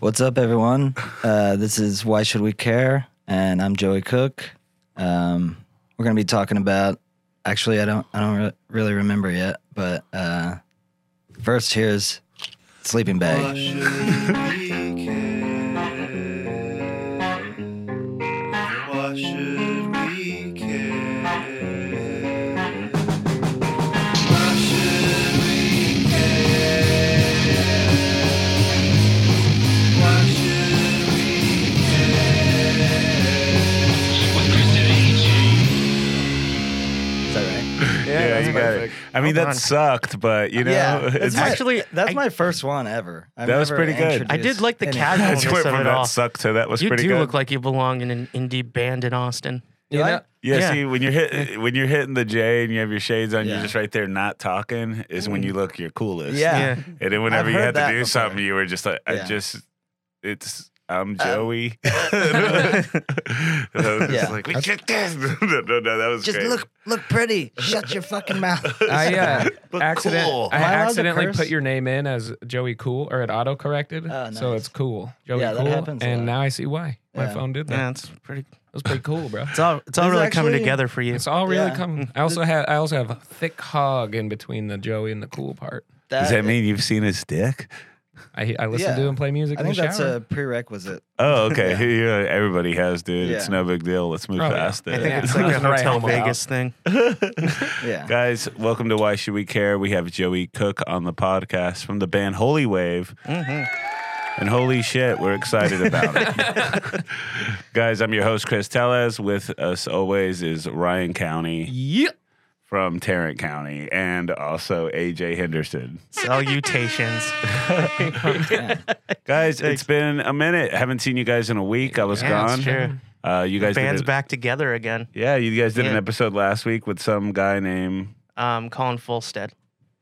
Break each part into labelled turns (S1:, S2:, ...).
S1: What's up, everyone? Uh, this is Why Should We Care? And I'm Joey Cook. Um, we're going to be talking about, actually, I don't, I don't re- really remember yet, but uh, first, here's Sleeping Bag.
S2: Why should we care? Why should we care? Why should we care? With Chris and AJ.
S1: Is that right?
S3: Yeah, you got it. I mean, that sucked, but you know,
S1: that's
S3: it's
S1: my-
S3: like-
S4: actually-
S1: that's
S4: I-
S1: my first one ever. I've
S3: That was
S1: never
S3: pretty good.
S1: introduced
S4: I did like the
S1: any-
S4: casual-
S3: it went
S4: of
S3: from
S4: it
S3: that
S4: all.
S3: sucked to that was
S4: You
S3: pretty
S4: do
S3: good.
S4: look like you belong in an indie band in Austin.
S1: Do
S4: You
S1: I?
S4: know-
S3: yeah,
S4: yeah.
S3: see, when you're hit, when you're hitting the J and you have your shades on,
S1: Yeah.
S3: you're just right there, not talking. Is when you look your coolest.
S1: Yeah.
S4: Yeah.
S3: And then
S1: I've
S3: whenever you
S1: heard
S3: had to
S1: that
S3: do
S1: before.
S3: something, you were just like, I
S1: Yeah.
S3: just, it's. I'm Joey. I was just
S1: Yeah.
S3: like, we took this. no, no, no, that was
S1: Just
S3: great.
S1: look, look pretty. Shut your fucking mouth.
S5: I uh,
S3: Look
S5: accident,
S3: cool.
S5: I
S1: Am I allowed to
S5: accidentally
S1: curse?
S5: put your name in as Joey Cool or it auto corrected.
S1: Oh,
S5: So
S1: nice.
S5: it's cool. Joey
S1: Yeah, that
S5: Cool.
S1: happens a
S5: and
S1: lot.
S5: now I see why my
S1: Yeah.
S5: phone did that.
S4: Yeah, it's pretty.
S5: It was pretty cool, bro.
S4: It's all. It's all
S1: This is
S4: really coming
S1: actually-
S4: together for you.
S5: It's all really
S1: Yeah.
S5: coming. I also have I also have a thick hog in between the Joey and the cool part.
S3: Does that mean you've seen his dick?
S5: I I listen
S1: Yeah.
S5: to him play music
S1: I
S5: in the
S1: think
S5: shower.
S1: that's a prerequisite.
S3: Oh, okay. Yeah, everybody has, dude. It's
S1: Yeah.
S3: no big deal. Let's move
S5: Oh, yeah.
S3: past
S4: I
S3: it.
S4: think
S5: Yeah.
S4: it's like a
S5: Nothing right
S4: Hotel
S5: home about.
S4: Vegas thing.
S1: Yeah.
S3: Guys, welcome to Why Should We Care? We have Joey Cook on the podcast from the band Holy Wave.
S4: Mm-hmm.
S3: And holy shit, we're excited about it. Guys, I'm your host, Chris Tellez. With us always is Ryan County
S5: Yep.
S3: from Tarrant County and also AJ Henderson.
S4: Salutations.
S3: Guys, it's been a minute. Haven't seen you guys in a week. I was
S4: Yeah,
S3: gone.
S4: it's true.
S3: Uh, you guys
S4: Band's
S3: did a-
S4: back together again.
S3: Yeah, you guys did an
S4: Yeah.
S3: episode last week with some guy named
S4: Um, Colin Fulstead,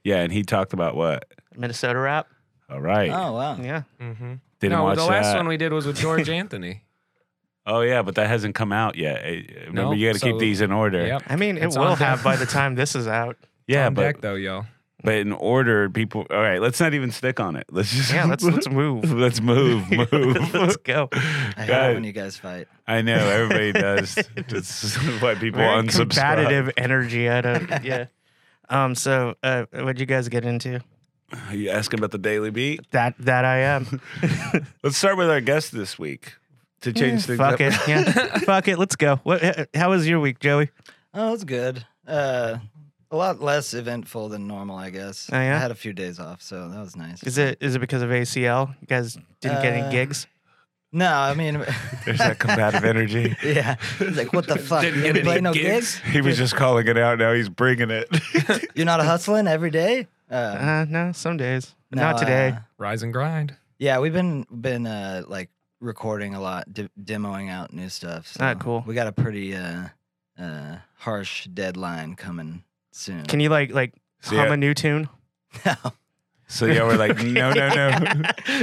S3: Yeah, and he talked about what?
S4: Minnesota rap.
S3: All right.
S1: Oh wow.
S4: Yeah.
S5: Mm-hmm.
S3: Didn't
S5: no,
S3: watch
S5: the last
S3: that.
S5: one we did was with George Anthony.
S3: Oh yeah, but that hasn't come out yet. Eh, Remember,
S5: No,
S3: you got to
S5: so-
S3: keep these in order.
S5: Yep.
S4: I mean, it
S5: It's
S4: will
S5: on
S4: have
S5: deck.
S4: by the time this is out.
S3: Yeah,
S5: On
S3: but
S5: deck though, y'all.
S3: but in order, people. All right, let's not even stick on it. Let's just
S4: Yeah. Let's let's move.
S3: let's move,
S4: let's
S3: move.
S4: go.
S1: I hate it
S3: Guys,
S1: when you guys fight.
S3: I know everybody does. That's why people
S4: Very
S3: unsubscribe.
S4: combative energy. I don't. Yeah. Um. So, uh, what'd you guys get into?
S3: Are you asking about the daily beat?
S4: That that I am.
S3: Let's start with our guest this week to change things.
S4: Fuck
S3: up.
S4: it. Yeah. Fuck it. Let's go. What? uh, How was your week, Joey?
S1: Oh, it's good. Uh, a lot less eventful than normal, I guess.
S4: Oh, yeah?
S1: I had a few days off, so that was nice.
S4: Is it is it because of ACL? You guys didn't get
S1: Uh,
S4: any gigs?
S1: No, I mean,
S3: There's that combative energy.
S1: yeah. It's like, what the fuck? You didn't play no gigs?
S3: He was just calling it out. Now he's bringing it.
S1: You're not hustling every day? Uh,
S4: Uh, no, some days.
S1: no,
S4: Not today.
S1: uh,
S5: Rise and grind.
S1: yeah, we've been been uh, like recording a lot, de- demoing out new stuff. So
S4: Ah, cool.
S1: We got a pretty uh, uh, harsh deadline coming soon.
S4: Can you like like
S3: So,
S4: hum
S3: yeah.
S4: a new tune?
S3: so yeah, we're like, no, no, no.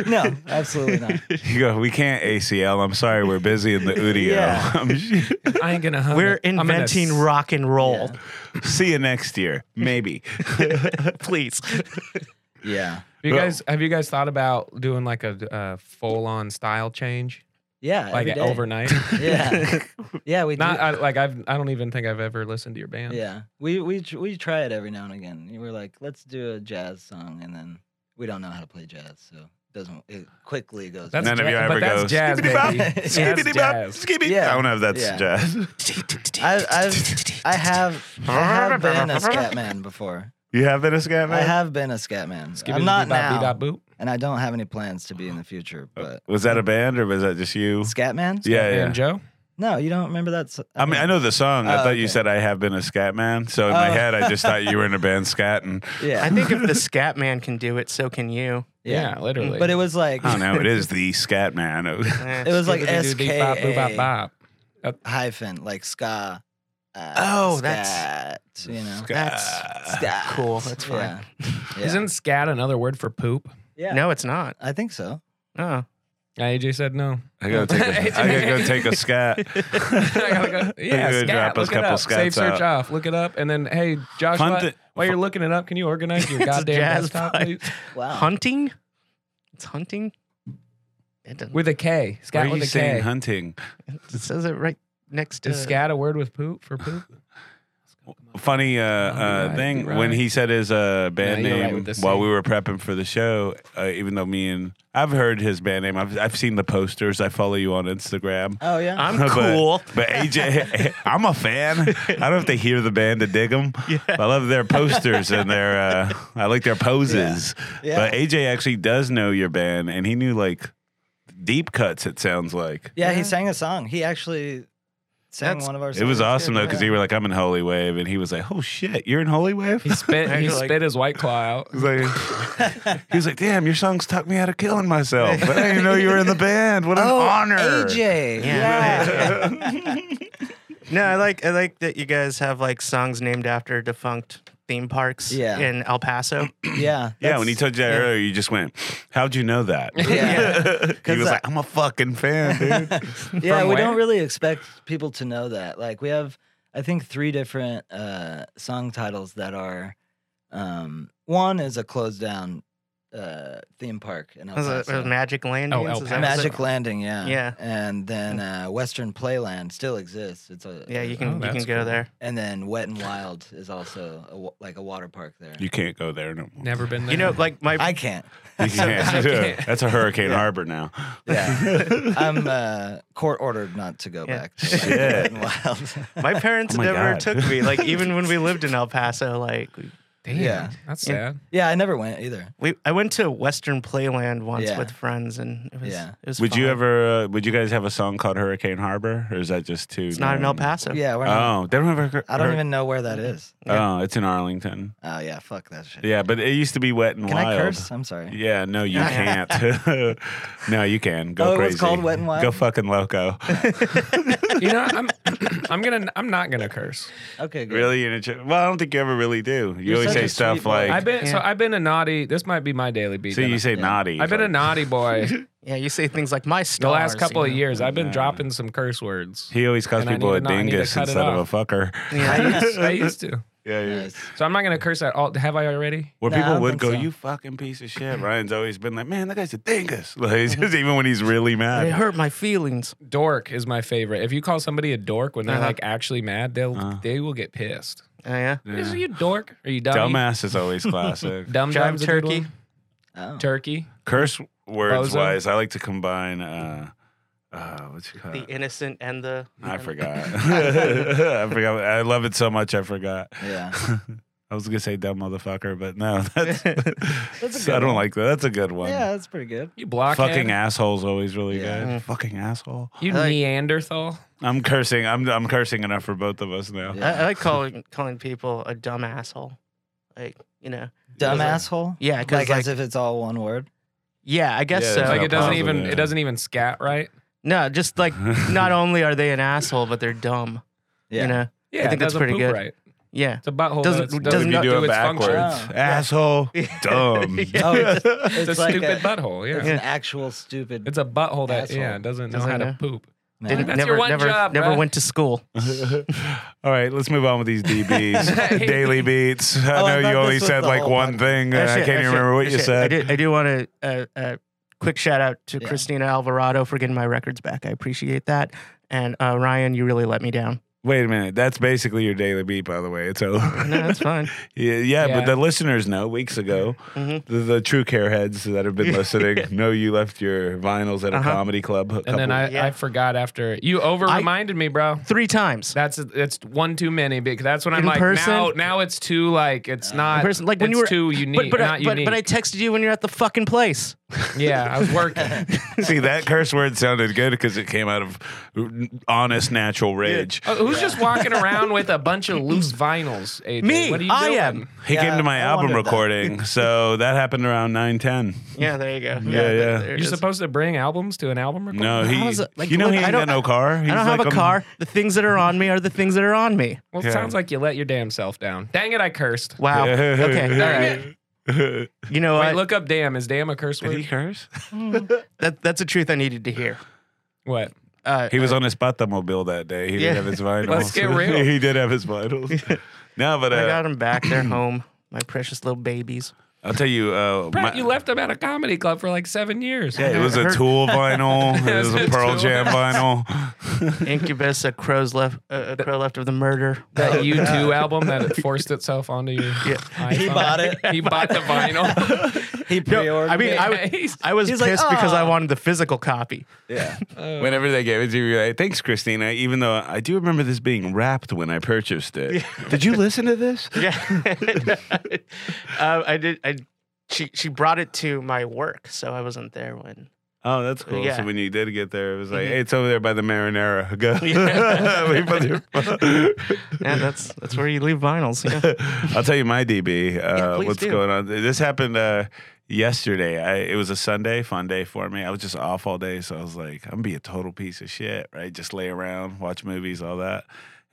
S1: no, absolutely not.
S3: You go, we can't ACL. I'm sorry, we're busy in the audio. Um,
S1: Yeah.
S3: I'm sh-
S5: I ain't gonna. hum
S4: We're
S5: it. I'm gonna
S4: inventing
S5: s-
S4: rock and roll.
S3: See you next year, maybe.
S4: Please.
S1: Yeah.
S5: Have you
S3: Bro.
S5: guys have you guys thought about doing like a uh, full on style change,
S1: Yeah.
S5: like
S1: every
S5: a-
S1: day.
S5: overnight?
S1: Yeah. Yeah, we do.
S5: Not I, like I've I don't even think I've ever listened to your band.
S1: Yeah, we we tr- we try it every now and again. We're like, let's do a jazz song, and then we don't know how to play jazz, so it doesn't it quickly goes.
S5: That's
S3: None
S1: bad.
S3: of
S5: ja-
S3: you
S5: but
S3: ever
S5: that's
S3: go,
S5: jazz,
S3: "Skibbity-bop,
S5: baby. That's
S3: Skibbity-bop,
S5: jazz.
S3: skibbity.
S1: Yeah.
S3: I don't know if that's
S1: Yeah.
S3: jazz.
S1: I, I've I have I have been a scat man before.
S3: You have been a scat
S1: I
S3: man?
S1: have been a scat man.
S5: Skibbity
S1: I'm not
S5: bebop,
S1: now,
S5: bebop, boop.
S1: and I don't have any plans to be in the future. But
S3: Uh, Was that a band or was that just you?
S1: scat man?
S3: Oh. Yeah, yeah.
S5: And Joe.
S1: No, you don't remember that. so-
S3: I mean, I know the song. I
S1: Oh,
S3: thought you
S1: okay.
S3: said I have been a scat man. So in my
S1: Oh.
S3: head, I just thought you were in a band scatting.
S1: Yeah,
S4: I think if the scat man can do it, so can you.
S1: yeah.
S5: Yeah, literally.
S1: But it was like
S3: Oh no, it is the scat man.
S4: Eh.
S1: it was like S
S5: Skibbity-doo-doo,
S1: K
S5: bebop, boobop,
S1: A
S5: bop.
S1: hyphen like ska. Uh,
S4: Oh, that's-
S1: scat, that's you know.
S4: That's
S1: Scat.
S4: cool. That's fine.
S1: Yeah. Yeah.
S5: Isn't scat another word for poop?
S1: yeah.
S4: No, it's not.
S1: I think so.
S4: Oh.
S5: AJ said no.
S3: I gotta take a, I gotta go take a scat.
S5: I gotta go- yeah,
S3: gonna
S5: scat.
S3: drop us
S5: look it
S3: couple
S5: up. Save
S3: scats
S5: search off. Look it up, and then hey, Josh,
S3: Fun
S5: while,
S3: thi-
S5: while you're looking it up, can you organize your
S4: It's a
S5: goddamn
S4: jazz
S5: desktop,
S4: vibe.
S5: please?
S1: Wow.
S4: Hunting? It's hunting? It, doesn't,
S5: With a K.
S3: Why
S5: Scat
S3: are
S5: with
S3: you
S5: a
S3: saying
S5: K.
S3: hunting?
S4: it says it right next to
S5: Is scat a word with poop for poop?
S3: Funny uh,
S5: you're
S3: uh,
S5: right,
S3: thing
S5: you're
S3: when
S5: right.
S3: he said his uh, band
S5: you're right
S3: name
S5: with this
S3: while
S5: thing.
S3: we were prepping for the show. Uh, even though me and I've heard his band name, I've I've seen the posters. I follow you on Instagram.
S1: Oh yeah.
S4: I'm
S3: But-
S4: cool.
S3: But AJ, I'm a fan. I don't have to hear the band to dig them. I love their posters and their. Uh, I like their poses.
S1: Yeah.
S3: But AJ actually does know your band, and he knew like deep cuts. It sounds like
S1: yeah, he sang a song. He actually sang
S4: That's-
S1: one of our songs.
S3: it was awesome though
S1: yeah.
S3: because you were like, "I'm in Holy Wave," and he was like, "Oh shit, you're in Holy Wave."
S5: He spit. he
S3: You're like-
S5: spit his white claw out.
S3: He's like, he was like, "Damn, your songs taught me how to kill myself, but I didn't know you were in the band. What an
S1: Oh,
S3: honor!"
S1: AJ. Yeah.
S4: No, I like I like that you guys have like songs named after defunct theme parks
S1: Yeah.
S4: in El Paso.
S1: Yeah.
S3: Yeah, when he
S1: that's-
S3: told you that earlier, you just went, "How'd you know that?"
S1: Yeah.
S3: he was
S1: I-
S3: like, "I'm a fucking fan, dude."
S1: yeah,
S5: From
S1: we
S5: where?
S1: don't really expect people to know that. Like we have, I think, three different uh, song titles that are. Um, one is a closed down uh, theme park in El
S4: Was it,
S1: Paso.
S4: was Magic Land?
S5: Oh, El Paso.
S1: Magic Landing, yeah,
S4: Yeah.
S1: and then uh, Western Playland still exists. It's a uh,
S4: Yeah, you
S5: Oh,
S4: can you can
S5: that's
S4: go
S5: cool.
S4: there.
S1: and then Wet and Wild is also a, wa- like a water park there.
S3: You can't go there no more.
S5: Never been there.
S4: You know, like my
S1: I can't.
S3: You can't.
S5: Okay.
S3: That's a Hurricane Harbor now.
S1: Yeah, I'm uh, court ordered not to go
S4: Yeah.
S1: back. To like,
S3: Shit.
S1: Wet and Wild.
S4: my parents
S3: Oh my
S4: never
S3: God.
S4: took me. Like even when we lived in El Paso, like we-
S5: Damn,
S1: Yeah.
S5: that's
S4: Yeah.
S5: sad.
S1: yeah, I never went either.
S4: we I went to Western Playland once
S1: Yeah.
S4: with friends, and it was
S1: Yeah.
S4: it was.
S3: Would you
S4: fun.
S3: ever? Uh, would you guys have a song called Hurricane Harbor, or is that just too?
S4: It's not in El
S3: known?
S4: Paso.
S1: Yeah, we're not,
S3: Oh, they don't have. A,
S1: I don't even know where that is.
S3: Oh, it's in Arlington.
S1: Oh yeah, fuck that shit.
S3: Yeah, but it used to be wet and
S1: Can
S3: wild.
S1: I curse? I'm sorry.
S3: Yeah, no, you can't. no, you can go
S1: Oh, it was
S3: crazy.
S1: called Wet and Wild?
S3: Go fucking loco.
S5: You know, I'm, I'm gonna, I'm not gonna curse.
S1: Okay, good.
S3: really? In a, ch- well, I don't think you ever really do. You
S1: You're
S3: always
S1: such
S3: say
S1: a
S3: stuff
S1: sweet boy.
S5: I've
S3: like.
S5: been, so I've been a naughty. This might be my daily beat.
S3: So
S5: then.
S3: you say naughty.
S5: I've been a
S3: like,
S5: naughty boy.
S4: Yeah, you say things like my
S5: The
S4: stars.
S5: last couple
S4: you
S5: of
S4: know?
S5: years, I've been dropping some curse words.
S3: He always calls
S5: and I
S3: people
S5: need
S3: a
S5: to not- I need to
S3: dingus
S5: cut it
S3: instead of
S5: off.
S3: a fucker.
S5: I
S4: Yeah,
S5: used, I used to.
S3: Yeah, yeah.
S1: Nice.
S5: So I'm not gonna curse at all. Have I already?
S3: Where
S1: No, I
S3: people
S1: don't
S3: would
S1: think
S3: go,
S1: so.
S3: you fucking piece of shit. Ryan's always been like, man, that guy's a dingus. Like, it's just even when he's really
S4: it
S3: mad.
S4: hurt my feelings.
S5: Dork is my favorite. If you call somebody a dork when they're
S4: Uh-huh.
S5: like actually mad, they'll
S3: Uh.
S5: they will get pissed.
S4: Oh yeah.
S5: Is you dork? Are you dumb?
S3: Dumbass is always classic.
S5: Dumb
S4: Jive
S5: dumb's a good
S4: turkey.
S5: one.
S1: Oh.
S5: Turkey.
S3: Curse words
S5: Bozo.
S3: wise, I like to combine. Uh, uh, what's it called?
S4: The innocent and the.
S3: I forgot. I forgot. I love it so much. I forgot.
S1: Yeah.
S3: I was gonna say dumb motherfucker, but no, that's,
S1: That's a
S3: I
S1: good
S3: don't
S1: one.
S3: like that. That's a good one.
S1: Yeah, that's pretty good.
S5: You blockhead.
S3: Fucking asshole's always really
S1: Yeah. Mm.
S3: good. Fucking asshole.
S5: You
S4: I like-
S5: Neanderthal.
S3: I'm cursing. I'm I'm cursing enough for both of us now.
S1: Yeah.
S4: I, I like calling calling people a dumb asshole. Like you know.
S1: Dumb
S4: like-
S1: asshole.
S4: uh, Yeah, 'cause
S1: like,
S4: like-
S1: as if it's all one word.
S4: Yeah, I guess
S3: Yeah,
S4: so.
S3: it's
S5: Like
S3: not
S5: it doesn't
S3: positive,
S5: even
S3: yeah.
S5: it doesn't even scat right.
S4: no, just like not only are they an asshole, but they're dumb.
S1: Yeah.
S4: You know.
S5: Yeah,
S4: think
S5: it
S4: that's
S5: doesn't
S4: pretty
S5: poop
S4: good.
S5: Right.
S4: Yeah.
S5: It's a butthole.
S4: Doesn't-
S5: Doesn't,
S3: But
S5: doesn't
S3: if you do, it
S5: its
S3: backwards,
S5: function.
S1: Oh, yeah.
S3: asshole, dumb.
S1: Oh, it's,
S5: It's,
S1: it's
S5: a
S1: like
S5: stupid
S1: a,
S5: butthole. Yeah.
S1: It's an actual stupid.
S5: It's a butthole that
S1: Asshole.
S5: yeah doesn't know
S4: Doesn't
S5: how
S4: know.
S5: to poop.
S1: no.
S5: didn't- That's
S4: never,
S5: your one
S4: never,
S5: job,
S4: never
S5: bruh.
S4: went to school.
S3: All right, let's move on with these DBs. Daily beats. I
S1: Oh, I
S3: know
S1: thought
S3: you only
S1: this was
S3: said
S1: the
S3: like
S1: whole
S3: one
S1: podcast.
S3: thing. and I can't
S4: Actually-
S3: even
S4: actually-
S3: remember what you
S4: actually, I
S3: said.
S4: do, I do want to uh, uh, quick shout out to
S1: Yeah.
S4: Christina Alvarado for getting my records back. I appreciate that. And uh, Ryan, you really let me down.
S3: Wait a minute. That's basically your daily beat, by the way. It's over.
S4: No, that's fine.
S3: Yeah, yeah,
S5: Yeah.
S3: but the listeners know weeks ago,
S4: Mhm.
S3: the, the true care heads that have been listening know you left your vinyls at a
S4: Uh-huh.
S3: comedy club. A
S5: And then I,
S4: Yeah.
S5: I forgot after you over
S4: I-
S5: reminded me, bro.
S4: Three times.
S5: That's that's one too many. Because that's when I'm
S4: In
S5: like
S4: person?
S5: now now it's too like it's not
S4: person, like when
S5: it's
S4: you were
S5: too unique.
S4: but but, I,
S5: not
S4: but
S5: unique.
S4: but I texted you when you're at the fucking place.
S5: yeah, I was working.
S3: see that curse word sounded good because it came out of honest, natural rage.
S4: Oh,
S5: Uh, who's just walking around with a bunch of loose vinyls? AJ?
S4: Me,
S5: what are you
S4: I
S5: doing?
S4: am.
S3: He
S1: Yeah,
S3: came to my
S1: I
S3: album
S1: wondered that.
S3: recording, so that happened around nine ten.
S4: Yeah, there you go.
S3: Yeah, yeah.
S4: there- there it
S5: You're
S4: is.
S5: supposed to bring albums to an album record.
S3: No, he,
S4: How is it- like,
S3: you know,
S4: look,
S3: he
S4: I
S3: ain't got
S4: don't-
S3: no car.
S4: I don't have a car. The things that are on me are the things that are on me.
S5: Well, it
S3: Yeah.
S5: sounds like you let your damn self down. Dang it, I cursed.
S4: Wow. Okay. All right.
S3: right.
S4: You know
S5: Wait,
S4: what?
S5: look up damn. Is damn a curse
S3: Did he
S5: word?
S3: curse?
S4: that, that's a truth I needed to hear.
S5: What?
S4: Uh,
S3: He was on his Bata mobile that day. He did
S4: Yeah.
S3: have his vitals.
S5: Let's get real.
S3: he did have his vitals. no, but uh,
S4: I got them back. They're home. My precious little babies.
S3: I'll tell you. Uh,
S5: Brett,
S3: my-
S5: you left him at a comedy club for like seven years.
S3: Yeah, it was a
S4: Her-
S3: Tool vinyl. It was a
S5: It's a
S3: Pearl
S5: Tool.
S3: Jam vinyl.
S4: Incubus, a crow's left, uh, a crow left of the murder.
S5: that U two album that it forced itself onto you.
S1: He bought it.
S5: He bought the vinyl.
S1: He pre-ordered.
S4: I mean, I, w-
S5: He's-
S4: I was
S1: he's like,
S4: pissed because I
S1: "Ah."
S4: wanted the physical copy.
S3: Yeah. Whenever they gave it to you, you're like, thanks, Christina. Even though I do remember this being wrapped when I purchased it. Did you listen to this?
S4: Yeah, uh, I did. I she she brought it to my work, so I wasn't there when.
S3: Oh, that's cool.
S4: Yeah.
S3: So when you did get there, it was like,
S4: Mhm.
S3: hey, it's over there by the Marinara. Go. We put your-
S4: Yeah, that's that's where you leave vinyls. Yeah.
S3: I'll tell you my DB. Uh,
S4: Yeah, please
S3: what's
S4: do.
S3: going on? This happened uh, yesterday. I, it was a Sunday, fun day for me. I was just off all day, so I was like, I'm gonna be a total piece of shit, right? Just lay around, watch movies, all that.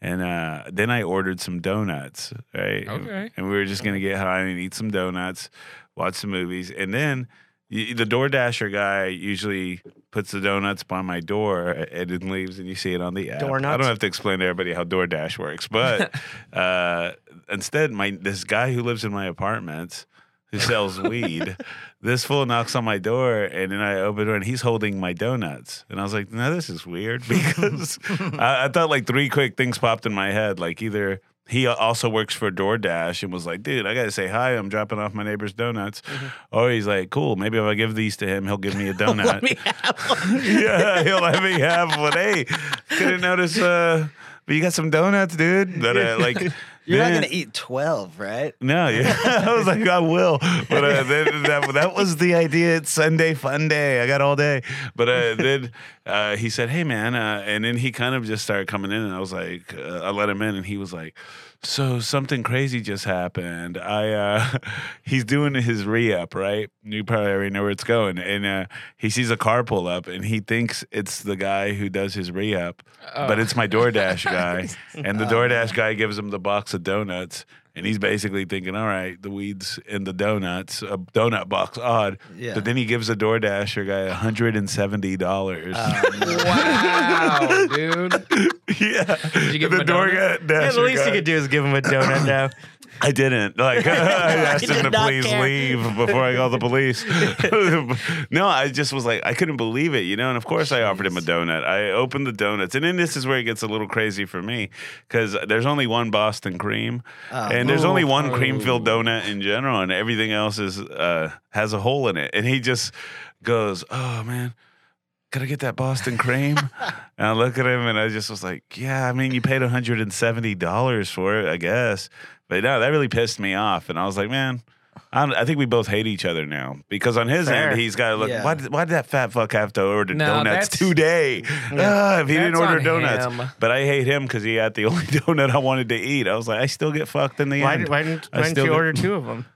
S3: And uh, then I ordered some donuts, right?
S5: Okay.
S3: And we were just gonna get high and eat some donuts, watch some movies, and then. y- The DoorDasher guy usually puts the donuts by my door and then leaves, and you see it on the app. I don't
S4: Doornuts?
S3: have to explain to everybody how DoorDash works, but uh, instead, my this guy who lives in my apartment who sells weed, this fool knocks on my door, and then I open the door, and he's holding my donuts, and I was like, "No, this is weird," because I, I thought like three quick things popped in my head, like either. He also works for DoorDash and was like, dude, I got to say hi. I'm dropping off my neighbor's donuts.
S1: Mm-hmm.
S3: Or he's like, cool, maybe if I give these to him, he'll give me a donut. yeah, he'll let me have one. Hey, couldn't notice. Uh, but you got some donuts, dude. That uh, like
S1: You're not
S3: then-
S1: gonna eat twelve, right?
S3: No, yeah. I was like, I will. But uh, then that, that was the idea. It's Sunday fun day. I got all day. But uh, then uh, he said, "Hey, man," uh, and then he kind of just started coming in, and I was like, uh, I let him in, and he was like. So something crazy just happened. I uh he's doing his re-up, right? You probably already know where it's going. And uh he sees a car pull up and he thinks it's the guy who does his re-up, but
S5: Oh.
S3: it's my DoorDash guy. and the DoorDash guy gives him the box of donuts and he's basically thinking, "All right, the weeds and the donuts, a donut box odd."
S1: Yeah.
S3: But then he gives the DoorDasher guy $170.
S1: Um, Uh,
S5: wow, dude.
S3: yeah.
S5: you give
S3: the
S5: him a donut?
S3: DoorDasher
S4: Yeah, the least
S3: guy.
S4: you could do is give him a donut now.
S3: I didn't. Like I asked
S1: did
S3: him to
S1: not
S3: please
S1: care.
S3: leave before I called the police. no, I just was like I couldn't believe it, you know. And of course, I offered him a donut. I opened the donuts, and then this is where it gets a little crazy for me because there's only one Boston cream, and there's
S5: Oh,
S3: only one cream-filled donut in general, and everything else is uh, has a hole in it. And he just goes, "Oh man." Could I get that Boston cream? and I look at him and I just was like, yeah, I mean, you paid $170 for it, I guess. But no, that really pissed me off. And I was like, man, I, don't- I think we both hate each other now because on his
S4: Fair.
S3: end, he's got to look,
S1: Yeah.
S3: why, did, why did that fat fuck have to order
S5: No,
S3: donuts
S5: that's-
S3: today? Ah, if he didn't
S5: That's
S3: order
S5: on
S3: donuts.
S5: him.
S3: But I hate him because he got the only donut I wanted to eat. I was like, I still get fucked in the
S4: Why,
S3: end.
S4: did- why didn't,
S3: I
S4: why didn't
S3: still
S4: you
S3: get-
S4: order two of them?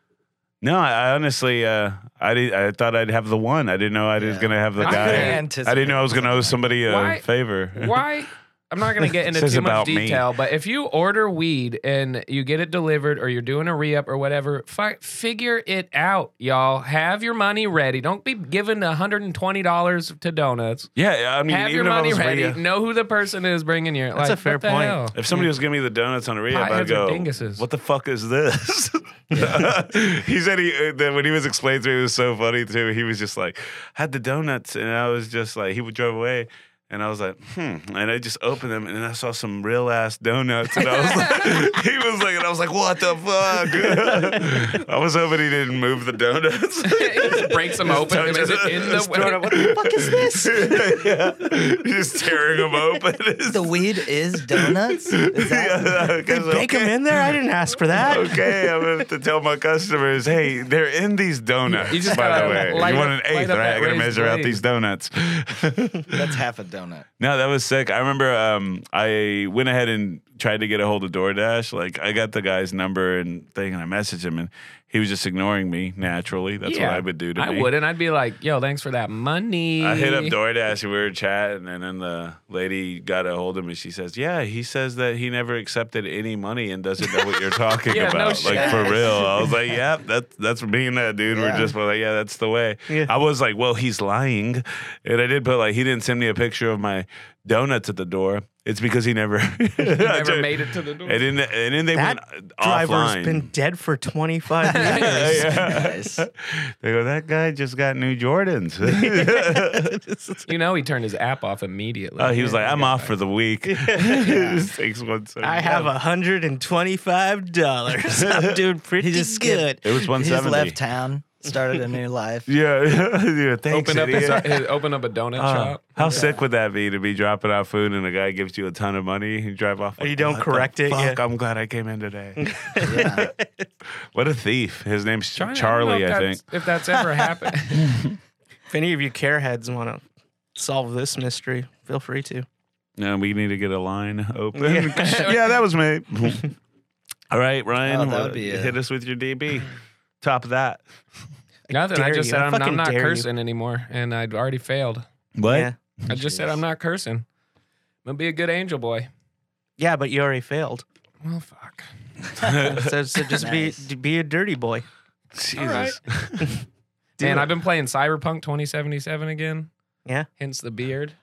S3: No, I I honestly, uh, I did, I thought I'd have the one. I didn't know I was
S1: Yeah.
S3: gonna have the
S5: I
S3: guy.
S5: couldn't
S3: I
S1: anticipate
S3: didn't know I was gonna owe somebody a
S5: Why-
S3: favor.
S5: Why? I'm not going to get into
S3: Says
S5: too much
S3: about me.
S5: detail, but if you order weed and you get it delivered or you're doing a re up or whatever, fi- figure it out, y'all. Have your money ready. Don't be giving $120 to donuts.
S3: Yeah, I mean,
S5: Have
S3: even
S5: your
S3: if I
S5: money
S3: was
S5: ready.
S3: re-
S5: Know who the person is bringing you. That's
S4: a fair
S5: what the
S4: point.
S5: hell?
S3: If somebody was giving me the donuts on a rehab, I'd
S5: Potheads are
S3: go,
S5: dinguses.
S3: "What the fuck is this?" he said he uh, that when he was explained to me, it was so funny too. He was just like, "Had the donuts," and I was just like, he would drive away. And I was like, hmm. And I just opened them, and then I saw some real ass donuts. And I was like, he was like, and I was like, what the fuck? I was hoping he didn't move the donuts.
S5: He just breaks them open. and is it in
S3: Just throw it up.
S5: the
S3: What the fuck is this? yeah. Just tearing them open.
S1: The weed is donuts. Is that-
S3: Yeah,
S4: They
S3: 'cause,
S4: bake them
S3: okay.
S4: in there. I didn't ask for that.
S3: Okay, I'm gonna have to tell my customers, hey, they're in these donuts.
S5: You just
S3: by the
S5: gotta
S3: way,
S5: light
S3: you want an
S5: up-
S3: eighth,
S5: light up
S3: right?
S5: that
S3: I gotta
S5: raised
S3: measure out
S5: blade.
S3: these donuts.
S1: That's half a donut.
S3: No, that was sick. I remember um, I went ahead and tried to get a hold of DoorDash. Like I got the guy's number and thing, and I messaged him, and he was just ignoring me naturally. That's
S5: Yeah.
S3: what I would do to
S5: I
S3: me.
S5: wouldn't. I'd be like, yo, thanks for that money.
S3: I hit up DoorDash and we were chatting, and then the lady got a hold of me. She says, "Yeah, he says that he never accepted any money and doesn't know what you're talking
S5: Yeah, no
S3: about.
S5: shit.
S3: like for real." I was like, "Yep, that's that's me and that dude. We're
S1: Yeah.
S3: just like, yeah, that's the way."
S4: Yeah.
S3: I was like, "Well, he's lying," and I did put like he didn't send me a picture of my donuts at the door, it's because he never,
S5: Never made it to the door.
S3: And then, and then they
S4: That
S3: went
S4: driver's
S3: offline.
S4: been dead for 25 years.
S3: Yeah, yeah.
S1: Nice.
S3: They go, that guy just got new Jordans.
S5: You know, he turned his app off immediately.
S3: oh, he was
S5: Yeah,
S3: like, I'm
S5: yeah.
S3: off for the week. Just takes one second.
S4: I have hundred and twenty-five dollars. I'm doing pretty
S1: He just
S4: good.
S1: skipped.
S3: It was
S1: He
S3: 170.
S1: just left town, started a new life.
S3: Yeah, yeah. Thanks,
S5: Open up, his,
S3: idiot.
S5: his- open up a donut
S3: Uh,
S5: shop.
S3: how sick would that be to be dropping out food and a guy gives you a ton of money and you drive off?
S4: Or you
S3: like,
S4: don't
S3: "What the
S4: correct it,
S3: Fuck,
S4: yeah."
S3: I'm glad I came in today.
S1: Yeah.
S3: what a thief! His name's
S5: Try- don't
S3: Charlie,
S5: know if
S3: I
S5: that's-
S3: think.
S5: If that's ever happened.
S4: If any of you careheads want to solve this mystery, feel free to.
S3: No, we need to get a line open.
S5: Yeah.
S3: Yeah, that was me. All right, Ryan,
S1: Oh, that
S3: well,
S1: would be it.
S3: hit us with your DB. Top of that.
S5: Nothing. I
S4: dare
S5: just
S4: you.
S5: said
S4: I
S5: I'm, I'm
S4: fucking
S5: not
S4: dare you.
S5: cursing anymore, and I'd already failed.
S3: What?
S4: Yeah,
S5: I just said I'm not cursing. I'm gonna be a good angel boy.
S4: yeah, but you already failed.
S5: Well, fuck.
S4: So, so just
S1: Nice.
S4: be be a dirty boy.
S3: Jesus.
S5: right. Man, I've been playing Cyberpunk 2077 again.
S4: uh, Yeah.
S5: Hence the beard.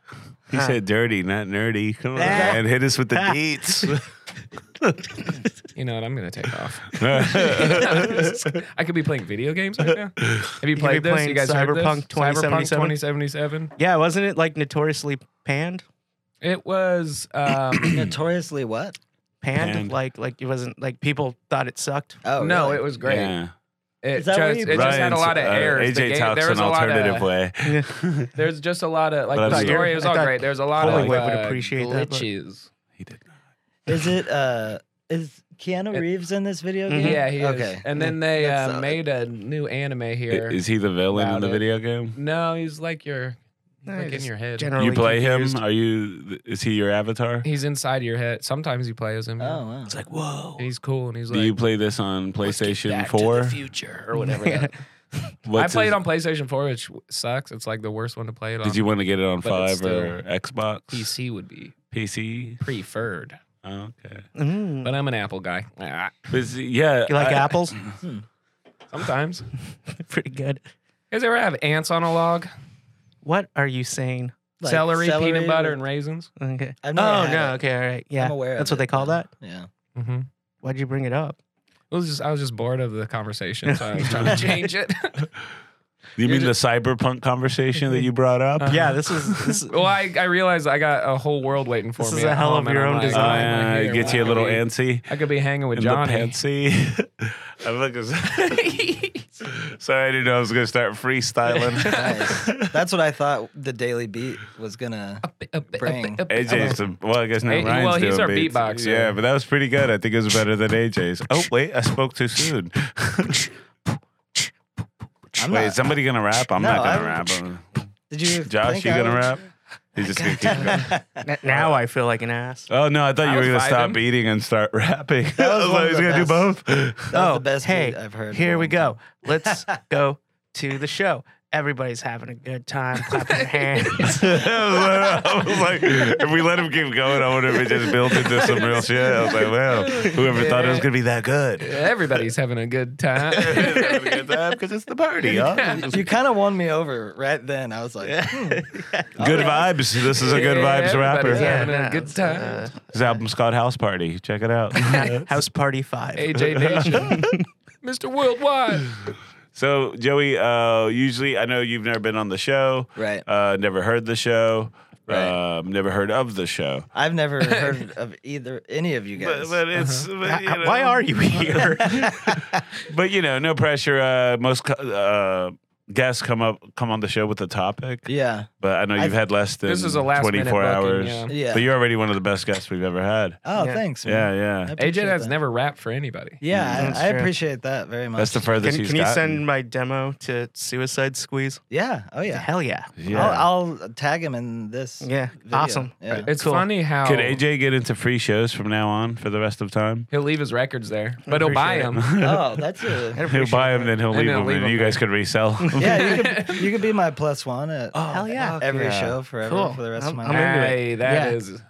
S3: He said dirty, not nerdy. Come on,
S4: Ah.
S3: and hit us with the deets.
S5: You know what? I'm gonna take off. I could be playing video games right now. Have you
S4: be
S5: played this?
S4: playing
S5: You guys heard this?
S4: Cyberpunk 2077?
S5: Cyberpunk 2077.
S4: Yeah, wasn't it like notoriously panned?
S5: It was. Um,
S1: Notoriously what?
S4: Panned,
S3: Panned.
S4: like like it wasn't like people thought it sucked.
S1: Oh,
S5: no,
S1: really?
S5: it was great.
S3: Yeah.
S5: It,
S1: Is that what
S5: just,
S1: you-
S5: it just had a
S3: Ryan's,
S5: lot of
S3: uh,
S5: errors. The
S3: AJ
S5: game-
S3: talks
S5: there was
S3: an
S5: a lot of-
S3: alternative way.
S5: There's just a lot of like
S3: But
S5: the
S3: I
S4: thought-
S5: story was
S4: I
S5: all
S4: thought
S5: great. There's a lot of
S4: Hollywood
S5: uh,
S4: would appreciate that, but-
S5: glitches.
S3: He did not.
S1: Is it uh is Keanu
S5: It-
S1: Reeves in this video game?
S5: Yeah, he
S1: Mm-hmm. okay.
S5: is. And then they
S1: That's
S5: uh,
S1: solid.
S5: made a new anime here.
S3: Is he the villain in
S5: About
S3: the
S5: it.
S3: video game?
S5: no, he's like your
S4: Nah,
S5: like in
S4: just
S5: your head.
S4: generally
S3: you play
S4: confused.
S3: him? Are you? Is he your avatar?
S5: He's inside your head. Sometimes you play as him.
S1: Oh
S5: yeah.
S1: wow.
S4: It's like whoa.
S5: And he's cool and he's
S3: Do
S5: like
S3: you play this on PlayStation Four?
S5: future or whatever. that- I
S3: What's
S5: played
S3: his-
S5: on PlayStation 4, which sucks. It's like the worst one to play it on.
S3: Did you want to get it on
S5: but
S3: five
S5: it's
S3: or Xbox?
S5: PC would be
S3: PC?
S5: preferred.
S3: Oh, okay.
S4: Mm.
S5: But I'm an Apple guy. Ah,
S3: But see, yeah.
S4: You like
S3: I-
S4: apples?
S5: Sometimes. you
S4: Pretty good.
S5: guys ever have ants on a log?
S4: What are you saying?
S1: Like
S5: celery, peanut butter,
S1: with-
S5: and raisins?
S4: Okay.
S1: I've never
S4: Oh
S1: had
S4: no.
S1: it.
S4: Okay. All right. Yeah.
S1: I'm aware.
S4: That's
S1: of
S4: what they
S1: it,
S4: call
S1: but-
S4: that.
S1: Yeah.
S5: Mm-hmm. It
S4: Why'd you bring it up?
S5: was just I was just bored of the conversation, so I was trying to change it.
S3: You mean
S5: You're
S3: the cyberpunk conversation that you brought up? Uh,
S4: Yeah. This is this. Is,
S5: well, I, I realized I got a whole world waiting for
S4: This
S5: me.
S4: is a
S5: at
S4: hell of
S5: home, and
S4: your own
S5: I'm like,
S3: Uh,
S4: design.
S5: "Why am I
S3: it
S5: here?
S3: gets
S5: Why
S3: you a
S5: am
S3: little
S5: I here?"
S3: antsy.
S5: I could be hanging with
S3: And
S5: Johnny.
S3: the pantsy. I look as- Sorry, I didn't know I was gonna start freestyling.
S1: Nice. That's what I thought the Daily Beat was gonna. Bring.
S3: AJ's the, well, I guess now
S5: Hey,
S3: Ryan's
S5: well, he's
S3: doing
S5: our
S3: beats.
S5: beatboxer.
S3: Yeah, but that was pretty good. I think it was better than AJ's. Oh wait, I spoke too soon.
S1: I'm
S3: wait,
S1: not-
S3: is somebody gonna rap? I'm
S1: No,
S3: not gonna
S1: I'm-
S3: rap.
S1: Did you?
S3: Josh,
S1: think
S3: you
S1: I
S3: gonna
S1: was-
S3: rap? He's just gonna keep going.
S4: N- now I feel like an ass.
S3: Oh no, I thought
S5: I
S3: you were gonna
S5: was
S3: stop
S5: vibing.
S3: eating and start rapping.
S1: That
S3: I
S1: was
S3: was
S1: one
S3: like,
S1: of
S3: he's
S1: the
S3: gonna
S1: best.
S3: do both.
S1: That was
S4: oh,
S1: the best
S4: hey,
S1: beat I've heard. in a
S4: Here we
S1: long
S4: go. Let's go to the show. Everybody's having a good time. Clapping your hands.
S3: I was like, if we let him keep going, I wonder if it just built into some real shit. I was like, wow, whoever thought it was gonna be that good?
S5: Everybody's having a good time.
S3: Because it's the party, huh?
S1: time. You kind of won me over right then. I was like, hmm,
S3: Good vibes. This is a good
S5: Yeah,
S3: vibes rapper.
S5: everybody's
S3: This
S5: having
S4: no,
S5: a good
S4: it's,
S5: time.
S4: uh,
S3: album's called House Party. Check it out.
S4: House Party Five.
S5: AJ Nation, Mr. Worldwide.
S3: so, Joey, uh, usually I know you've never been on the show,
S1: right.
S3: uh, never heard the show,
S1: Right.
S3: um, never heard of the show.
S1: I've never heard of either any of you guys.
S3: But, but it's but, you know,
S4: Why are you here?
S3: but you know no pressure. Uh, most co- uh, guests come up come on the show with a topic.
S1: yeah.
S3: But I know
S1: I-
S3: you've had less than
S5: This is a last minute
S3: 24
S5: booking,
S3: hours.
S5: yeah.
S1: Yeah.
S3: But you're already one of the best guests we've ever had.
S1: Oh,
S4: Yeah.
S1: thanks. man.
S3: Yeah,
S1: I
S3: yeah.
S1: appreciate
S5: AJ has
S1: that.
S5: never rapped for anybody.
S1: Yeah,
S4: Mm, That's
S1: I, I
S4: true.
S1: appreciate that very much.
S3: That's the furthest
S4: Can,
S3: he's
S4: can you
S3: gotten.
S4: send my demo to Suicide Squeeze?
S1: yeah. Oh yeah.
S4: Hell yeah.
S3: yeah.
S1: I'll, I'll tag him in this.
S4: Yeah.
S1: video.
S4: Awesome.
S1: Yeah.
S5: It's
S4: Cool.
S5: funny how
S3: Could AJ get into free shows from now on for the rest of time?
S5: he'll leave his records there, but he'll
S4: appreciate
S5: buy
S4: it.
S5: them.
S1: Oh, that's a.
S3: He'll buy them, then he'll
S5: And
S3: leave
S5: he'll
S3: them,
S5: leave
S3: and you
S5: 'em.
S3: guys could resell. 'em.
S1: Yeah, you could, you could be my plus one at
S4: Oh, Hell yeah.
S1: every
S3: yeah.
S1: show forever
S4: Cool.
S1: for the rest of my
S4: I'm
S1: life.
S4: into it.
S5: hey, that
S4: Yeah.
S5: is,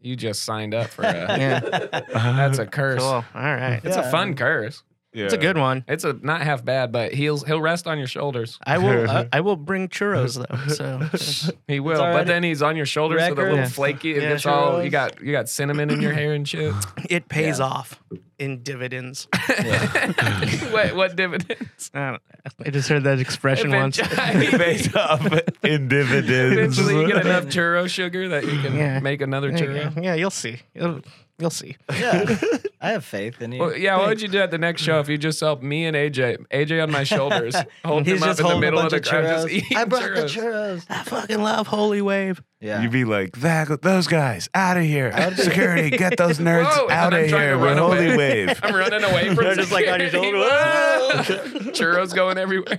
S5: you just signed up for a.
S4: Yeah.
S5: That's a curse.
S4: Cool. All right.
S5: It's
S1: Yeah.
S5: a fun curse.
S4: It's a good one.
S5: It's a not half bad, but he'll he'll rest on your shoulders.
S4: I will. uh, I, I will bring churros though. So
S5: He will,
S1: all
S5: but
S1: right.
S5: then he's on your shoulders with a
S1: Record.
S5: little
S1: Yeah.
S5: flaky. It
S4: Yeah,
S5: gets
S4: sure
S5: all
S4: was.
S5: you got. You got cinnamon in your hair and shit.
S4: it pays off in dividends. Uh,
S5: what what dividends?
S4: I, don't- I just heard that expression once.
S5: Eventually,
S3: Based off in dividends.
S5: eventually you get enough churro sugar that you can
S4: Yeah.
S5: make another
S4: There you
S5: churro.
S4: go. Yeah, you'll see. You'll, you'll see.
S1: Yeah, I have faith in you.
S5: Well, yeah, what would you do at the next show if you just saw me and AJ, AJ on my shoulders, holding
S1: He's
S5: him
S1: just
S5: up in the
S1: holding a
S5: middle
S1: bunch
S5: of the
S1: of
S5: crowd, just
S1: churros.
S5: eating
S1: I brought
S5: churros.
S1: the churros.
S4: I fucking love Holy Wave.
S1: Yeah,
S3: You'd be like, that, those guys out of here. Security, get those nerds
S5: Whoa, and
S3: out
S5: I'm
S3: of
S5: trying to
S3: here.
S5: run
S3: We're
S5: away.
S3: holy wave.
S5: I'm running away from
S4: just like on your shoulder.
S5: security. Whoa! churros going everywhere.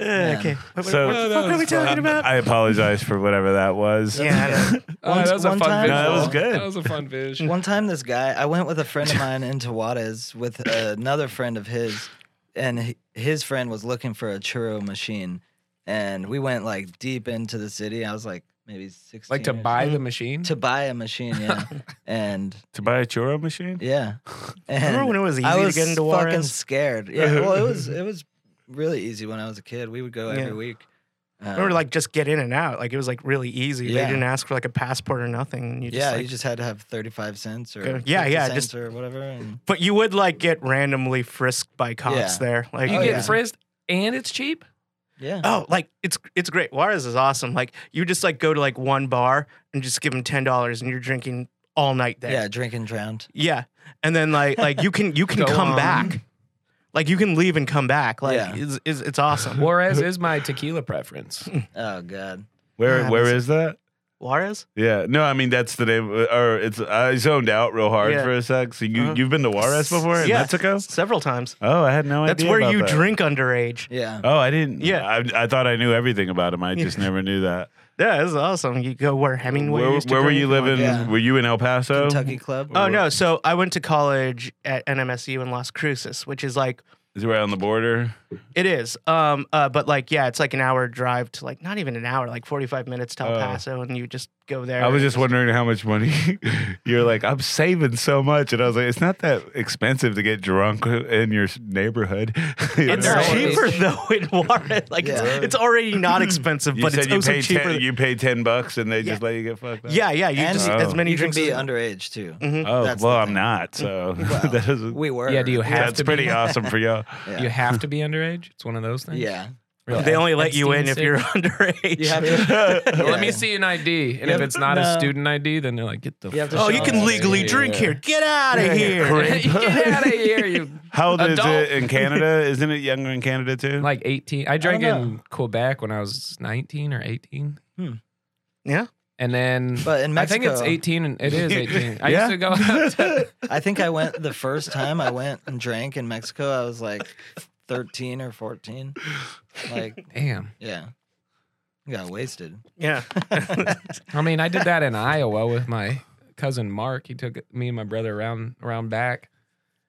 S4: Okay. What,
S3: So-
S4: what the fuck are we talking about?
S3: Um, I apologize for whatever that was.
S4: yeah. I know.
S5: Oh,
S1: Once-
S5: that was a
S1: one
S5: fun
S1: time-
S5: visual.
S1: No,
S3: that was good.
S5: That was a fun visual.
S1: One time, this guy, I went with a friend of mine into Juarez with another friend of his, and h- his friend was looking for a churro machine, and we went like deep into the city. I was like maybe sixteen.
S5: Like to
S1: or something.
S5: buy the machine.
S1: to buy a machine, yeah, and
S3: To buy a churro machine?
S1: yeah. And
S4: Remember when it was
S1: I
S4: easy to
S1: was
S4: get into
S1: fucking
S4: Juarez?
S1: scared. Yeah, well, it was it was really easy when I was a kid. We would go every
S4: Yeah.
S1: week.
S4: I remember
S1: Um,
S4: like just get in and out. Like it was like really easy. They
S1: Yeah.
S4: didn't ask for like a passport or nothing. You just,
S1: yeah,
S4: like-
S1: you just had to have thirty-five cents or
S4: Go- yeah,
S1: 50
S4: yeah,
S1: cents
S4: just-
S1: or whatever. And
S4: but you would like get randomly frisked by cops
S1: Yeah.
S4: there. Like
S5: you
S1: Oh,
S5: get
S1: yeah.
S5: frisked and it's cheap.
S1: yeah,
S4: Oh, like it's it's great. Juarez is awesome. Like you just like go to like one bar and just give them ten dollars and you're drinking all night there.
S1: yeah, drink and drowned.
S4: Yeah. And then like like you can you can
S5: Go
S4: come
S5: on.
S4: back. Like you can leave and come back. Like
S1: Yeah.
S4: it's, it's it's awesome.
S5: Juarez is my tequila preference.
S1: Oh god.
S3: Where
S4: Yeah,
S3: where
S4: that's-
S3: is that?
S4: Juarez?
S3: Yeah. No, I mean that's the name uh, or it's I zoned out real hard
S4: Yeah.
S3: for a sec. So you
S4: Uh-huh.
S3: you've been to Juarez before in
S4: Yeah.
S3: Mexico?
S4: Several times.
S3: Oh, I had no
S4: That's
S3: idea.
S4: where
S3: about
S4: you
S3: that.
S4: drink underage.
S1: Yeah.
S3: Oh, I didn't.
S4: Yeah.
S3: I, I thought I knew everything about him. I just never knew that.
S4: Yeah, it's awesome. You go where Hemingway
S3: where
S4: used to
S3: where were
S4: drink.
S3: you living?
S1: Yeah.
S3: Were you in El Paso?
S1: Kentucky Club.
S4: Oh no! So I went to college at NMSU in Las Cruces, which is like
S3: Is it right on the border?
S4: It is. Um, uh, but like, yeah, it's like an hour drive to like not even an hour, like forty five minutes to El
S3: Oh.
S4: Paso, and you just go there.
S3: I was
S4: and
S3: just wondering how much money you're like. I'm saving so much, and I was like, it's not that expensive to get drunk in your neighborhood. You
S4: It's
S5: No,
S3: know?
S5: cheap.
S4: cheaper though in Juarez. Like
S1: Yeah.
S4: it's, it's already not expensive,
S3: You
S4: but
S3: said
S4: it's
S3: you
S4: also
S3: pay
S4: cheaper.
S3: ten. You pay ten bucks, and they just let you get fucked. Up?
S4: yeah, yeah. You Mm.
S1: And
S4: just
S3: Oh.
S4: as many
S1: You can
S4: drinks.
S1: be
S4: as- Mm-hmm.
S1: underage too.
S3: Oh
S1: That's
S3: well,
S1: the
S3: I'm
S1: thing.
S3: not. So
S1: Well,
S3: that is,
S1: We were.
S5: Yeah, do you have
S3: that's
S5: to
S3: pretty
S5: be,
S3: awesome for y'all.
S1: Yeah.
S5: You have to be underage. It's one of those things.
S1: yeah.
S5: Really?
S4: They only let
S5: That's
S4: you
S5: Steven
S4: in if
S5: Seagal.
S4: you're underage.
S1: You have to.
S5: Well, Let
S1: Yeah.
S5: me see an ID, and
S1: You
S5: if
S1: have-
S5: it's not a
S1: no.
S5: student ID, then they're like, "Get the
S1: You have to
S5: fuck
S4: oh, you
S5: outta
S4: can legally drink here. Get out of here.
S5: Get out of here, you
S3: How old is
S5: Adult.
S3: it in Canada? Isn't it younger in Canada too?
S5: like 18. I drank
S1: don't
S5: in Quebec when I was 19 or 18.
S4: Yeah.
S5: And then
S1: But in Mexico,
S5: I think it's 18 and it is 18. I
S3: Yeah.
S5: used to go out to,
S1: I think I went the first time I went and drank in Mexico. I was like thirteen or fourteen. Like
S5: Damn.
S1: yeah, I got wasted.
S4: Yeah.
S5: I mean, I did that in Iowa with my cousin Mark. He took me and my brother around around back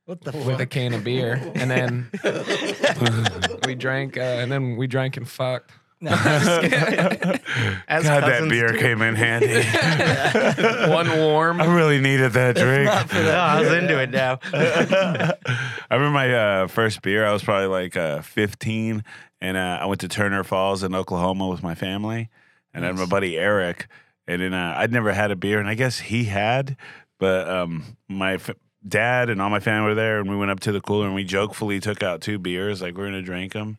S1: What the
S5: with a can of beer. And then we drank uh, and then we drank and fucked.
S4: As
S3: God, that
S4: cousins
S3: beer
S4: do.
S3: came in handy.
S5: One warm.
S3: I really needed that drink.
S4: Oh, I was into it now.
S3: I remember my uh, first beer. I was probably like uh, 15, and uh, I went to Turner Falls in Oklahoma with my family, and I had my buddy Eric, and then uh, I'd never had a beer, and I guess he had, but um, my f- dad and all my family were there, and we went up to the cooler, and we jokefully took out two beers, like we're gonna drink them.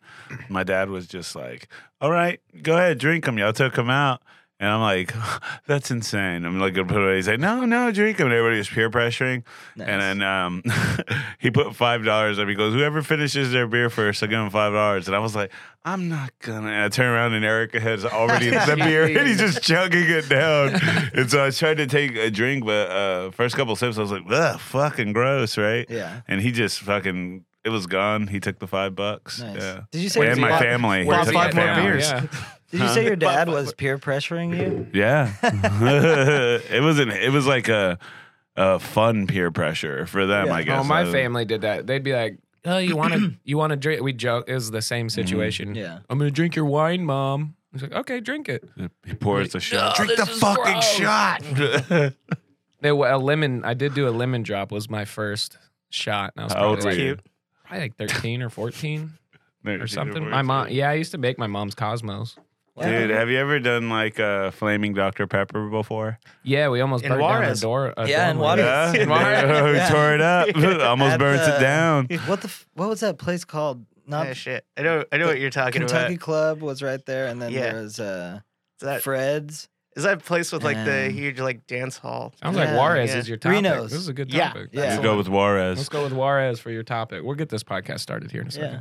S3: My dad was just like, "All right, go ahead, drink them." Y'all took them out. And I'm like, that's insane. I'm like, gonna put away. He's like, no, no, drink them. And everybody was peer pressuring. And then um, he put five dollars up. He goes, "Whoever finishes their beer first, I'll give him five dollars." And I was like, "I'm not gonna." And I turn around and Erica has already the beer, and he's just chugging it down. and so I tried to take a drink, but uh, first couple sips, I was like, "Ugh, fucking gross, right?"
S1: Yeah.
S3: And he just fucking, it was gone. He took the five bucks.
S1: Nice.
S3: Yeah.
S1: Did you say
S3: and
S1: you
S3: my
S1: bought-
S3: family.
S4: Where's
S3: He took
S4: the
S3: my
S4: five more
S3: family.
S4: beers?
S5: Yeah.
S1: Did you say your dad was peer pressuring you?
S3: Yeah, it was an it was like a, a fun peer pressure for them.
S1: Yeah.
S3: I guess.
S5: Oh, my
S3: I-
S5: family did that. They'd be like, "Oh, you want to you want to drink?" We joke is the same situation.
S1: Yeah.
S5: I'm gonna drink your wine, mom. I was like, "Okay, drink it."
S3: He pours the shot.
S5: "No,
S3: Drink
S5: this
S3: the
S5: is
S3: fucking
S5: gross."
S3: shot.
S5: There were a lemon. I did do a lemon drop. Was my first shot. And I was
S3: How old
S5: probably
S3: were
S5: like,
S3: you?
S5: probably like thirteen or fourteen
S3: Dude,
S5: or something. My mom. Yeah, I used to make my mom's Cosmos.
S3: Dude, have you ever done like a flaming Dr. Pepper before?
S5: Yeah, we almost
S4: In
S5: burned down a
S4: Juarez.
S5: door. A
S1: Yeah, in
S5: dorm room.
S1: Juarez.
S3: Yeah.
S5: Why?
S3: we
S1: Yeah.
S3: tore it up. Almost
S1: At
S3: burns
S1: the-
S3: it down.
S1: What the? F- what was that place called? Not
S4: Ah, shit. I know. I know what you're talking
S1: Kentucky
S4: about.
S1: Club was right there, and then
S4: Yeah.
S1: there was uh,
S4: Is that,
S1: Fred's.
S4: is that place with like the
S1: Um,
S4: huge like dance hall?
S5: Sounds
S1: Yeah,
S5: like Juarez
S4: yeah.
S5: is your topic.
S1: Reno's.
S5: This is a good
S4: Yeah,
S5: topic.
S1: yeah.
S5: That's
S3: Let's
S5: the
S3: go
S5: one.
S3: with
S5: Let's
S3: Juarez.
S5: go with Juarez for your topic. We'll get this podcast started here in a second.
S1: Yeah,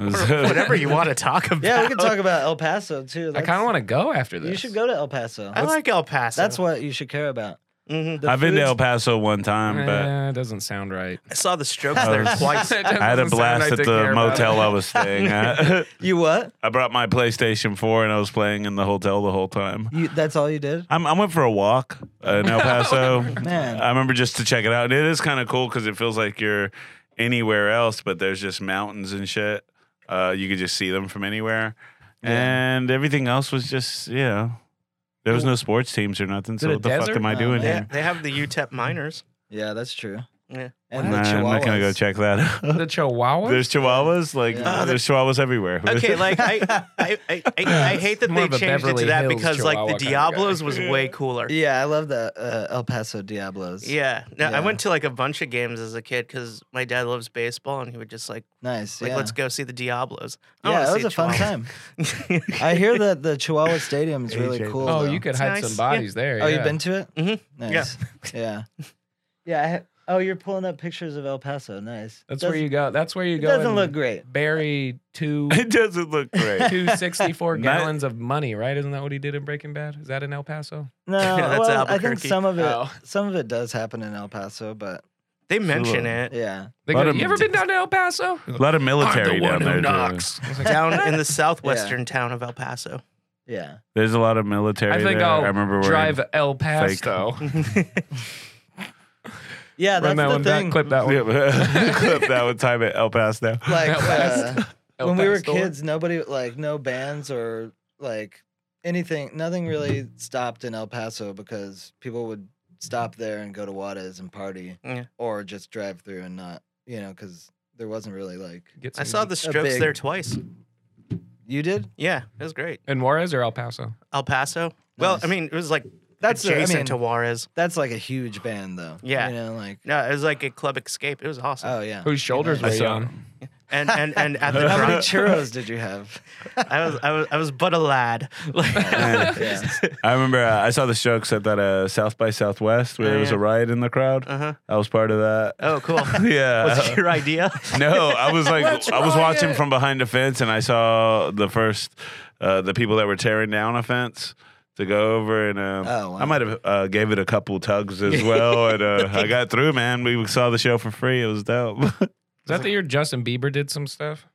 S4: Whatever you want to talk about.
S1: yeah, we could talk about El Paso too.
S5: I kind of want to go after this.
S1: You should go to El Paso.
S4: I like El Paso.
S1: That's what you should care about.
S4: hmm
S1: The
S3: I've been to
S1: food's-
S3: El Paso one time, but
S5: Eh, it doesn't sound right.
S4: I saw the Strokes
S3: Oh,
S4: there
S3: it's-
S4: twice.
S3: I had a blast at the motel I was staying at.
S1: You what?
S3: I brought my PlayStation 4 and I was playing in the hotel the whole time.
S1: You that's all you did?
S3: I'm, I went for a walk uh, in El Paso.
S1: Man.
S3: I remember just to check it out. And it is kind of cool because it feels like you're anywhere else, but there's just mountains and shit. Uh, you could just see them from anywhere. And everything else was just, you know, there was no sports teams or nothing. So
S5: it a
S3: what the fuck
S5: desert?
S3: am I
S1: Oh,
S3: doing
S4: They,
S1: man.
S3: here?
S4: they have the UTEP Miners.
S1: Yeah, that's true.
S4: Yeah.
S1: And
S3: Nah,
S1: the
S3: I'm not going to go
S1: Chihuahuas.
S3: check that out.
S5: The Chihuahua.
S3: there's chihuahuas. Like,
S1: Yeah.
S4: Oh,
S3: there's chihuahuas everywhere.
S4: Okay, like I, I, I, I, I hate that
S5: More
S4: they
S5: of a
S4: changed it
S5: Beverly
S4: to that
S5: Hills
S4: because like
S5: Chihuahua
S4: the
S5: kinda guy.
S4: Diablos was way cooler.
S1: Yeah, I love the uh, El Paso Diablos.
S4: Yeah. No,
S1: Yeah.
S4: I went to like a bunch of games as a kid because my dad loves baseball and he would just like
S1: Nice.
S4: like
S1: yeah.
S4: let's go see the Diablos. I
S1: Yeah,
S4: wanna
S1: it was
S4: see
S1: a fun time.
S4: Chihuahua.
S1: I hear that the Chihuahua Stadium is really
S3: AJ.
S1: cool.
S5: oh,
S1: though.
S5: you could
S4: It's
S5: hide
S4: nice.
S5: some bodies there.
S1: Oh,
S5: yeah. Mm-hmm.
S1: you've been to it?
S4: Mhm.
S1: Nice. Yeah. Yeah. I ha- oh, you're pulling up pictures of El Paso. Nice.
S5: That's
S1: Doesn't-
S5: where you go. That's where you
S1: It
S5: go.
S1: doesn't
S5: and
S1: look great.
S5: Bury two
S3: it doesn't look great.
S5: two sixty four
S3: Not-
S5: gallons of money. Right? Isn't that what he did in Breaking Bad? Is that in El Paso?
S1: No,
S4: that's
S1: well, I think
S4: Albuquerque.
S1: some of it,
S5: Oh.
S1: some of it does happen in El Paso, but
S4: They mention it
S1: yeah,
S5: They
S3: Lot
S5: go,
S3: of-
S5: you ever been down to El Paso?
S3: A lot of military
S5: I'm the one
S3: down
S5: who
S3: there. too.
S5: knocks. I was like,
S4: down in the southwestern town of El Paso.
S1: yeah.
S3: There's a lot of military.
S5: I think
S3: there.
S5: I'll
S3: I remember wearing-
S5: drive El Paso.
S1: Yeah, that's
S5: Run that
S1: the
S5: one
S1: thing.
S5: back. Clip that one.
S3: Yeah, but- clip that would time at El Paso.
S1: Like
S5: El Paso.
S1: uh,
S5: El
S1: when we were
S5: Paso.
S1: kids, nobody like no bands or like anything. Nothing really stopped in El Paso because people would stop there and go to Juarez and party,
S4: Yeah.
S1: or just drive through and not, you know, because there wasn't really like
S5: Get
S4: I
S5: some-
S4: saw the Strokes
S1: big-
S4: there twice.
S1: you did.
S4: Yeah, it was great.
S5: in Juarez or El Paso.
S4: El Paso. Well,
S1: Nice.
S4: I mean, it was like
S1: That's a- I
S4: adjacent
S1: mean-
S4: to Juarez.
S1: That's like a huge band though.
S4: Yeah.
S1: you know, like
S4: No, it was like a club escape. It was awesome.
S1: oh yeah.
S5: Whose shoulders were
S3: I
S5: you
S3: saw-
S5: on?
S4: And and and at the
S1: How many
S4: drunk,
S1: churros did you have?
S4: I was I was I was but a lad. Like,
S1: Yeah.
S3: I remember uh, I saw the Strokes at that uh, South by Southwest where
S4: Oh,
S3: there was
S4: yeah.
S3: a riot in the crowd.
S4: Uh-huh.
S3: I was part of that.
S4: Oh, cool.
S3: Yeah.
S4: Was it your idea?
S3: no, I was like,
S5: Let's
S3: I was
S5: riot.
S3: watching from behind a fence, and I saw the first, uh, the people that were tearing down a fence to go over, and um,
S1: Oh, wow.
S3: I might have uh, gave it a couple tugs as well, and uh, I got through. Man, we saw the show for free. It was dope.
S5: Is that the year Justin Bieber did some stuff?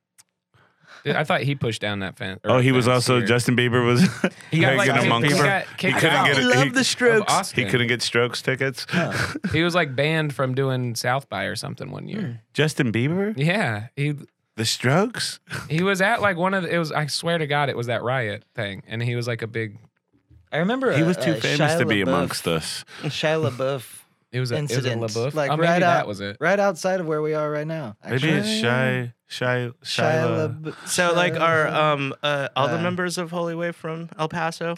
S5: Dude, I thought he pushed down that fence. or
S3: oh, he was
S5: fence
S3: also
S5: here.
S3: Justin Bieber was
S5: He got like
S3: hanging
S5: kicked-
S3: amongst
S5: he
S3: them.
S5: got kicked
S3: couldn't
S5: out
S3: get it. He-
S5: of
S4: Strokes.
S5: Austin.
S3: He couldn't get Strokes tickets.
S1: Huh.
S5: He was like banned from doing South by or something one year.
S3: Justin Bieber,
S5: Yeah, he
S3: the Strokes.
S5: he was at like one of the, it was. I swear to God, it was that riot thing, and he was like a big.
S1: I remember
S3: He
S1: uh,
S3: was too
S1: uh,
S3: famous to
S1: Shia
S3: be
S1: LaBeouf-
S3: amongst us.
S1: Shia LaBeouf
S5: It was a
S1: incident,
S5: It was a LaBeouf.
S1: like
S5: oh, maybe
S1: right
S5: that
S1: out-
S5: was it.
S1: right outside of where we are right now.
S3: Maybe it's shy, shy, Shia.
S1: um, Shia LaBeouf.
S4: So like our um uh, all the
S1: Uh,
S4: members of Holy Way from El Paso.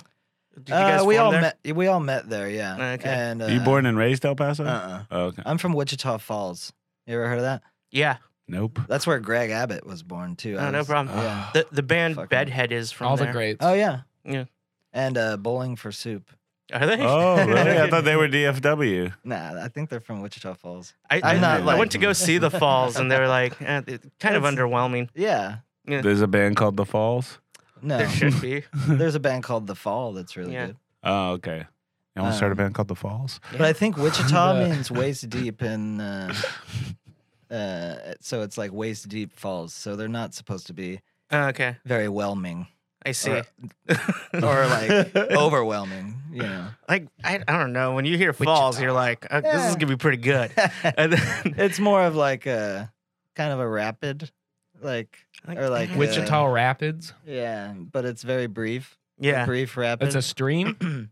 S4: Did you
S1: Uh, we
S4: form
S1: all
S4: there? Ah,
S1: met. We all met there. Yeah.
S4: Okay.
S1: And uh,
S3: you born and raised El Paso?
S1: Uh-uh.
S3: Oh, okay.
S1: I'm from Wichita Falls. You ever heard of that?
S4: Yeah,
S3: Nope.
S1: That's where Greg Abbott was born too. I
S4: Oh, no, no
S1: was-
S4: problem.
S1: Yeah.
S4: The the band
S1: Fucking-
S4: Bedhead is from
S5: All
S4: there.
S5: the greats.
S1: Oh yeah.
S4: Yeah.
S1: And uh, Bowling for Soup.
S4: Are they?
S3: Oh, really? I thought they were DFW.
S1: Nah, I think they're from Wichita Falls.
S4: I,
S1: I'm
S4: I-
S1: not
S4: I
S1: like-
S4: went to go see the falls, and they were like, eh, it- kind of
S1: That's-
S4: underwhelming.
S1: Yeah.
S3: There's a band called The Falls.
S1: No.
S4: There should be.
S1: There's a band called The Fall that's really
S4: Yeah.
S1: good.
S3: Oh, okay. You want to
S1: Uh.
S3: start a band called The Falls?
S1: But I think Wichita
S5: The-
S1: means waist deep in. Uh, uh, so it's like waist deep falls. So they're not supposed to be
S4: Oh, okay,
S1: very whelming
S4: I see.
S1: or like overwhelming. You know,
S4: Like I, I don't know. When you hear falls, you're like, oh, this
S1: Yeah.
S4: is gonna be pretty good. And then,
S1: it's more of like a kind of a rapid, like or like uh,
S5: Wichita Rapids.
S1: yeah, but it's very brief.
S4: yeah.
S1: brief rapid.
S5: It's a stream.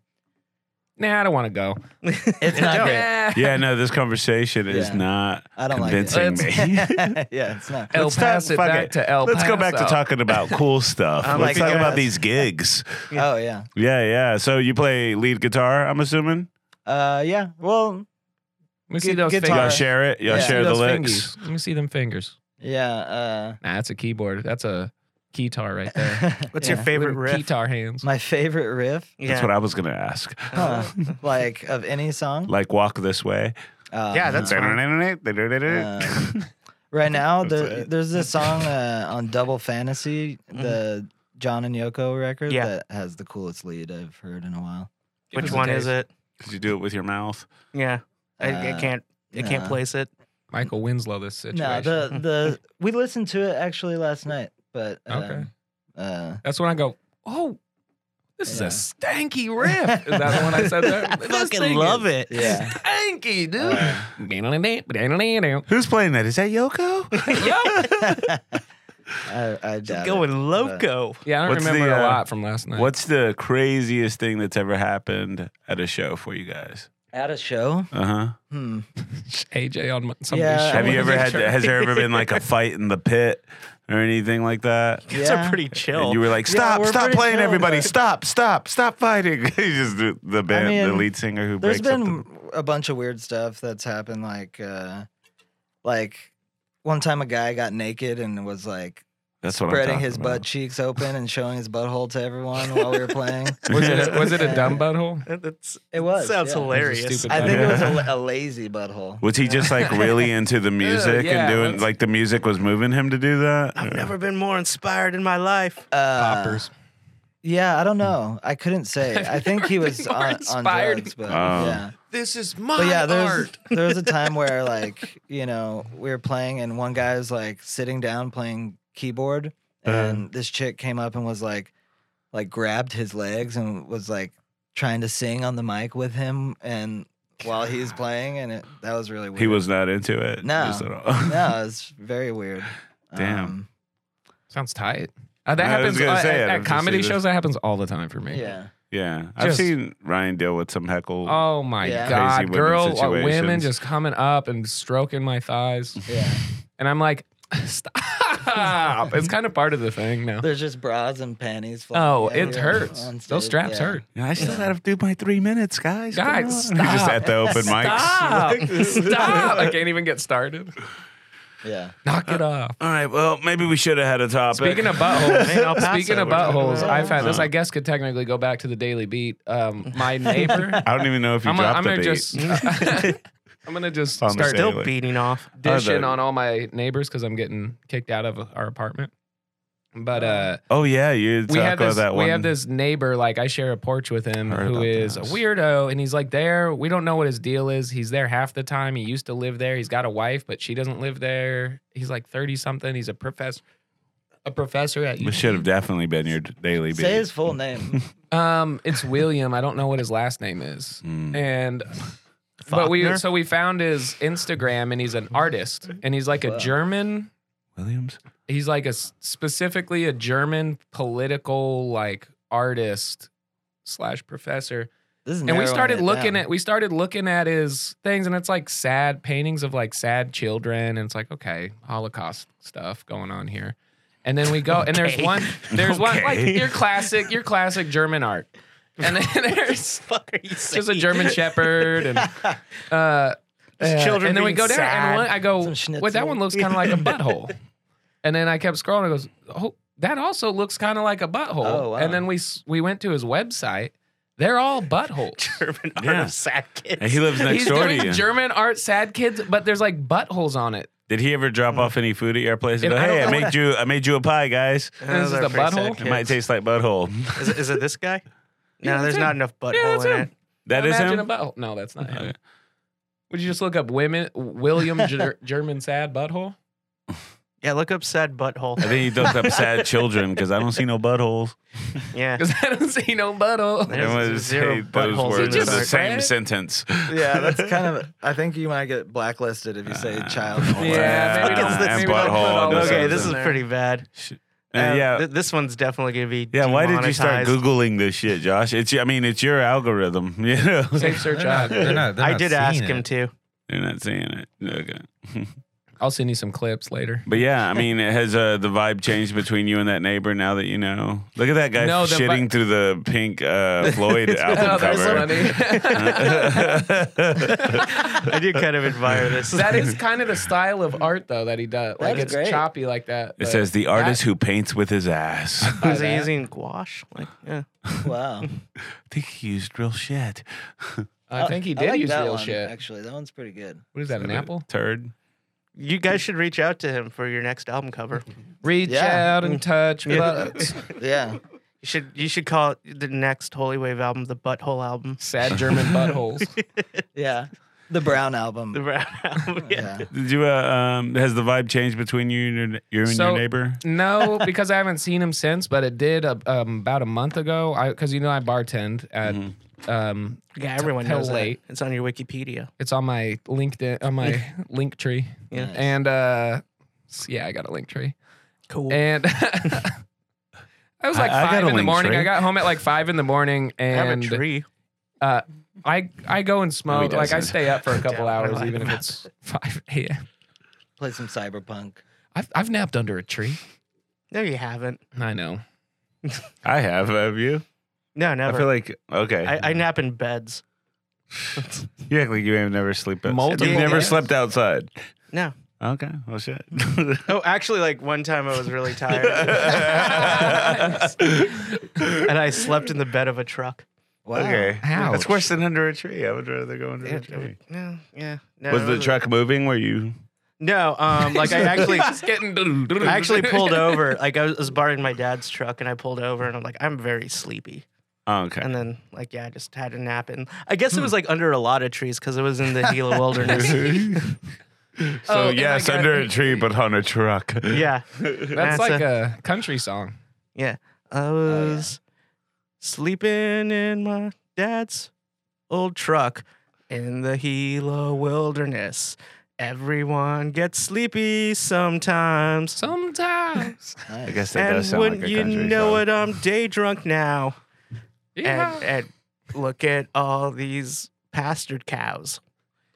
S5: nah, I don't want to go. Eh.
S1: It's not great.
S5: Yeah.
S3: Yeah, no, this conversation is
S1: Yeah.
S3: not
S1: I don't like it.
S3: convincing me.
S1: yeah, it's not.
S5: El
S3: Let's talk-
S5: Paso
S3: fuck
S5: back
S3: it.
S5: to El
S3: Let's go back to
S5: Paso.
S3: talking about cool stuff.
S4: I'm
S3: Let's
S4: like,
S3: talk about
S4: yes.
S3: these gigs.
S1: Oh yeah.
S3: Yeah, yeah. So you play lead guitar, I'm assuming.
S1: Uh yeah. Well,
S5: Let me see
S1: Gu-
S5: those
S1: guitar.
S3: Y'all
S1: Uh,
S5: fingers.
S3: share it. Y'all
S1: yeah.
S3: share
S5: See
S3: the
S5: those
S3: licks.
S5: fingies. Let me see them fingers.
S1: yeah.
S5: Nah, that's a keyboard. That's a guitar right there.
S1: Uh,
S4: What's
S1: yeah.
S4: your favorite
S5: Little
S4: riff?
S5: Guitar hands.
S1: My favorite riff,
S4: yeah.
S3: That's what I was gonna ask.
S1: huh, like of any song.
S3: Like walk this way.
S1: Uh,
S4: Yeah, that's fine.
S1: Um, right now.
S3: That's
S1: There,
S3: it.
S1: there's this song uh, on Double Fantasy, the John and Yoko record,
S4: Yeah.
S1: that has the coolest lead I've heard in a while.
S4: Which one is it?
S3: Could you do it with your mouth?
S4: Yeah, I, I
S1: Uh,
S4: can't. I can't
S1: nah.
S4: place it.
S5: Michael Winslow. This situation.
S1: No, the the we listened to it actually last night, but um,
S5: Okay.
S1: Uh,
S5: That's when I go, oh, this
S1: Yeah.
S5: is a stanky riff. Is that the one I said there?
S4: I fucking love it.
S1: yeah.
S5: Stanky, dude.
S1: Uh,
S3: Who's playing that? Is that Yoko?
S5: Yup.
S1: I, I doubt it.
S4: Going loco.
S5: Yeah, I don't
S3: What's the,
S5: remember a
S3: uh,
S5: lot from last night.
S3: What's the craziest thing that's ever happened at a show for you guys?
S1: At a show?
S3: Uh huh.
S1: Hmm.
S5: AJ on my- somebody's
S1: Yeah.
S5: show?
S3: Have you
S1: wanna
S3: ever
S1: make
S3: had?
S1: sure.
S3: Has there ever been like a fight in the pit or anything like that?
S4: It's
S1: Yeah.
S4: a pretty
S3: And
S4: chill.
S3: you were like,
S1: Yeah,
S3: "Stop!
S1: we're
S3: stop
S1: pretty
S3: playing,
S1: chill,
S3: everybody!
S1: but-
S3: Stop! Stop! Stop fighting!" He's just the, the band, the
S1: mean,
S3: lead singer who
S1: There's
S3: breaks up.
S1: been a bunch of weird stuff that's happened. Like, uh, like one time a guy got naked and was like
S3: the, that's what I'm
S1: spreading
S3: talking
S1: his
S3: about.
S1: butt cheeks open and showing his butthole to everyone while we were playing.
S5: Was it, was it a
S1: Yeah.
S5: dumb butthole?
S4: That's
S1: It was.
S4: sounds
S1: yeah.
S4: hilarious.
S5: stupid
S1: I think it was
S3: Yeah.
S1: a, a lazy butthole.
S3: Was he just like really into the music
S5: yeah,
S3: and doing
S5: that's-
S3: like the music was moving him to do that?
S4: I've never been more inspired in my life.
S1: Uh,
S5: Poppers.
S1: Yeah,
S5: Hmm.
S1: I don't know. I couldn't say. I think he was
S5: more
S1: on, on
S5: inspired.
S1: drugs, but
S3: Oh.
S1: yeah.
S5: This is my
S1: But yeah, there's there was a time where like you know we were playing and one guy was like sitting down playing keyboard
S5: Uh-huh.
S1: and this chick came up and was like like grabbed his legs and was like trying to sing on the mic with him and while he was playing and it, that was really weird.
S3: He was not into it.
S1: No.
S3: just at all.
S1: no, it was very weird.
S3: Damn.
S1: Um,
S5: Sounds tight. Uh, that
S3: I was
S5: happens
S3: gonna
S5: uh,
S3: say, I
S5: at,
S3: don't
S5: at
S3: see
S5: comedy
S3: this.
S5: shows. That happens all the time for me.
S1: yeah.
S3: yeah, I've
S5: Just-
S3: seen Ryan deal with some heckle.
S5: Oh my
S1: Yeah.
S5: god,
S3: Crazy women
S5: girl, uh, women
S3: situations.
S5: just coming up and stroking my thighs,
S1: Yeah.
S5: and I'm like, stop. it's kind of part of the thing now.
S1: There's just bras and panties flying.
S5: Oh, it
S1: everywhere
S5: hurts.
S1: on stage,
S5: Those straps
S1: yeah.
S5: hurt.
S3: Yeah, I still gotta do my three minutes, guys. Come
S5: Guys,
S3: on. just
S5: stop.
S3: at the open mics.
S5: Stop! Stop! I can't even get started.
S1: Yeah.
S5: Knock it off.
S3: All right, well, maybe we should have had a topic.
S5: Speaking of buttholes,
S4: Oh, Man, El Paso,
S5: speaking of
S4: we're talking
S5: buttholes,
S4: about-
S5: I've had this.
S3: Oh.
S5: I guess could technically go back to the Daily Beat. Um, my neighbor.
S3: I don't even know if you
S5: I'm gonna,
S3: dropped
S5: I'm
S3: the
S5: gonna
S3: beat.
S5: just. I'm gonna just
S3: On the
S5: start
S3: same.
S4: Still
S3: Anyway.
S4: beating off.
S5: dishing
S3: the-
S5: on all my neighbors because I'm getting kicked out of our apartment. But uh,
S3: oh yeah, you
S5: we
S3: talk
S5: have
S3: about
S5: this
S3: that one.
S5: we have this neighbor like I share a porch with him
S3: Heard
S5: who
S3: about
S5: is
S3: this.
S5: a weirdo and he's like there we don't know what his deal is he's there half the time he used to live there he's got a wife but she doesn't live there he's like 30 something he's a professor a professor at
S3: This should have definitely been your daily beat.
S1: Say his full name.
S5: um it's William I don't know what his last name is
S3: Mm.
S5: and but we
S4: Faulkner?
S5: so we found his Instagram and he's an artist and he's like a
S1: Wow.
S5: German
S3: Williams.
S5: he's like a s- specifically a German political like artist slash professor.
S1: This is
S5: And we
S1: narrowing
S5: started
S1: it
S5: looking
S1: down.
S5: at we started looking at his things and it's like sad paintings of like sad children and it's like okay, Holocaust stuff going on here. And then we go and there's
S4: Okay.
S5: one there's one like
S3: Okay.
S5: your classic your classic German art. And then there's
S4: Fuck are you
S5: just a
S4: saying?
S5: German shepherd and uh
S4: Just
S5: uh,
S4: children
S5: and then we
S4: being
S5: go down and
S4: sad.
S5: one, I go
S1: Some
S5: wait that
S1: schnitzel.
S5: one looks kind of like a butthole and then I kept scrolling I goes oh that also looks kind of like a butthole
S1: Oh, wow.
S5: and then we s- we went to his website they're all buttholes
S4: German art
S3: Yeah.
S4: of sad kids.
S3: And he lives next
S5: he's
S3: door to
S5: doing
S3: you.
S5: German art sad kids but there's like buttholes on it
S3: Did he ever drop off any food at your place? And
S5: If
S3: go,
S5: I don't
S3: hey, I
S5: know-
S3: made you, I made you a pie, guys.
S5: This is
S4: Another
S5: the
S4: pretty sad
S5: butthole?
S4: kid.
S3: It might taste like butthole.
S4: Is, it- is it this guy?
S5: Yeah,
S4: no,
S5: that's
S4: there's
S5: him.
S4: not enough butthole
S5: that's
S4: in
S5: him.
S4: it.
S3: That is him.
S5: imagine
S3: Oh,
S5: a butthole no that's not him
S3: Okay.
S5: would you just look up women William Ger- German sad butthole
S4: Yeah, look up sad butthole.
S3: I think he looked up sad children because I don't see no buttholes.
S4: yeah.
S5: because I don't see no butthole
S4: There's
S3: Everyone would
S4: zero
S3: say those
S4: buttholes in
S3: words in
S5: this
S3: the
S5: art.
S3: same
S5: Right?
S3: sentence.
S1: Yeah, that's kind of. I think you might get blacklisted if you say child.
S5: Yeah, maybe
S3: Uh,
S5: don't-
S3: and
S5: maybe don't put
S3: butthole
S5: all
S3: in the
S5: those
S4: Okay,
S3: sentence.
S4: this is pretty bad.
S3: Sh- Uh, yeah.
S4: th- this one's definitely gonna be.
S3: yeah, why did you start
S4: demonetized.
S3: googling this shit, Josh? It's I mean, it's your algorithm, you know.
S5: Safe search out.
S4: I did ask him to.
S3: You're not seeing it. Okay.
S5: I'll send you some clips later.
S3: But yeah, I mean, it has uh, the vibe changed between you and that neighbor now that you know? Look at that guy
S5: No, the
S3: shitting
S5: vi-
S3: through the pink uh, Floyd album
S5: Oh, that's
S3: cover.
S5: funny.
S4: I did kind of admire this.
S5: that is kind of the style of art though that he does. Like
S1: That's
S5: it's
S1: great.
S5: choppy like that.
S3: It says the artist who paints with his ass. I
S4: Was he
S5: that.
S4: using gouache? Like, yeah.
S1: Wow.
S3: think he used real shit.
S5: I think he
S1: I
S5: did
S1: like
S5: use
S1: that
S5: real
S1: one,
S5: shit.
S1: Actually, that one's pretty good.
S5: What is that? An apple?
S3: Uh, Turd.
S4: You guys should reach out to him for your next album cover.
S5: Reach
S1: Yeah.
S5: out and touch me.
S1: Yeah.
S4: You should you should call it the next Holy Wave album the Butthole album.
S5: Sad German buttholes.
S1: Yeah. The Brown album.
S4: The rap album.
S1: yeah.
S4: Yeah.
S3: Did you, uh, um, has the vibe changed between you and your, you and
S5: So-
S3: your neighbor?
S5: no, because I haven't seen him since, but it did uh, um, about a month ago. I because you know I bartend at.
S3: Mm-hmm.
S5: Um,
S4: Yeah, everyone
S5: Till
S4: knows that.
S5: late.
S4: It's on your Wikipedia.
S5: it's on my LinkedIn, on my link tree,
S4: Yeah.
S1: Nice.
S5: and uh, s- yeah, I got a link tree,
S4: Cool.
S5: and I was like
S3: I- I got
S5: five
S3: a
S5: in the
S3: link
S5: morning.
S3: tree.
S5: I got home at like five in the morning,
S4: I have a
S5: and
S4: tree.
S5: uh, I I go and smoke. Like I
S3: doesn't.
S5: stay up for a couple
S4: Damn, I
S5: hours,
S4: lied
S5: even if
S4: about
S5: it's five a.m.
S1: Play some cyberpunk.
S5: I've I've napped under a tree.
S4: No, you haven't.
S5: I know.
S3: I have. Have you?
S4: No, never.
S3: I feel like, okay.
S4: I, I nap in beds.
S3: you act like you have never slept outside.
S5: Multiple
S3: You've never
S5: days.
S3: slept outside.
S4: No.
S3: Okay. Well, shit.
S4: Oh, actually, like one time I was really tired
S3: okay.
S4: and I slept in the bed of a truck.
S1: Wow.
S3: That's worse than under a tree. I would rather go under a tree.
S4: No, yeah. No,
S3: Was
S4: it
S3: the truck moving? Were you?
S4: No, um, like I actually.
S5: Just getting.
S4: I actually pulled over. Like I was, I was borrowing my dad's truck, and I pulled over, and I'm like, I'm very sleepy.
S3: Oh, okay.
S4: And then, like, yeah, I just had a nap, and I guess it was like under a lot of trees because it was in the Gila wilderness.
S3: so
S5: Oh, and
S3: yes,
S5: like
S3: under
S5: a-
S3: a tree, but on a truck.
S4: yeah,
S5: That's
S4: That's
S5: like a country song.
S4: yeah. I was sleeping in my dad's old truck in the Gila wilderness. Everyone gets sleepy sometimes.
S5: Sometimes.
S1: Nice.
S3: I guess that
S4: and
S3: does sound
S4: wouldn't
S3: like a
S4: you
S3: country
S4: know
S3: song.
S4: it, I'm day drunk now.
S5: Yeah.
S4: And, and look at all these pastured cows.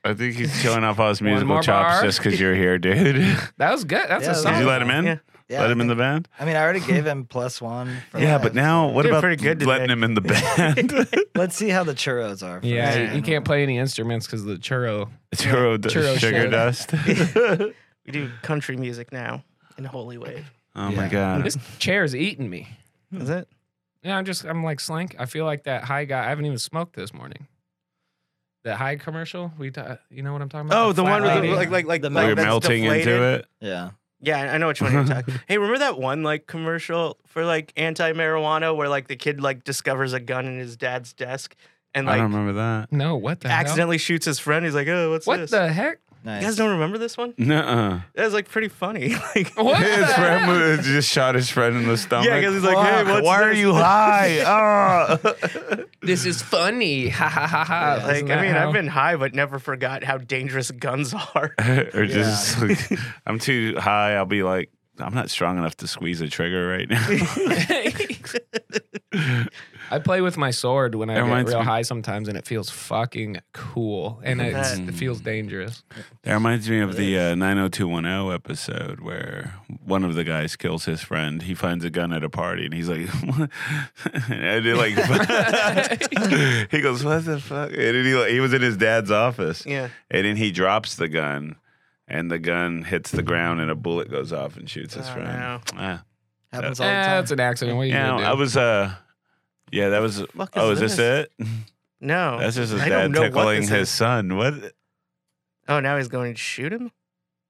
S3: I think he's showing off all his
S5: One
S3: musical
S5: more
S3: chops
S5: bar.
S3: just because you're here, dude. Did
S5: that was good. That's
S1: Yeah,
S5: a
S1: that
S5: song.
S1: was-
S3: you let him in?
S4: Oh, Yeah.
S1: Yeah,
S3: let
S1: I
S3: him in the
S1: think-
S3: band.
S1: I mean, I already gave him plus one. for
S3: Yeah,
S1: that.
S3: but now what
S4: Doing
S3: about
S4: pretty good
S3: letting
S4: today.
S3: him in the band?
S1: let's see how the churros are. first,
S5: yeah,
S1: you
S5: you
S1: know?
S5: can't play any instruments because the churro.
S3: Churro, d-
S5: Churro
S3: sugar
S5: shit.
S3: dust.
S4: We do country music now in Holy Wave.
S3: oh
S1: Yeah.
S3: my god.
S5: This chair's eating me.
S4: Is it?
S5: Yeah, I'm just, I'm like slank. I feel like that high guy. I haven't even smoked this morning. That high commercial, we, ta you know what I'm talking about?
S4: Oh, the one with
S5: flat
S4: the,
S1: lady.
S5: lady.
S4: like, like, like
S1: The
S4: like
S1: Oh,
S3: We're
S1: that's
S3: melting
S4: deflated.
S3: into it.
S1: Yeah.
S4: Yeah, I know which one you're talking. hey, remember that one like commercial for like anti-marijuana where like the kid like discovers a gun in his dad's desk and
S3: I don't
S4: like
S3: remember that.
S5: No, what the hell?
S4: accidentally shoots his friend. He's like, oh, what's
S5: What
S4: this?
S5: the heck?
S1: Nice.
S4: you guys don't remember this one?
S3: Nuh-uh.
S4: That was like pretty funny. like,
S5: What the
S3: His friend
S5: heck?
S3: was- just shot his friend in the stomach.
S4: Yeah, 'cause he's like, hey,
S3: Fuck,
S4: what's
S3: why are
S4: this?
S3: you high? Ah.
S5: This is funny. Ha ha ha ha.
S4: like
S5: Isn't
S4: I
S5: that
S4: mean,
S5: how-
S4: I've been high, but never forgot how dangerous guns are.
S3: or just like, I'm too high. I'll be like, I'm not strong enough to squeeze a trigger right now.
S5: I play with my sword when I
S3: That
S5: get
S3: reminds
S5: real
S3: me-
S5: high sometimes, and it feels fucking cool, and it's, it feels dangerous.
S3: that reminds me of the uh, 90210 episode where one of the guys kills his friend. He finds a gun at a party and he's like, what? and I did like, he goes, what the fuck? And then he, like, he was in his dad's office.
S4: yeah.
S3: And then he drops the gun. And the gun hits the ground, and a bullet goes off and shoots his
S4: Oh,
S3: friend.
S4: no.
S3: Ah.
S1: Happens
S5: Eh,
S1: all the time.
S5: that's an accident. What are you
S3: Yeah,
S5: gonna do?
S3: I was. uh Yeah, that was.
S4: fuck
S3: oh,
S4: is
S3: is this it?
S4: this? No.
S3: That's just his
S4: I
S3: dad
S4: don't know what
S3: tickling
S4: this
S3: his
S4: is.
S3: son. What?
S4: Oh, now he's going to shoot him.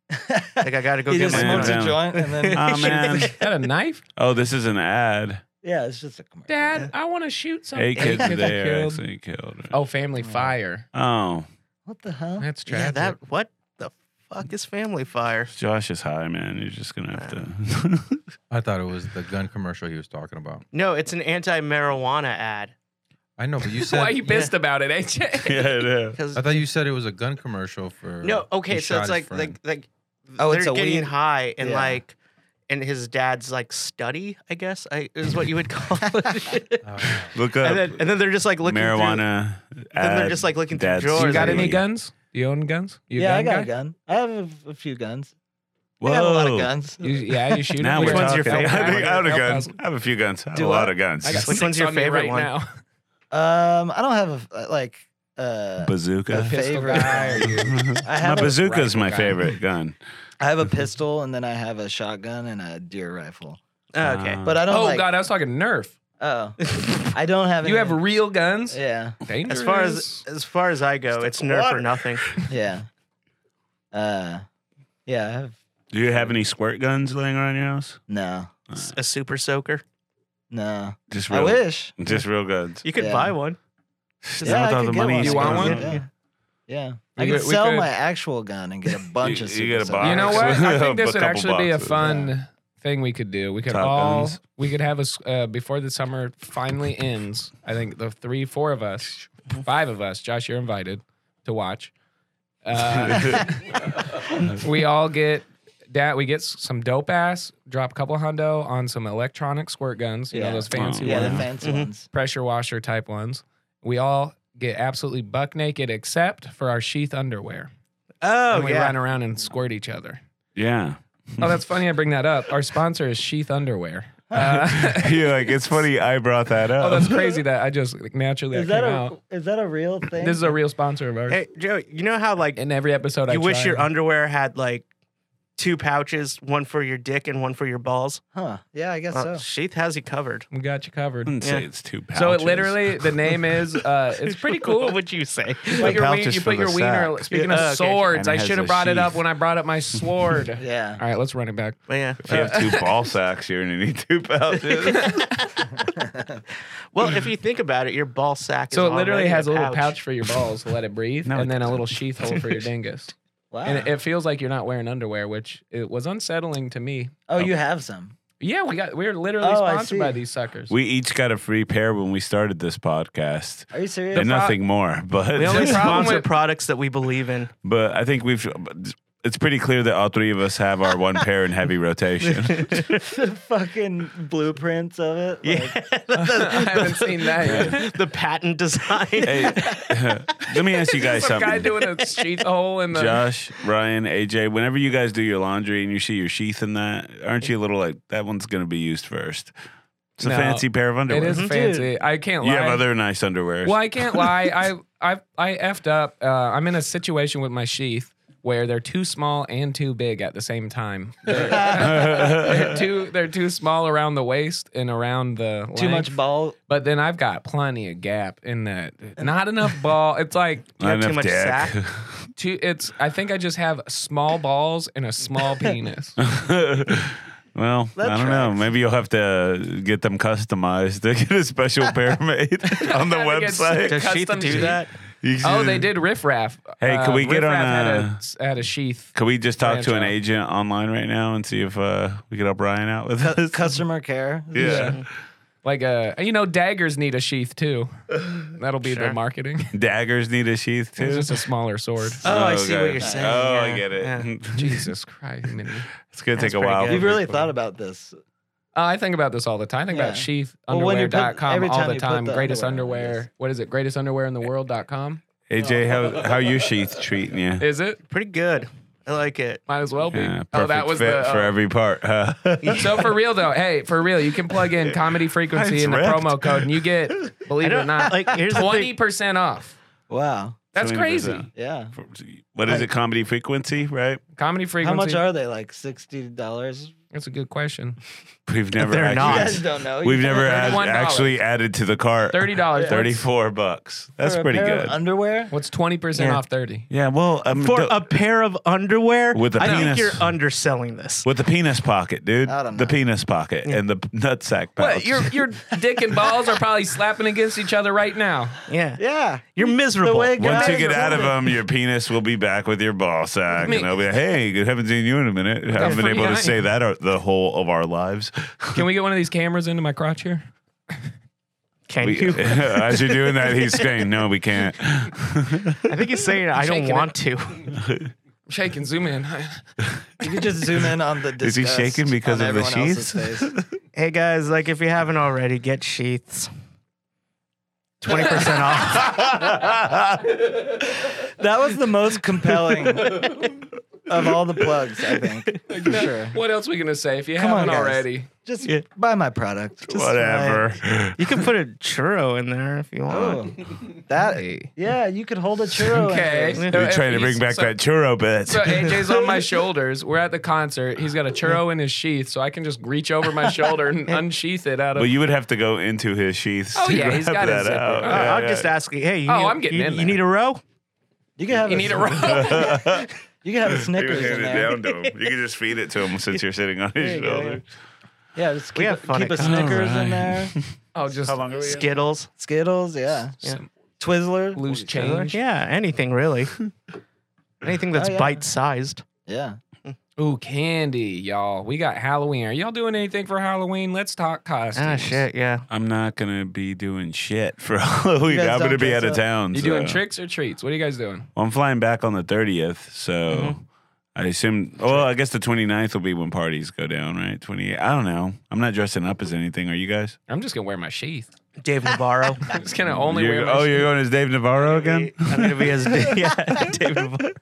S4: Like I gotta go
S1: he
S4: get
S1: just
S4: my.
S1: smokes
S3: gun.
S1: a joint and then.
S3: Oh man.
S5: Got a knife,
S3: Oh, this is an ad.
S1: Yeah, it's just a commercial.
S5: Dad. I want to shoot something.
S3: Eight kids
S5: Kids
S3: a
S5: are
S3: day are
S5: killed.
S3: actually killed.
S5: Oh, family fire.
S3: Oh,
S1: What the hell?
S5: That's tragic.
S4: Yeah, that what the fuck is Family Fire?
S3: Josh is high, man. You're just gonna have to.
S6: I thought it was the gun commercial he was talking about.
S4: No, it's an anti-marijuana ad.
S6: I know, but you said.
S5: Why you pissed about it, AJ?
S3: yeah, I know.
S4: Because
S6: I thought you said it was a gun commercial for.
S4: no, okay,
S6: who
S4: so
S6: shot
S4: it's
S6: his
S4: like
S6: friend.
S4: like like
S1: Oh,
S4: they're
S1: it's a
S4: getting
S1: weed-
S4: high and
S1: Yeah.
S4: like in his dad's like study, I guess I, is what you would call it.
S6: Uh,
S3: Look up
S4: and, then, and then they're just like looking Through,
S3: marijuana.
S4: then they're
S3: ad,
S4: just like looking through
S3: dad's
S4: drawers.
S5: You got
S3: study.
S5: any guns? Do you own guns? You a
S1: yeah, I
S5: gun
S1: got
S5: guy?
S1: a gun. I have a, a few guns.
S3: Whoa.
S1: I have a lot of guns.
S5: You, yeah, you shoot. 'em?
S3: Now
S5: Which
S3: we're
S5: one's
S3: talking.
S5: your favorite?
S3: I, think, I own a
S5: El
S3: gun.
S5: Paso.
S3: I have a few guns. I have
S1: Do
S3: a lot
S1: what?
S3: of guns.
S5: I got
S4: Which
S5: six
S4: one's your
S5: on me
S4: favorite
S5: right
S4: one?
S5: now.
S1: Um, I don't have a, like uh,
S3: bazooka.
S1: a favorite.
S5: guy or you-
S1: I
S3: my
S1: have a,
S3: bazooka's my
S5: rifle gun.
S3: favorite gun.
S1: I have a pistol and then I have a shotgun and a deer rifle.
S4: Oh, okay.
S3: Uh,
S1: But I don't.
S5: Oh
S1: like,
S5: God, I was talking Nerf.
S1: Oh, I don't have.
S5: You
S1: any-
S5: have real guns?
S1: Yeah,
S5: Dangerous.
S4: As far as as far as I go, it's nerf or nothing.
S1: yeah, uh, yeah. I have
S3: do you have any squirt guns laying around your house?
S1: no,
S6: Uh.
S4: It's a super soaker.
S1: no.
S3: Just
S1: I
S3: real,
S1: wish.
S3: just real guns.
S4: You could
S1: Yeah.
S4: buy one.
S1: Yeah,
S3: With
S1: I
S3: all
S1: could
S3: the
S1: get
S3: money
S1: one.
S5: You want
S3: spent
S5: one?
S3: on-
S1: Yeah. Yeah, I
S5: We
S1: could
S5: could- we
S1: sell
S5: could-
S1: my actual gun and get a bunch of.
S3: You- you get a
S1: super
S3: box.
S5: you know
S1: soakers.
S5: what? I
S3: A
S5: think this
S3: bu-
S5: would
S3: couple
S5: actually be a
S3: boxes.
S5: fun thing we could do. We could
S3: Top
S5: all
S3: guns.
S5: we could have us uh, before the summer finally ends. I think the three, four of us, five of us. Josh, you're invited to watch. Uh, we all get that. We get s- some dope ass. Drop a couple hundo on some electronic squirt guns. You know
S1: Yeah.
S5: those fancy
S3: Oh,
S1: Yeah,
S5: ones
S1: the
S3: Wow.
S1: fancy
S4: Mhm.
S1: ones.
S5: pressure washer type ones. We all get absolutely buck naked except for our sheath underwear.
S4: Oh
S5: and we run around and squirt each other.
S3: Yeah.
S5: Oh, that's funny. I bring that up. Our sponsor is Sheath Underwear.
S1: Oh.
S5: Uh,
S3: You're like, it's funny I brought that
S5: oh,
S3: up.
S5: that's crazy that I just like, naturally
S1: Is
S5: that
S1: that
S5: came
S1: a
S5: out.
S1: is that a real thing?
S5: This is a real sponsor of ours.
S4: Hey Joe, you know how like
S5: In every episode, I
S4: you wish
S5: try.
S4: your underwear had like two pouches, one for your dick and one for your balls.
S1: huh? Yeah, I guess
S4: Well,
S1: so.
S4: Sheath has you covered.
S5: We got you covered.
S1: Mm.
S3: I wouldn't say
S4: Yeah.
S3: it's two
S5: So it
S3: pouches.
S5: literally, the name is. Uh, it's pretty cool.
S4: what would you say?
S5: You put your,
S3: pouch
S5: ween-
S3: is
S5: you
S3: for
S5: put
S3: the
S5: your wiener.
S3: sack.
S5: Speaking
S4: Yeah,
S5: of
S4: okay.
S3: And
S5: swords, I
S3: it has
S5: should have
S3: a
S5: brought it up
S3: sheath.
S5: when I brought up my sword. All
S1: Yeah.
S5: right, let's run it back.
S4: But yeah.
S1: Uh,
S3: If you have two ball sacks, you're gonna need two pouches.
S4: Well, if you think about it, your ball sack.
S5: So
S4: is
S5: it literally
S4: already
S5: has a little
S4: pouch.
S5: pouch for your balls to let it breathe,
S3: No,
S5: and
S3: it
S5: then a little sheath hole for your dingus.
S1: Wow.
S5: And it, it feels like you're not wearing underwear, which it was unsettling to me.
S1: oh, you have some.
S5: Yeah, we got we were literally
S1: Oh, I
S5: sponsored by
S1: see.
S5: these suckers.
S3: we each got a free pair when we started this podcast.
S1: Are you serious?
S3: And nothing more, but
S4: We only
S5: The problem
S4: sponsor
S5: with-
S4: products that we believe in.
S3: but I think we've. It's pretty clear that all three of us have our one pair in heavy rotation.
S1: the fucking blueprints of it.
S4: Yeah,
S1: like-
S5: I haven't seen that yet.
S4: the patent design.
S3: hey, let me ask you guys
S5: Some guy
S3: something.
S5: doing a sheath hole in the
S3: Josh, Ryan, AJ, whenever you guys do your laundry and you see your sheath in that, aren't you a little like that one's going to be used first? It's a
S5: No.
S3: fancy pair of
S5: It
S3: underwear.
S5: is
S1: Dude.
S5: fancy. I can't
S3: You
S5: lie.
S3: have other nice underwear.
S5: well, I can't lie. I I I effed up. Uh, I'm in a situation with my sheath where they're too small and too big at the same time. They're too they're too small around the waist and around the
S1: Too much
S5: length.
S1: ball.
S5: But then I've got plenty of gap in that. Not enough ball. It's like
S4: you have too much sack?
S5: two. It's. I think I just have small balls and a small penis.
S3: well,
S1: That
S3: I don't know.
S1: tracks.
S3: Maybe you'll have to get them customized to get a special pair made on the
S5: Gotta get
S3: website.
S5: sick.
S4: Does Sheath
S5: Custom
S4: do
S5: sheath.
S4: that?
S3: You
S5: oh,
S3: should-
S5: they did riffraff.
S3: Hey, can we get on uh,
S5: Riffraff had a, had a sheath?
S3: Can we just talk to an
S5: Franchise.
S3: agent online right now and see if uh, we could help Ryan out with
S1: cu-
S3: us?
S1: Customer care.
S3: yeah.
S5: Like a. You know, daggers need a sheath too. That'll be the marketing.
S3: Daggers need a sheath too.
S5: It's just a smaller sword.
S4: Oh, I see what you're saying.
S3: Oh,
S4: Yeah,
S3: I get it.
S4: yeah.
S5: Jesus Christ. Minnie.
S3: it's gonna take
S4: That's
S3: a
S4: pretty
S3: while.
S4: good.
S1: You've really thought about this.
S5: Oh, I think about this all the time. I think about
S1: Yeah.
S5: sheath
S1: Well, when you put-
S5: underwear.com
S1: every
S5: all
S1: time
S5: the
S1: you put
S5: time.
S1: the
S5: Greatest
S1: underwear on, I guess.
S5: underwear. What is it? Greatest underwear in the world.com?
S3: AJ, how how your sheath treating you?
S5: Is it?
S4: Pretty good. I like it.
S5: Might as well be.
S3: Yeah, perfect
S5: oh, that was
S3: fit
S5: the
S3: for
S5: oh.
S3: every part. Huh?
S5: So for real though, hey, for real, you can plug in comedy frequency
S3: It's
S5: in the
S3: ripped.
S5: promo code and you get, believe it or not,
S4: Like here's the
S5: twenty
S4: thing.
S5: percent off.
S1: Wow.
S5: That's
S3: 20%.
S5: crazy.
S1: Yeah.
S3: What is it? Comedy frequency, right?
S5: Comedy frequency.
S1: How much are they? Like sixty dollars?
S5: That's a good question.
S3: We've never
S4: they're
S1: You
S4: not.
S1: guys
S3: actually,
S1: don't
S5: Oh,
S1: know.
S3: we've
S1: You
S3: never
S1: don't know.
S3: add,
S5: $31.
S3: actually added to the cart.
S5: Thirty dollars.
S3: Thirty four bucks. That's
S1: For a
S3: pretty
S1: pair of
S3: good.
S1: Underwear.
S5: What's twenty percent
S4: Yeah.
S5: off thirty?
S3: yeah. Well, um,
S4: For
S3: the-
S4: a pair of underwear,
S3: With a
S4: I
S3: penis.
S4: think you're underselling this.
S3: with the penis pocket, dude.
S1: I don't
S3: The
S1: know.
S3: penis pocket and the nutsack pouch.
S5: What your your dick and balls are probably slapping against each other right now.
S4: Yeah.
S1: Yeah.
S4: You're miserable.
S1: way it
S3: Once
S1: Guys
S3: you get
S1: are
S3: out of
S1: holding.
S3: them, your penis will be back with your ball sack,
S5: mean-
S3: and I'll be like, "Hey, good, haven't seen you in a minute.
S5: That's
S3: haven't been
S5: pretty
S3: able to
S5: nice.
S3: say that or the whole of our lives."
S5: Can we get one of these cameras into my crotch here?
S4: Can
S3: We,
S4: you?
S3: as you're doing that, he's saying, "No, we can't."
S4: I think he's saying I don't
S5: Shaking
S4: want to.
S5: Shake and zoom in.
S1: You could just zoom in on the
S3: Is
S1: disgust
S3: he shaking because
S1: on
S3: of the
S1: everyone else's
S3: sheaths?
S1: face.
S4: Hey guys, like if you haven't already, get sheaths. 20% off.
S1: That was the most compelling of all the plugs, I think. For sure.
S5: What else we gonna say if you
S1: Come on,
S5: haven't
S1: guys.
S5: already?
S1: Just
S4: Yeah.
S1: buy my product. Just
S3: Whatever.
S4: You can put a churro in there if you
S1: buy-
S4: want.
S1: Oh, that
S5: Hey.
S1: yeah, you could hold a churro.
S5: Okay.
S1: In there.
S3: You're trying to bring back
S5: So-
S3: that churro bit.
S5: So AJ's on my shoulders. We're at the concert. He's got a churro in his sheath, so I can just reach over my shoulder and unsheath it out of.
S3: Well, you would have to go into his sheaths.
S5: Oh,
S3: to
S5: yeah, he's
S3: grab
S5: got his
S3: that
S5: zipper.
S3: out.
S5: Oh,
S4: Uh,
S3: Yeah,
S4: I'm
S3: yeah.
S4: just asking. Hey, you,
S5: Oh,
S4: need,
S5: I'm getting
S4: you,
S5: in
S4: you
S5: there. Oh,
S4: need a row?
S1: You can have
S5: You
S1: a,
S5: need a roll.
S1: You can have a
S3: You
S1: Snickers
S3: can
S1: in
S3: hand it
S1: there.
S3: down to him. You can just feed it to him since you're sitting on
S4: There
S3: his
S4: you go,
S3: shoulder.
S1: Yeah, just keep,
S4: We have
S1: a,
S4: fun
S1: keep a
S4: at
S1: Snickers in there.
S5: Oh, just
S4: Skittles.
S1: Skittles, yeah.
S5: Some
S1: Twizzler,
S5: loose change.
S4: Yeah, anything really. anything that's
S1: Oh, yeah.
S4: bite sized.
S1: Yeah.
S5: Ooh, candy, y'all. We got Halloween. Are y'all doing anything for Halloween? Let's talk costumes.
S4: Ah, shit, yeah.
S3: I'm not gonna be doing shit for Halloween.
S1: guys
S3: I'm gonna
S1: don't
S3: be
S1: dress
S3: out of
S1: up?
S3: town.
S5: You doing
S3: so-
S5: tricks or treats? What are you guys doing?
S3: Well, I'm flying back on the 30th, so I assume. Well, I guess the 29th will be when parties go down, right? 28. I don't know. I'm not dressing up as anything. Are you guys?
S5: I'm just gonna wear my sheath.
S4: Dave Navarro.
S5: I'm just gonna only
S3: You're-
S5: wear. My
S3: oh,
S5: sheath.
S3: you're going as Dave Navarro again?
S4: I'm going to be his. Yeah, Dave Navarro.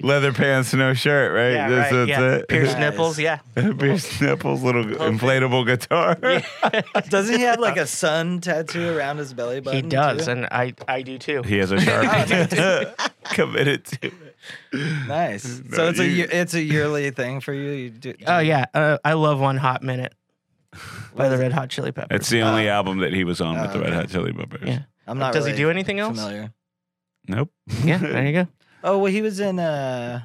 S3: Leather pants, no shirt, right?
S4: Yeah,
S3: That's-
S4: right,
S3: that's
S4: yeah.
S3: it.
S4: Pierced
S1: Nice.
S4: nipples, yeah.
S1: Oh.
S3: Pierce nipples, little inflatable guitar.
S1: Doesn't he have like a sun tattoo around his belly button?
S4: He does,
S1: too?
S4: and I, I do too.
S3: He has a
S1: Oh,
S3: sharpie committed to. it.
S1: Nice.
S3: No,
S1: so it's a
S3: you-
S1: ye- it's a yearly thing for you. You do.
S4: Oh yeah, uh, I love One Hot Minute by the Red Hot Chili Peppers.
S3: It's the only album that he was on with
S1: Oh,
S3: the Red
S1: Uh, okay.
S3: Hot Chili Peppers.
S4: Yeah.
S1: I'm not.
S4: Does he
S1: really
S4: do anything else?
S1: Familiar.
S3: Nope.
S4: Yeah, there you go.
S1: Oh well, he was in. uh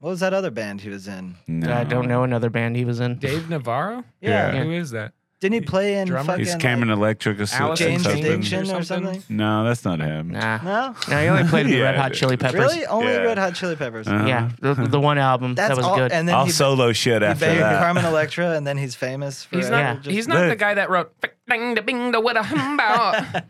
S1: What was that other band he was in?
S3: No.
S4: I don't know another band he was in.
S5: Dave Navarro.
S1: Yeah.
S5: Who is that?
S1: Didn't he play in
S5: Drummer?
S1: fucking
S3: He's Cameron
S1: like,
S3: Electric or so-
S5: Alice in
S1: Jane's
S5: something.
S1: Addiction or
S5: Or
S1: something?
S5: something?
S3: No, that's not him.
S4: Nah,
S1: No.
S4: no, he only played with the Red
S3: Yeah,
S4: Hot Chili Peppers.
S1: Really? Only
S3: Yeah.
S1: Red Hot Chili Peppers.
S3: Uh,
S4: Yeah, the, the one album
S1: That's
S4: that was
S1: all.
S4: good.
S1: And then
S3: I'll
S1: he,
S3: solo shit
S1: he
S3: after
S1: banged
S3: that.
S1: Carmen Electra, and then he's famous. For
S5: He's not.
S1: just-
S5: He's not the
S3: Look.
S5: guy that wrote "Bing da Bing da What a Humba."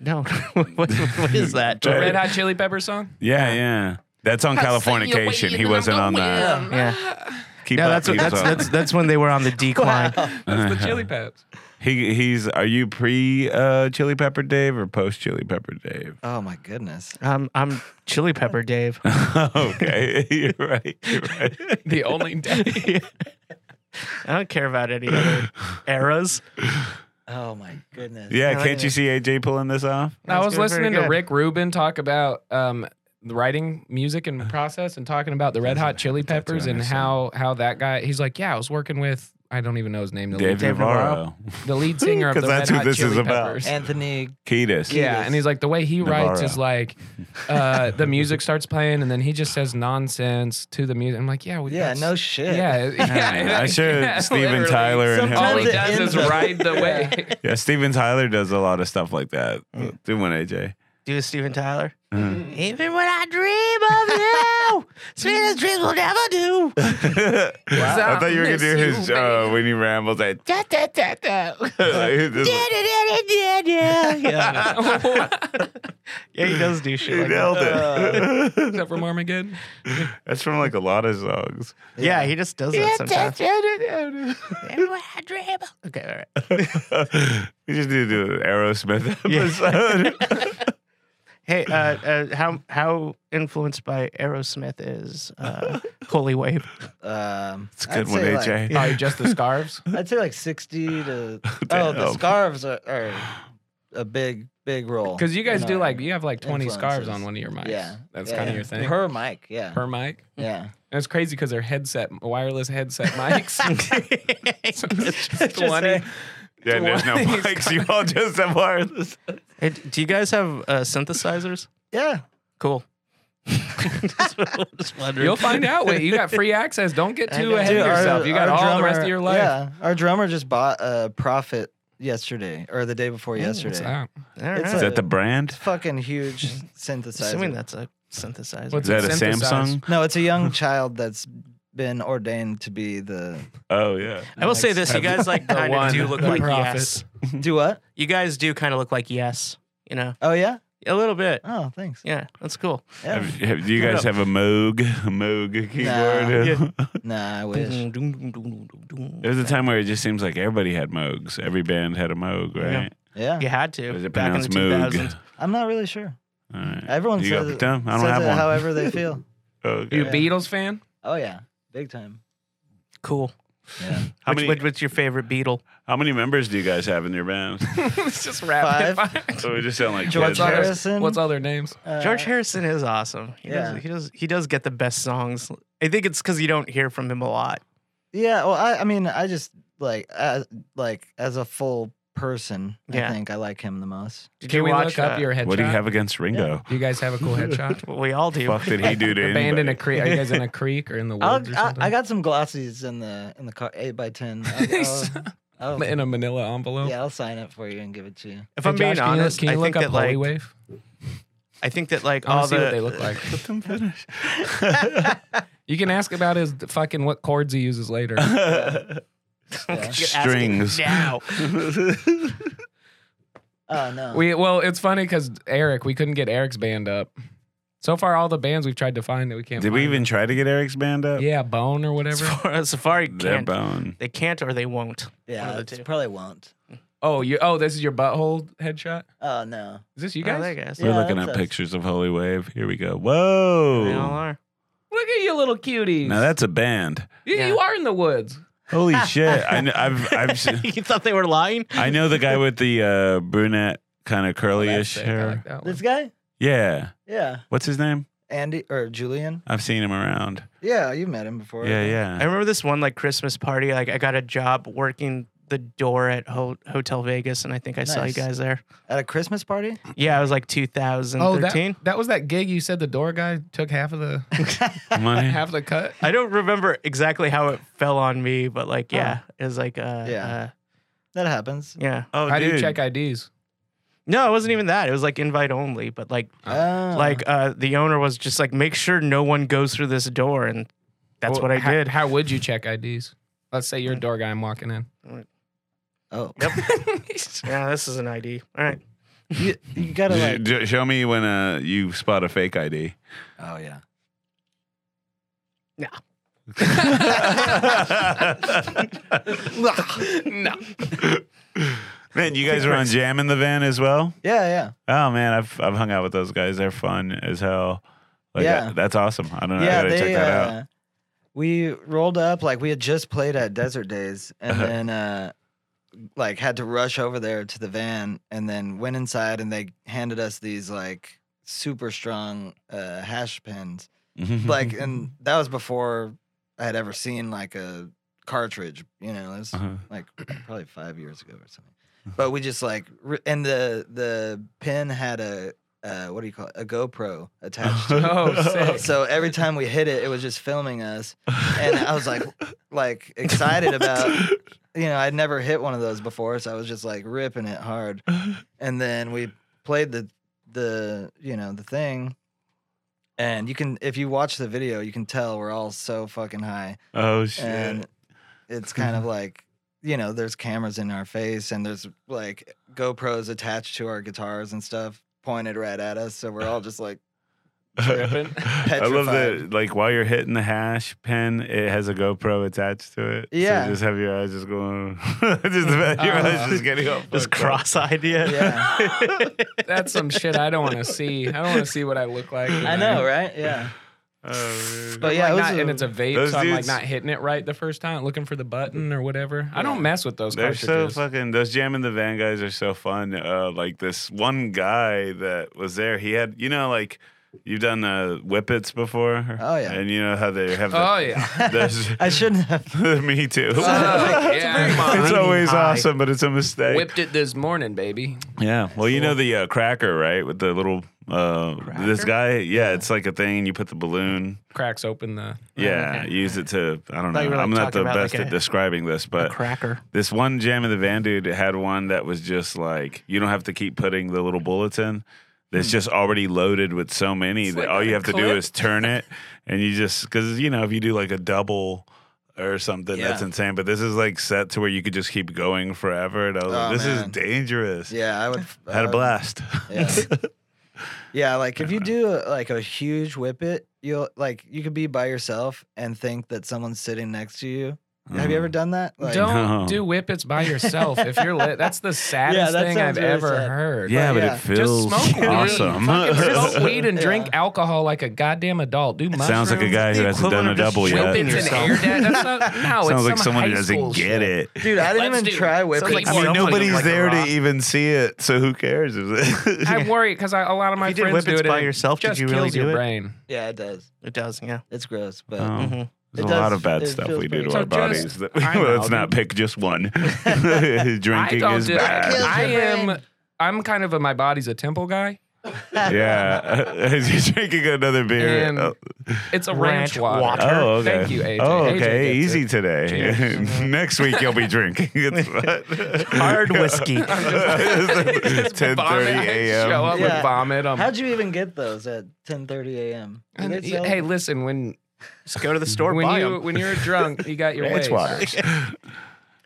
S4: no, what, what is that?
S5: The Red Hot Chili Pepper song.
S3: Yeah, yeah. That's on Californication. He wasn't on that.
S4: Yeah,
S3: Keep up,
S4: no, that's
S3: he was
S4: that's
S3: on
S4: that's that's when they were on the decline.
S5: That's the
S3: Uh-huh.
S5: Chili Peps.
S3: He he's. Are you pre uh, Chili Pepper Dave or post Chili Pepper Dave?
S1: oh my goodness.
S4: Um, I'm Chili Pepper Dave.
S3: okay, you're right. You're right.
S5: The only day.
S4: I don't care about any other eras.
S1: Oh my goodness.
S3: Yeah,
S4: like
S3: can't you
S4: it.
S3: see AJ pulling this off?
S5: I
S4: That's
S5: was
S4: good,
S5: listening
S4: very
S5: to
S4: good.
S5: Rick Rubin talk about um, the writing music and process and talking about the Red Hot Chili Peppers and how how that guy. He's like, yeah, I was working with I don't even know his name. The
S3: Dave,
S5: lead,
S3: Navarro,
S5: the lead singer of the
S3: 'Cause
S5: Red
S3: that's who
S5: Hot
S3: this
S5: Chili
S3: is about.
S5: Peppers.
S1: Anthony.
S3: Ketis.
S5: yeah, and he's like the way he writes is
S3: Navarro.
S5: like uh, the music starts playing and then he just says nonsense to the music. I'm like, yeah, well,
S1: Yeah.
S5: that's-
S1: No shit.
S5: yeah, yeah.
S3: I sure
S5: yeah,
S3: Steven
S5: literally.
S3: Tyler and
S5: All
S1: Sometimes
S5: he
S1: it
S3: him.
S5: does
S1: ends
S5: is
S1: up-
S5: ride the way.
S3: Yeah, Steven Tyler does a lot of stuff like that. Do one, AJ.
S4: Do a Steven Tyler. Even when I dream of you, sweetest dreams will never do.
S3: I thought you were gonna do
S5: Miss
S3: his
S5: you,
S3: uh, when he rambles like da da da da. Like, this-
S4: yeah, yeah, he does do
S3: he
S4: shit. Like that. Uh,
S3: nailed it.
S5: Except from Armageddon.
S3: That's from like a lot of songs.
S4: Yeah, he just does that sometimes. okay, all right.
S3: we just need to do an Aerosmith episode.
S4: Hey, uh, uh, how how influenced by Aerosmith is uh, Holy Wave?
S1: Um,
S3: It's a good
S1: I'd
S3: one,
S1: say, like-
S3: AJ.
S5: Oh, just the scarves.
S1: I'd say like sixty to. oh, the
S3: Damn.
S1: scarves are, are a big, big role.
S5: Because you guys
S1: in
S5: do
S1: our
S5: like you have like twenty
S1: influences.
S5: scarves on one of your mics.
S1: Yeah,
S5: that's
S1: yeah,
S5: kind
S1: yeah.
S5: of your thing. Per,
S1: Per mic, yeah,
S5: mic.
S1: yeah.
S5: And it's crazy because they're headset wireless headset mics. So it's just
S1: Just
S5: 20.
S1: say-
S3: Yeah, and there's no
S5: He's
S3: mics. You all just have wireless.
S4: Hey, do you guys have uh, synthesizers?
S1: yeah.
S4: Cool. just, just wondering.
S5: You'll find out. Wait, you got free access. Don't get
S4: I
S5: too
S4: know.
S5: ahead
S1: Dude,
S5: of
S1: our-
S5: yourself. you got
S1: our
S5: all the rest of
S1: drummer-
S5: your life.
S1: Yeah, our drummer just bought a Prophet yesterday or the day before
S5: What's
S1: yesterday.
S5: that?
S4: All right.
S1: It's
S3: Is that the brand?
S1: Fucking huge synthesizer.
S4: Assuming that's a synthesizer.
S5: What's
S3: Is that a
S5: Synthesized.
S3: Samsung?
S1: No, it's a young child that's been ordained to be the.
S3: Oh yeah.
S4: I will say this: you guys like
S5: The
S4: kind of
S5: one,
S4: do look
S5: the
S4: like
S5: prophet.
S4: yes.
S1: Do what?
S4: You guys do kind of look like yes. You know,
S1: Oh yeah.
S4: A little bit.
S1: Oh, thanks.
S4: Yeah, that's cool.
S1: Yeah.
S3: Have- have- do you guys have a Moog, a Moog keyboard?
S1: Nah, I wish.
S3: There was a time where it just seems like everybody had Moogs. Every band had a Moog,
S4: Yeah.
S3: right?
S1: Mm-hmm. Yeah.
S4: You had to
S3: Is it
S4: back in the
S3: pronounced
S4: 2000s.
S3: Moog?
S1: I'm not really sure.
S3: All right.
S1: Everyone
S3: you
S1: says,
S3: got
S1: it-
S3: the dumb? I don't
S1: says
S3: have
S1: it
S3: one.
S1: however they feel.
S3: Oh, Okay.
S5: You a
S1: Yeah.
S5: Beatles fan?
S1: Oh yeah, big time.
S4: Cool.
S1: Yeah.
S3: How
S4: Which,
S3: many-
S4: which- what's your favorite Beatle?
S3: How many members do you guys have in your band?
S5: it's just rapid
S1: Five.
S5: fire.
S3: so we just sound like
S1: George
S3: kids.
S5: all
S3: right?
S5: their-
S1: Harrison.
S5: What's all their names?
S1: Uh,
S4: George Harrison is awesome. He
S1: yeah.
S4: does he does he does get the best songs. I think it's because you don't hear from him a lot.
S1: Yeah. Well, I, I mean, I just like as, like as a full person,
S4: Yeah.
S1: I think I like him the most.
S4: Did
S5: Can
S4: you
S5: we
S4: watch
S5: look up
S4: uh,
S5: your headshot?
S3: What do you have against Ringo?
S5: You guys have a cool headshot?
S4: what we all do?
S3: Fuck did he do to
S5: A band in a
S3: anybody?
S5: creek? Are you guys in a creek or in the
S1: I'll,
S5: woods or
S1: I,
S5: something?
S1: I got some glossies in the in the car, eight by ten.
S5: He's-
S1: I'll, I'll,
S5: in a Manila
S6: Oh.
S5: envelope.
S1: yeah, I'll sign it for you and give it to you.
S4: If
S5: Hey,
S4: I'm being
S5: Josh, can you-
S4: honest,
S5: can you
S4: I
S5: look
S4: think
S5: up
S4: that like
S5: Wave?
S4: I think that like
S5: I want
S4: all
S5: to see
S4: the
S5: what they look like.
S3: Let them finish.
S5: You can ask about his fucking what chords he uses later.
S1: Yeah.
S4: You're asking
S3: Strings.
S4: now.
S1: Oh no.
S5: we well, it's funny because Eric, we couldn't get Eric's band up. So far, all the bands we've tried to find that we can't.
S3: Did we
S5: find.
S3: even try to get Eric's band up?
S5: Yeah, Bone or whatever.
S4: Safari, Safari
S3: They're
S4: can't.
S3: bone.
S4: They can't or they won't. One of
S1: yeah,
S4: the
S1: it's-
S4: two.
S1: probably won't.
S5: Oh, you. Oh, this is your butthole headshot.
S1: Oh no.
S5: Is this you
S4: Oh,
S5: guys?
S4: there goes.
S1: Yeah,
S3: We're looking
S1: that's
S3: at
S1: us.
S3: pictures of Holy Wave. Here we go.
S4: They all
S3: Whoa.
S4: are.
S5: Look at you, little cuties.
S3: Now that's a band.
S5: you,
S4: Yeah.
S5: you are in the woods.
S3: Holy shit! I know, I've I've seen,
S4: you thought they were lying?
S3: I know the guy with the uh, brunette kind of
S5: Oh, That's
S3: curlyish
S5: sick. I
S3: hair.
S5: like that one.
S1: This guy?
S3: Yeah.
S1: Yeah.
S3: What's his name?
S1: Andy or Julian?
S3: I've seen him around.
S1: Yeah, you met him before.
S5: uh,
S3: Yeah,
S4: I
S3: yeah.
S4: remember this one like Christmas party. Like I got a job working the door at Ho- Hotel Vegas, and I think I saw you
S1: Nice.
S4: guys there.
S1: At a Christmas party?
S4: Yeah, it was like
S5: Oh,
S4: 2013.
S5: that, that was that gig you said the door guy took half of the
S3: Money.
S5: half the cut.
S4: I don't remember exactly how it fell on me, but like yeah, it was like uh,
S1: Yeah.
S4: uh,
S1: That happens.
S4: yeah.
S3: Oh,
S5: How do you
S3: dude.
S5: check IDs?
S4: No, it wasn't even that. It was like invite only, but like
S1: Oh.
S4: like uh, the owner was just like make sure no one goes through this door, and that's
S5: Well,
S4: what I
S5: how-
S4: did.
S5: How, would you check IDs? Let's say you're a door guy. I'm walking in.
S1: oh.
S4: yeah, this is an ID. All right.
S1: you, you gotta
S3: J-
S1: like
S3: j- show me when uh, you spot a fake ID.
S1: Oh yeah.
S3: man, you guys are on jam in the van as well.
S1: Yeah, yeah.
S3: Oh man, I've I've hung out with those guys. They're fun as hell. Like,
S1: Yeah.
S3: uh, that's awesome. I don't know. I
S1: yeah, uh,
S3: gotta check that out.
S1: We rolled up like we had just played at Desert Days, and
S3: Uh-huh.
S1: then uh, like had to rush over there to the van, and then went inside, and they handed us these like super strong uh, hash pens, like, and that was before I had ever seen like a cartridge, you know, it was
S3: Uh-huh.
S1: like probably five years ago or something. But we just like, re- and the the pin had a uh, what do you call it? A GoPro attached to it
S5: Oh, sick.
S1: so every time we hit it, it was just filming us, and uh, I was like, like excited about, you know, I'd never hit one of those before, so I was just like ripping it hard, and then we played the the you know the thing, and you can if you watch the video, you can tell we're all so fucking high,
S3: oh shit.
S1: and it's kind of like. You know, there's cameras in our face, and there's like GoPros attached to our guitars and stuff pointed right at us. So we're all just like, tripping,
S3: I love that.
S1: petrified.
S3: Like while you're hitting the hash pin, it has a GoPro attached to it.
S1: Yeah.
S3: So you just have your eyes just going. just about your eyes Uh-huh. just getting up.
S4: This cross idea.
S1: Yeah.
S5: That's some shit I don't want to see. I don't want to see what I look like.
S1: I know, right? Yeah.
S3: Oh, man.
S1: But yeah,
S5: Like
S1: it was
S5: not-
S1: a-
S5: and it's a vape,
S3: Those
S5: so I'm like
S3: dudes-
S5: not hitting it right the first time, looking for the button or whatever. I don't mess with those
S3: They're so
S5: cartridges.
S3: fucking. Those jam in the van guys are so fun. Uh, like this one guy that was there. He had, you know, like you've done uh, whippets before.
S1: Oh, yeah.
S3: And you know how they have. The,
S5: oh yeah.
S3: There's,
S1: I shouldn't have.
S3: me too.
S5: Oh, yeah.
S3: it's always
S4: High.
S3: awesome, but it's a mistake.
S5: Whipped it this morning, baby.
S3: Yeah. Well, you know the uh, cracker, right? With the little uh, this guy. Yeah, it's like a thing, and you put the balloon.
S5: Cracks open the.
S3: Yeah, use it to. I don't know.
S4: Oh, Thought you were, like,
S3: I'm not
S4: talking
S3: the
S4: about,
S3: best
S4: like,
S3: at
S4: a-
S3: describing this, but
S4: Cracker.
S3: this one jam in the van dude had one that was just like you don't have to keep putting the little bullets in. It's just already loaded with so many that
S5: Hmm. like
S3: all
S5: a
S3: you have to do
S5: clip.
S3: is turn it, and you just because you know if you do like a double or something that's
S1: Yeah.
S3: insane. But this is like set to where you could just keep going forever, and I was
S1: Oh,
S3: like, this
S1: man.
S3: is dangerous.
S1: Yeah, I would.
S3: I had a
S1: uh,
S3: blast.
S1: Yeah. Yeah, like if you do a, like a huge whip it, you'll like you could be by yourself and think that someone's sitting next to you.
S3: Mm.
S1: Have you ever done that? Like,
S5: Don't
S3: No.
S5: do whippets by yourself if you're lit. That's the saddest
S1: that
S5: thing
S1: sounds
S5: I've
S1: really
S5: ever
S1: sad.
S5: heard.
S3: Yeah, but
S1: yeah,
S3: it
S1: just
S3: feels
S5: smoke weed.
S3: awesome.
S5: Fucking smoke weed and
S1: Yeah.
S5: drink alcohol like a goddamn adult. Do mushrooms.
S3: Sounds like a guy who
S4: The
S3: hasn't done a
S4: equivalent of just
S3: double
S5: Whip
S3: yet.
S4: whipping
S5: it's
S4: yourself.
S5: an air dad. That's not. No,
S3: Sounds
S5: it's
S3: like
S5: some
S3: someone
S5: high
S3: who
S5: school
S3: doesn't
S5: shit.
S3: get it.
S1: dude, I didn't
S5: Let's
S1: even
S5: do
S1: try
S5: it.
S1: whip
S5: Sounds
S1: it.
S5: like
S3: I
S5: more-
S3: mean,
S4: Someone looked
S3: nobody's
S4: like a
S3: there to
S4: rock.
S3: even see it, so who cares? Is it?
S5: I worry because a lot of my
S4: you did
S5: friends do
S4: whippets
S5: it. and
S4: by
S5: it
S4: yourself, did
S5: just
S4: you really
S5: kills
S4: do
S5: your
S4: it?
S5: brain.
S1: Yeah, it does.
S4: It does, yeah.
S1: It's gross, but
S3: Oh.
S4: hmm
S3: There's
S1: It
S3: a lot
S1: does-
S3: of bad
S1: it
S3: stuff
S1: feels
S3: we do
S1: pretty-
S3: to
S5: So
S3: our bodies.
S5: just-
S3: that
S5: I know,
S3: let's not
S5: dude.
S3: pick just one.
S5: I
S3: Drinking
S5: don't
S3: is
S5: do
S1: Kills
S5: it.
S3: bad.
S5: I
S1: your
S5: am.
S1: brain.
S5: I'm kind of a my body's a temple guy.
S3: Yeah, as you're drinking another beer.
S5: And
S3: oh,
S5: It's a ranch,
S4: Ranch water.
S5: water.
S3: oh, okay.
S5: Thank you, AJ.
S3: Oh,
S5: AJ
S3: okay.
S5: gets
S3: Easy
S5: it.
S3: today.
S5: Cheers. Uh-huh.
S3: Next week you'll be drinking. It's
S4: Hard whiskey.
S3: Ten
S5: Vomit.
S3: thirty
S5: I Show
S3: a.m.
S5: up
S1: Yeah.
S5: with vomit. Um,
S1: How'd you even get those at 10:30 a.m.? Did
S5: and-
S1: they sell
S5: hey,
S1: them?
S5: listen. When
S4: Just go to the store,
S5: when
S4: buy
S5: you
S4: 'em.
S5: when you're drunk, you got your
S3: It's
S5: ways.
S3: waters.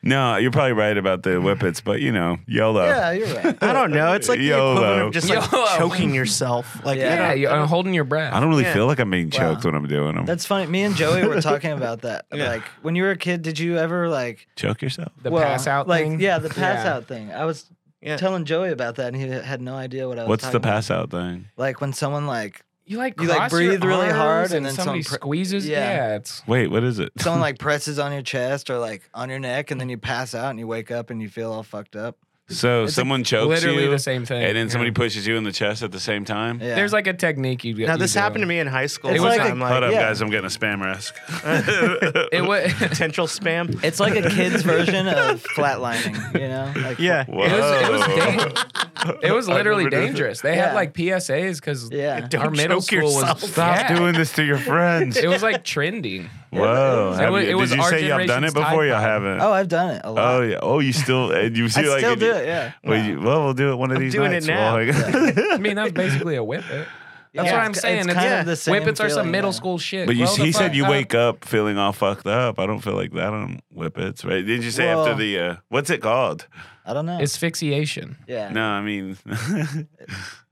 S3: No, you're probably right about the whippets, but you know, YOLO.
S1: yeah, you're right.
S4: I don't know. It's like
S3: YOLO.
S4: the equivalent of just like
S5: YOLO.
S4: choking yourself. Like
S1: Yeah.
S5: Yeah,
S4: you
S5: you are holding your breath.
S3: I don't really
S4: Yeah.
S3: feel like I'm being
S1: Wow.
S3: choked when I'm doing them.
S1: That's funny. Me and Joey were talking about that.
S4: Yeah.
S1: Like when you were a kid, did you ever like
S3: Choke yourself.
S5: the
S1: well,
S5: pass out
S1: like,
S5: thing.
S1: Yeah, the pass out thing. I was
S4: Yeah.
S1: telling Joey about that, and he had no idea what I was.
S3: What's the
S1: talking
S3: pass out thing?
S1: About. Like when someone like
S5: You like
S1: You, like,
S5: cross your
S1: breathe really
S5: arms
S1: hard and then
S5: somebody
S1: some pr-
S5: squeezes.
S1: Yeah.
S5: Yeah. it's
S3: Wait, what is it?
S1: someone like presses on your chest or like on your neck, and then you pass out and you wake up and you feel all fucked up.
S3: so
S5: it's
S3: someone chokes
S5: literally
S3: you,
S5: the same thing.
S3: and then somebody
S5: Yeah.
S3: pushes you in the chest at the same time.
S1: Yeah.
S5: There's like a technique you.
S4: now this happened to me in high school.
S1: It's
S4: one
S1: like a-
S4: time,
S3: Hold up,
S1: Yeah.
S3: guys! I'm getting a spam risk.
S5: It was.
S4: potential spam.
S1: it's like a kid's version of flatlining. You know? Like,
S4: Yeah.
S3: Whoa.
S5: It was, it, was
S3: Oh.
S5: dang- it was
S3: I've
S5: literally
S3: never done
S5: dangerous. They
S1: Yeah.
S5: had like PSAs because
S1: Yeah.
S5: our
S4: Don't
S5: middle
S4: choke
S5: school
S4: yourself.
S5: was
S3: Stop
S5: Yeah.
S3: doing this to your friends.
S5: It was like trending.
S3: Whoa!
S5: It
S3: Have
S5: was-
S3: you-
S5: it was
S3: did you
S5: our
S3: say y'all done it
S5: generation's Tide
S3: before? Y'all
S5: Pod.
S3: haven't.
S1: Oh, I've done it a lot.
S3: Oh yeah. Oh, you still and you
S1: I
S3: see like
S1: still
S3: and
S1: do
S3: you-
S1: it. Yeah.
S3: Well, you, well, we'll do it one of
S4: I'm
S3: these
S4: doing
S3: nights.
S4: it now.
S3: Well, like-
S5: I mean, that was basically a whippet. That's
S1: Yeah,
S5: what I'm
S1: it's-
S5: saying.
S1: it's
S5: It's,
S1: kind
S5: yeah.
S1: of the same
S5: whippets are some
S1: feeling,
S5: middle
S1: yeah.
S5: school shit.
S3: But you,
S5: Grow the
S3: he said
S5: fuck
S3: you
S5: up.
S3: wake up feeling all fucked up. I don't feel like that on whippets, right? Did you say
S1: Well-
S3: after the uh, what's it called?
S1: I don't know.
S5: asphyxiation.
S1: yeah.
S3: No, I mean,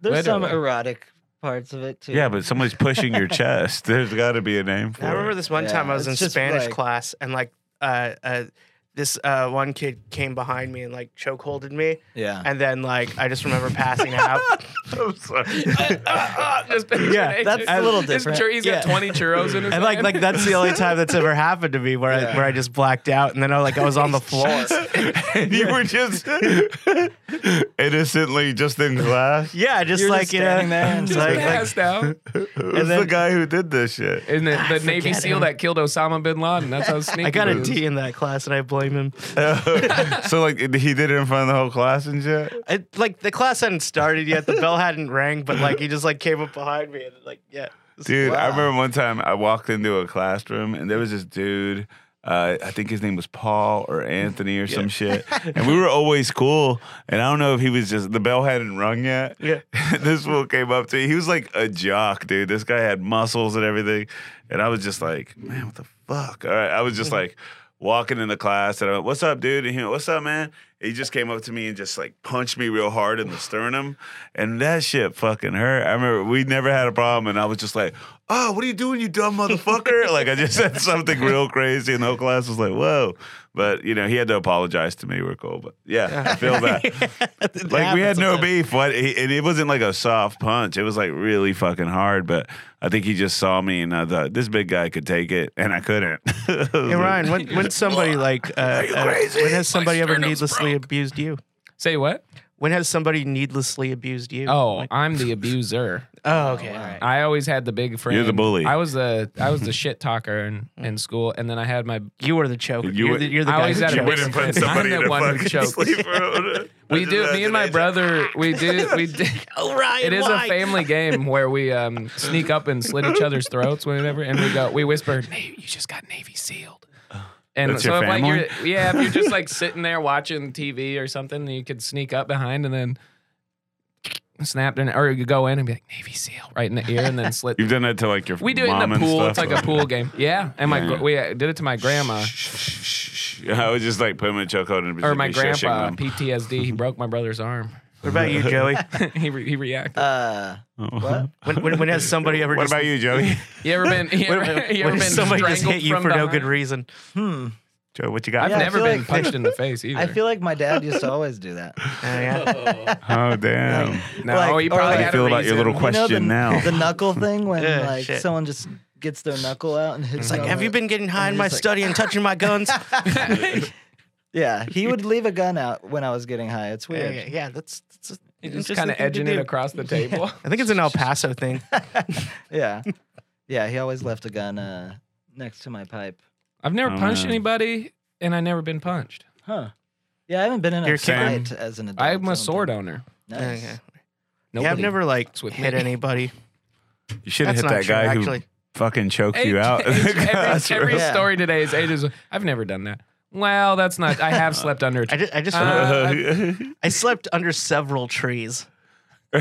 S1: There's some
S5: literally.
S1: erotic parts of it too.
S3: yeah, but somebody's pushing your chest. There's got to be a name for
S4: I remember
S3: it.
S4: this one
S1: Yeah,
S4: time I was in
S1: it's just
S4: Spanish
S1: like-
S4: class and like uh, uh, this uh, one kid came behind me and like chokeholded me
S1: Yeah.
S4: and then like I just remember passing out.
S3: I'm sorry.
S4: Yeah,
S1: that's a little different.
S5: His chur- he's got
S4: Yeah.
S5: 20 churros in his
S4: And like
S5: hand.
S4: like that's the only time that's ever happened to me where I
S1: Yeah.
S4: where I just blacked out and then I like I was on the floor.
S3: and you were just innocently just in class.
S4: Yeah, just
S1: You're just
S4: like you know,
S1: standing there and
S4: just
S1: just
S4: like, like
S5: passed out.
S3: Who's the
S4: then-
S3: guy who did this shit?
S5: And the, the Navy
S4: forget
S5: SEAL
S4: him.
S5: that killed Osama bin Laden. That's how sneaky
S4: I got
S5: he
S4: a
S5: was.
S4: D in that class and I blame him.
S3: so like he did it in front of the whole class and shit.
S4: I, like the class hadn't started yet, the bell hadn't rang, but like he just like came up behind me and like yeah.
S3: Dude, I
S1: Wow.
S3: remember one time I walked into a classroom and there was this dude. Uh, I think his name was Paul or Anthony or some shit. And we were always cool. And I don't know if he was just, the bell hadn't rung yet.
S4: Yeah.
S3: this fool came up to me. He was like a jock, dude. This guy had muscles and everything. And I was just like, man, what the fuck? All right. I was just like walking in the class and I went, what's up, dude? And he went, what's up, man? He just came up to me and just like punched me real hard in the sternum. And that shit fucking hurt. I remember we never had a problem. And I was just like, oh, what are you doing, you dumb motherfucker? like I just said something real crazy. And the whole class was like, whoa. But, you know, he had to apologize to me. We're cool. But yeah, I feel that.
S4: It
S3: Like we
S4: happens
S3: had no
S4: sometimes.
S3: beef. What? He, and it wasn't like a soft punch. It was like really fucking hard. But I think he just saw me and I thought this big guy could take it, and I couldn't.
S4: Hey Ryan, when when somebody like uh,
S3: you
S4: uh,
S3: crazy?
S4: when has somebody ever
S5: sternum's
S4: needlessly abused you?
S5: Say what?
S4: When has somebody needlessly abused you?
S5: Oh,
S4: Like-
S5: I'm the abuser.
S4: oh, okay, all right.
S5: I always had the big friend.
S3: You're the bully.
S5: I was the I was the shit talker in, in school, and then I had my.
S4: You were the choker.
S3: You
S4: You are
S3: were-
S4: the, you're the
S5: I
S4: guy
S5: always
S4: who
S5: had a
S3: you
S4: choked.
S3: wouldn't
S5: I'm
S3: put somebody
S5: the
S3: in a
S5: one who
S3: fucking
S5: chokes.
S3: sleeper.
S5: We do. Me and my brother. We do. We do.
S4: Oh, Ryan,
S5: It is a
S4: why?
S5: family game where we um, sneak up and slit each other's throats whenever, and we go. We whisper, "Navy, you just got Navy sealed." And
S3: That's
S5: so,
S3: your
S5: if, like,
S3: family?
S5: you're, yeah, if you're just like sitting there watching TV or something, you could sneak up behind and then snap, and or you go in and be like, "Navy seal," right in the ear, and then slit.
S3: You've done that to like your
S5: We do it
S3: mom
S5: in the
S3: and
S5: pool.
S3: stuff?
S5: It's like a pool game. Yeah, and my
S3: Yeah.
S5: gr- we uh, did it to my grandma
S3: I would just like put him in a chokehold and be
S5: or
S3: like,
S5: my
S3: "You're shushing
S5: grandpa.
S3: them."
S5: PTSD. He broke my brother's arm.
S4: What about you, Joey?
S5: he, re- he reacted.
S1: Uh, what?
S4: When, when, when has somebody ever
S3: Oh. What
S4: just,
S3: about you, Joey?
S5: You ever been? You
S4: When,
S5: ever, you ever
S4: when
S5: been
S4: somebody just
S5: strangled
S4: hit you
S5: from
S4: for no
S5: behind?
S4: good reason?
S1: Hmm.
S3: Joey, what you
S5: I've
S3: got?
S1: Yeah, I
S5: never
S1: feel
S5: been
S1: like-
S5: punched in the face either.
S1: I feel like my dad used to always do that.
S4: Uh, yeah.
S3: Oh damn!
S5: no, Oh,
S1: like-
S5: you
S1: or like-
S3: How do
S5: probably
S3: you
S5: had a
S3: feel about your
S5: reason.
S1: You know
S3: little
S1: the,
S3: question now?
S1: the knuckle thing when
S4: Yeah,
S1: like
S4: shit.
S1: someone just gets their knuckle out and hits.
S4: It's like,
S1: you on
S4: have
S1: the-
S4: you been getting high in
S1: and
S4: my
S1: just like-
S4: study and touching my guns?
S1: Yeah, he would leave a gun out when I was getting high. It's
S4: yeah,
S1: weird.
S4: yeah, yeah, that's, that's
S5: You're just kind of edging it across the table.
S4: I think it's an El Paso thing.
S1: Yeah, yeah. He always left a gun uh, next to my pipe.
S5: I've never
S3: Oh,
S5: punched
S3: man.
S5: anybody, and I never been punched.
S1: Huh? Yeah, I haven't been in
S4: You're
S1: a
S4: kidding.
S1: fight as an adult.
S5: I'm
S1: I
S5: a
S1: don't
S5: sword
S1: think.
S5: owner.
S1: Nice.
S4: Yeah,
S5: Nobody.
S4: Yeah, I've never like
S5: with
S4: hit
S5: me.
S4: anybody.
S3: You should have
S4: That's
S3: hit
S4: not
S3: that
S4: true,
S3: guy
S4: actually.
S3: who fucking choked you
S5: H-
S3: out.
S5: H-
S3: That's
S5: every every
S1: right.
S5: story today is ages. I've never done that. Well, that's not. I have slept under. a
S4: I
S5: tree.
S4: just, I just,
S5: Uh,
S4: I slept under several trees.
S3: you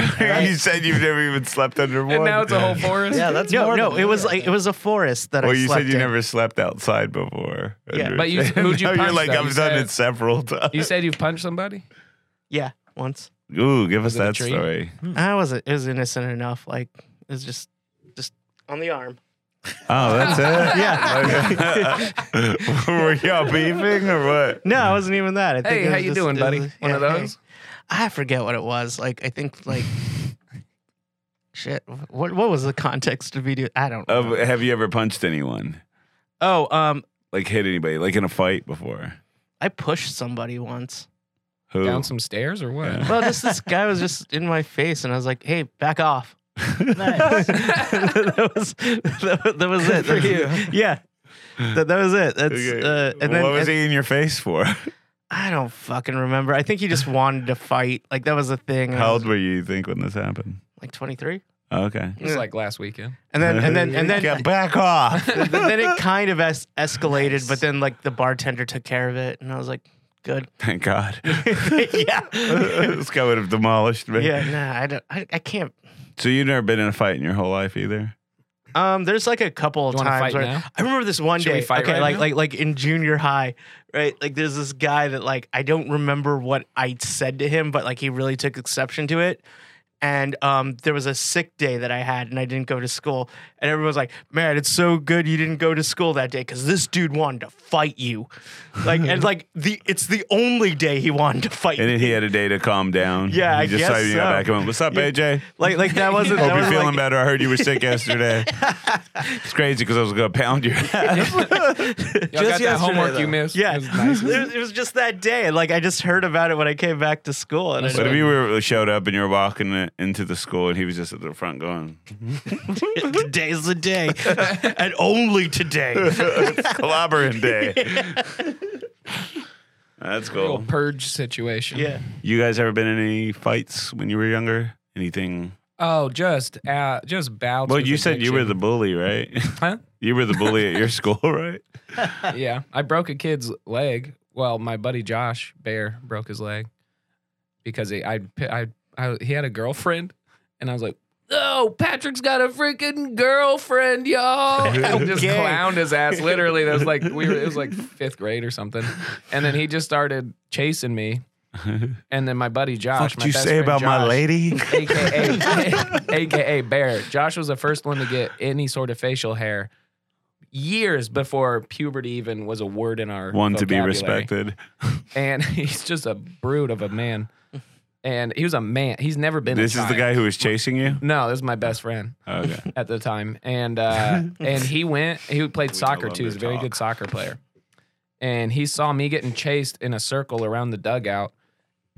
S3: said you've never even slept under one.
S5: and now it's a whole forest.
S1: Yeah, that's
S4: No,
S1: more
S4: no,
S1: than-
S4: it was
S1: yeah.
S4: like it was a forest that
S3: Well,
S4: I
S3: you
S4: slept
S3: said you
S4: in.
S3: never slept outside before.
S4: Yeah,
S3: Under-
S5: but you- who'd you
S3: now you're
S5: punch,
S3: like
S5: though?
S3: I've
S5: You
S3: done
S5: said-
S3: it several times.
S5: You said you've punched somebody.
S4: Yeah, once.
S3: Ooh, give us
S5: Was it a
S3: that
S5: tree?
S3: story.
S4: I wasn't. It was innocent enough. Like it was just, just on the arm.
S3: Oh, that's it. yeah. Were y'all beefing or what?
S4: No, it wasn't even that. I think
S5: Hey,
S4: it
S5: how
S4: was
S5: you
S4: just-
S5: doing,
S4: it
S5: buddy?
S4: was-
S5: One of
S4: yeah, hey.
S5: those.
S4: I forget what it was. Like I think like. Shit! What what was the context of video? I don't.
S3: Of,
S4: know.
S3: have you ever punched anyone?
S4: Oh, um,
S3: Like hit anybody? Like in a fight before?
S4: I pushed somebody once.
S3: Who?
S5: Down some stairs or what?
S3: Yeah.
S4: Well, just this guy was just in my face, and I was like, "Hey, back off."
S1: Nice.
S4: that was that, was- that was it.
S1: for you.
S4: Yeah. That, that was it. That's
S3: Okay.
S4: uh, and then
S3: what was
S4: and-
S3: he in your face for?
S4: I don't fucking remember. I think he just wanted to fight. Like that was the thing. and I
S3: How
S4: was,
S3: old were you, you think when this happened?
S4: like 23.
S3: Okay.
S5: It was like last weekend.
S4: And then and then and then
S3: Get back off.
S4: then, Uh, then it kind of es- escalated, but then like the bartender took care of it and I was like, "Good."
S3: Thank God.
S4: yeah.
S3: this guy would have demolished me.
S4: yeah, nah, I don't I, I can't.
S3: So you've never been in a fight in your whole life either?
S4: Um there's like a couple of
S5: You wanna
S4: times
S5: fight
S4: where
S5: now?
S4: I remember this one
S5: Should we
S4: day.
S5: fight
S4: okay,
S5: right
S4: like
S5: now?
S4: like like in junior high, right? Like there's this guy that like I don't remember what I said to him, but like he really took exception to it. And um, there was a sick day that I had, and I didn't go to school. And everyone was like, "Man, it's so good you didn't go to school that day because this dude wanted to fight you." Like and like the it's the only day he wanted to fight.
S3: And
S4: me.
S3: then he had a day to calm down.
S4: Yeah, I
S3: he just
S4: guess
S3: decided he got
S4: so.
S3: back and went, What's up, AJ?
S4: like like that wasn't.
S3: Hope
S4: that
S3: you're
S4: was
S3: feeling
S4: like,
S3: better. I heard you were sick yesterday. it's crazy because I was gonna pound your ass.
S5: Y'all
S1: Just
S5: got
S1: yesterday,
S5: that homework
S1: though.
S5: you missed.
S4: Yeah,
S5: It was nice.
S4: it, was, it was just that day. and, Like I just heard about it when I came back to school, and I
S3: but if you were showed up and you were walking uh, into the school and he was just at the front going,
S4: Today's the day, and only today.
S3: it's clobbering day. That's
S5: Little
S3: cool.
S5: purge situation.
S4: Yeah.
S3: You guys ever been in any fights when you were younger? Anything?
S5: Oh, just uh, just bouts.
S3: Well,
S5: with
S3: you said you were the
S5: addiction.
S3: bully, right?
S5: Huh?
S3: you were the bully at your school, right?
S5: yeah. I broke a kid's leg. Well, my buddy Josh Bear broke his leg because he I I, I he had a girlfriend, and I was like. Oh, Patrick's got a freaking girlfriend, y'all! And just
S4: Okay.
S5: clowned his ass. Literally, that was like we were. It was like fifth grade or something, and then he just started chasing me. And then my buddy Josh, my best friend Josh,
S3: lady?
S5: aka aka bear josh was the first one to get any sort of facial hair years before puberty even was a word in our
S3: One to be
S5: vocabulary.
S3: respected.
S5: and he's just a brute of a man and he was a man he's never been a
S3: This is the
S5: child.
S3: guy who was chasing you.
S5: no this is my best friend
S3: Okay.
S5: at the time, and uh, and he went. He played soccer
S3: love
S5: too. He's a
S3: their
S5: very good soccer player, and he saw me getting chased in a circle around the dugout,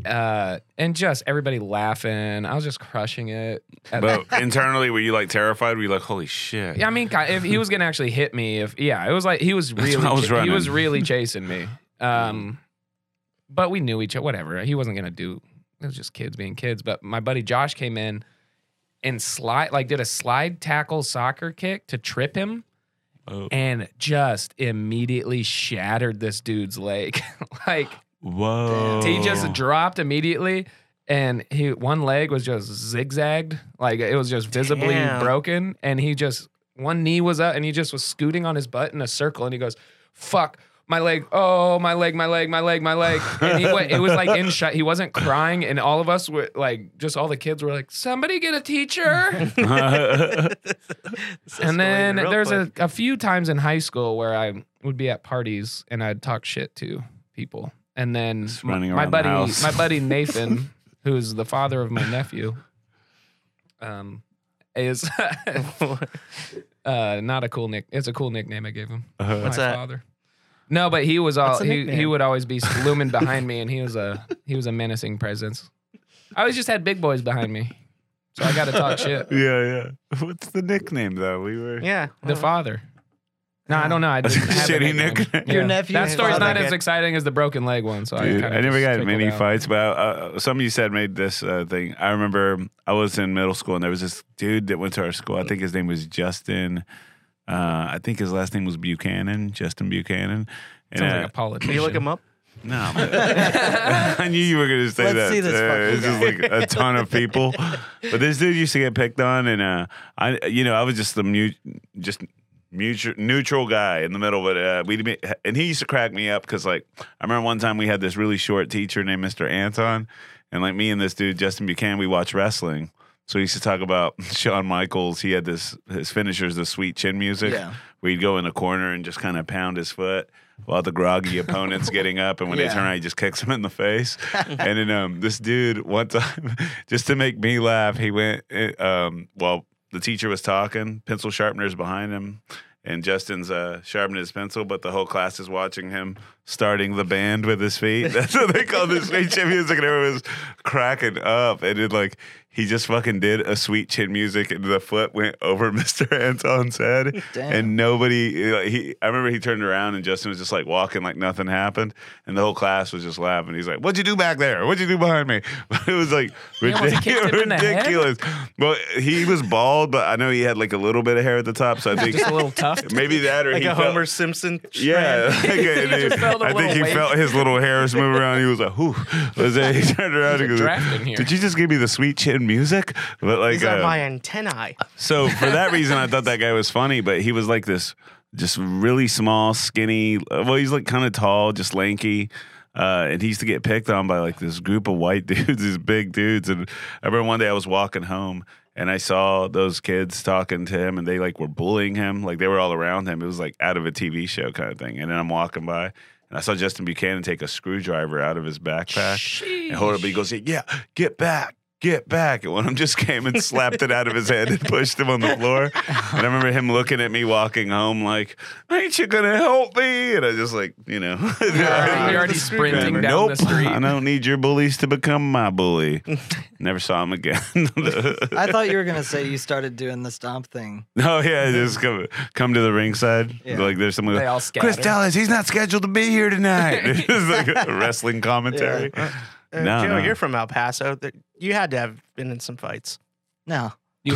S5: uh, and just everybody laughing. I was just crushing it. At
S3: But internally, were you like terrified? Were you like, holy shit?
S5: yeah, I mean, ki- if he was gonna actually hit me, if yeah, it was like he was really
S3: what I was
S5: he was
S3: running.
S5: really chasing me. Um, but we knew each other. Whatever, he wasn't gonna do. It was just kids being kids. But my buddy Josh came in and slide like did a slide tackle soccer kick to trip him.
S3: Oh.
S5: And just immediately shattered this dude's leg. like
S3: Whoa.
S5: he just dropped immediately, and he one leg was just zigzagged, like it was just visibly
S4: Damn.
S5: broken, and he just one knee was up, and he just was scooting on his butt in a circle, and he goes, "Fuck." my leg, oh, my leg, my leg, my leg, my leg. And he, wa- it was like in shot. He wasn't crying, and all of us were like, just all the kids were like, somebody get a teacher. and then there's a, a few times in high school where I would be at parties and I'd talk shit to people. And then
S3: Just
S5: my,
S3: running
S5: my
S3: around the
S5: buddy,
S3: house.
S5: my buddy Nathan, who's the father of my nephew, um, is uh, not a cool nick. It's a cool nickname I gave him.
S4: What's
S5: my
S4: that?
S5: Father. No, but he was all
S4: What's the
S5: he, he
S4: nickname?
S5: would always be looming behind me, and he was a he was a menacing presence. I always just had big boys behind me, so I got to talk shit.
S3: yeah, yeah. What's the nickname though? We were
S4: yeah. Uh-huh.
S5: The father. No, I don't know. I didn't have a
S3: Shitty
S5: nickname.
S3: nickname.
S1: Your nephew
S5: That
S1: is
S5: story's
S1: father.
S5: not as exciting as the broken leg one. So
S3: Dude,
S5: I,
S3: I never got in many
S5: fights.
S3: fights, but uh, some you said made this uh, thing. I remember I was in middle school and there was this dude that went to our school. I think his name was Justin. Uh, I think his last name was Buchanan, Justin Buchanan. And,
S5: Sounds
S3: uh,
S5: like a politician.
S4: Can you look him up?
S3: No, man. I knew you were going to say
S1: Let's
S3: that. Uh,
S1: see this fucking
S3: it's just like a ton of people. But this dude used to get picked on, and uh, I, you know, I was just the mute, just mutual, neutral guy in the middle. But uh, we, and he used to crack me up because, like, I remember one time we had this really short teacher named Mr. Anton, and like me and this dude Justin Buchanan, we watched wrestling. So he used to talk about Shawn Michaels. He had this his finishers, the sweet chin music.
S1: Yeah.
S3: Where he'd go in the corner and just kind of pound his foot while the groggy opponent's getting up, and when they
S1: Yeah.
S3: turn around, he just kicks him in the face. and then um, this dude one time, just to make me laugh, he went uh, um, while the teacher was talking, pencil sharpener's behind him. And Justin's uh, sharpening his pencil, but the whole class is watching him starting the band with his feet. That's what they call this sweet chin music, and everyone was cracking up. And it like he just fucking did a sweet chin music, and the foot went over Mr. Anton's head,
S1: Damn.
S3: and nobody like, he i remember he turned around and justin was just like walking like nothing happened and the whole class was just laughing he's like what'd you do back there what'd you do behind me it was like
S5: almost
S3: ridiculous,
S5: kicked him in the head?
S3: ridiculous. well he was bald but i know he had like a little bit of hair at the top so i think
S5: Just a little tough.
S3: maybe that or
S4: Like
S3: he
S4: a
S3: felt-
S4: Homer Simpson.
S3: yeah,
S4: strand.
S3: like, and
S5: just
S3: he-
S5: felt a
S3: I think
S5: little
S3: he
S5: wave.
S3: felt his little hairs move around. He was like, "Whew!" Was it? He turned around and goes,
S5: There's a draft in here.
S3: "Did you just give me the sweet chin music?" But like,
S4: These are
S3: uh,
S4: my antennae.
S3: so for that reason, I thought that guy was funny, but he was like this, just really small, skinny. uh, Well, he's like kind of tall, just lanky. Uh, and he used to get picked on by like this group of white dudes, these big dudes. And I remember one day I was walking home and I saw those kids talking to him and they like were bullying him. Like they were all around him. It was like out of a TV show kind of thing. And then I'm walking by and I saw Justin Buchanan take a screwdriver out of his
S4: Uh,
S3: backpack and hold it up. He goes, "Yeah, get back." Get back. And one of them just came and slapped it out of his hand and pushed him on the floor. And I remember him looking at me walking home like, Ain't you gonna help me? And I just like, you know.
S5: You're already
S4: The
S5: sprinting down
S3: nope,
S5: the street.
S3: I don't need your bullies to become my bully. Never saw him again.
S1: I thought you were gonna say you started doing the stomp thing.
S3: No, Oh, yeah, just come come to the ringside.
S1: Yeah.
S3: Like there's someone.
S5: They all
S3: Chris
S5: scatter.
S3: Dallas, he's not scheduled to be here tonight. it's like a wrestling commentary.
S4: Uh,
S3: No,
S4: Joe,
S3: no.
S4: you're from El Paso. Th- You had to have been in some fights.
S1: No,
S5: You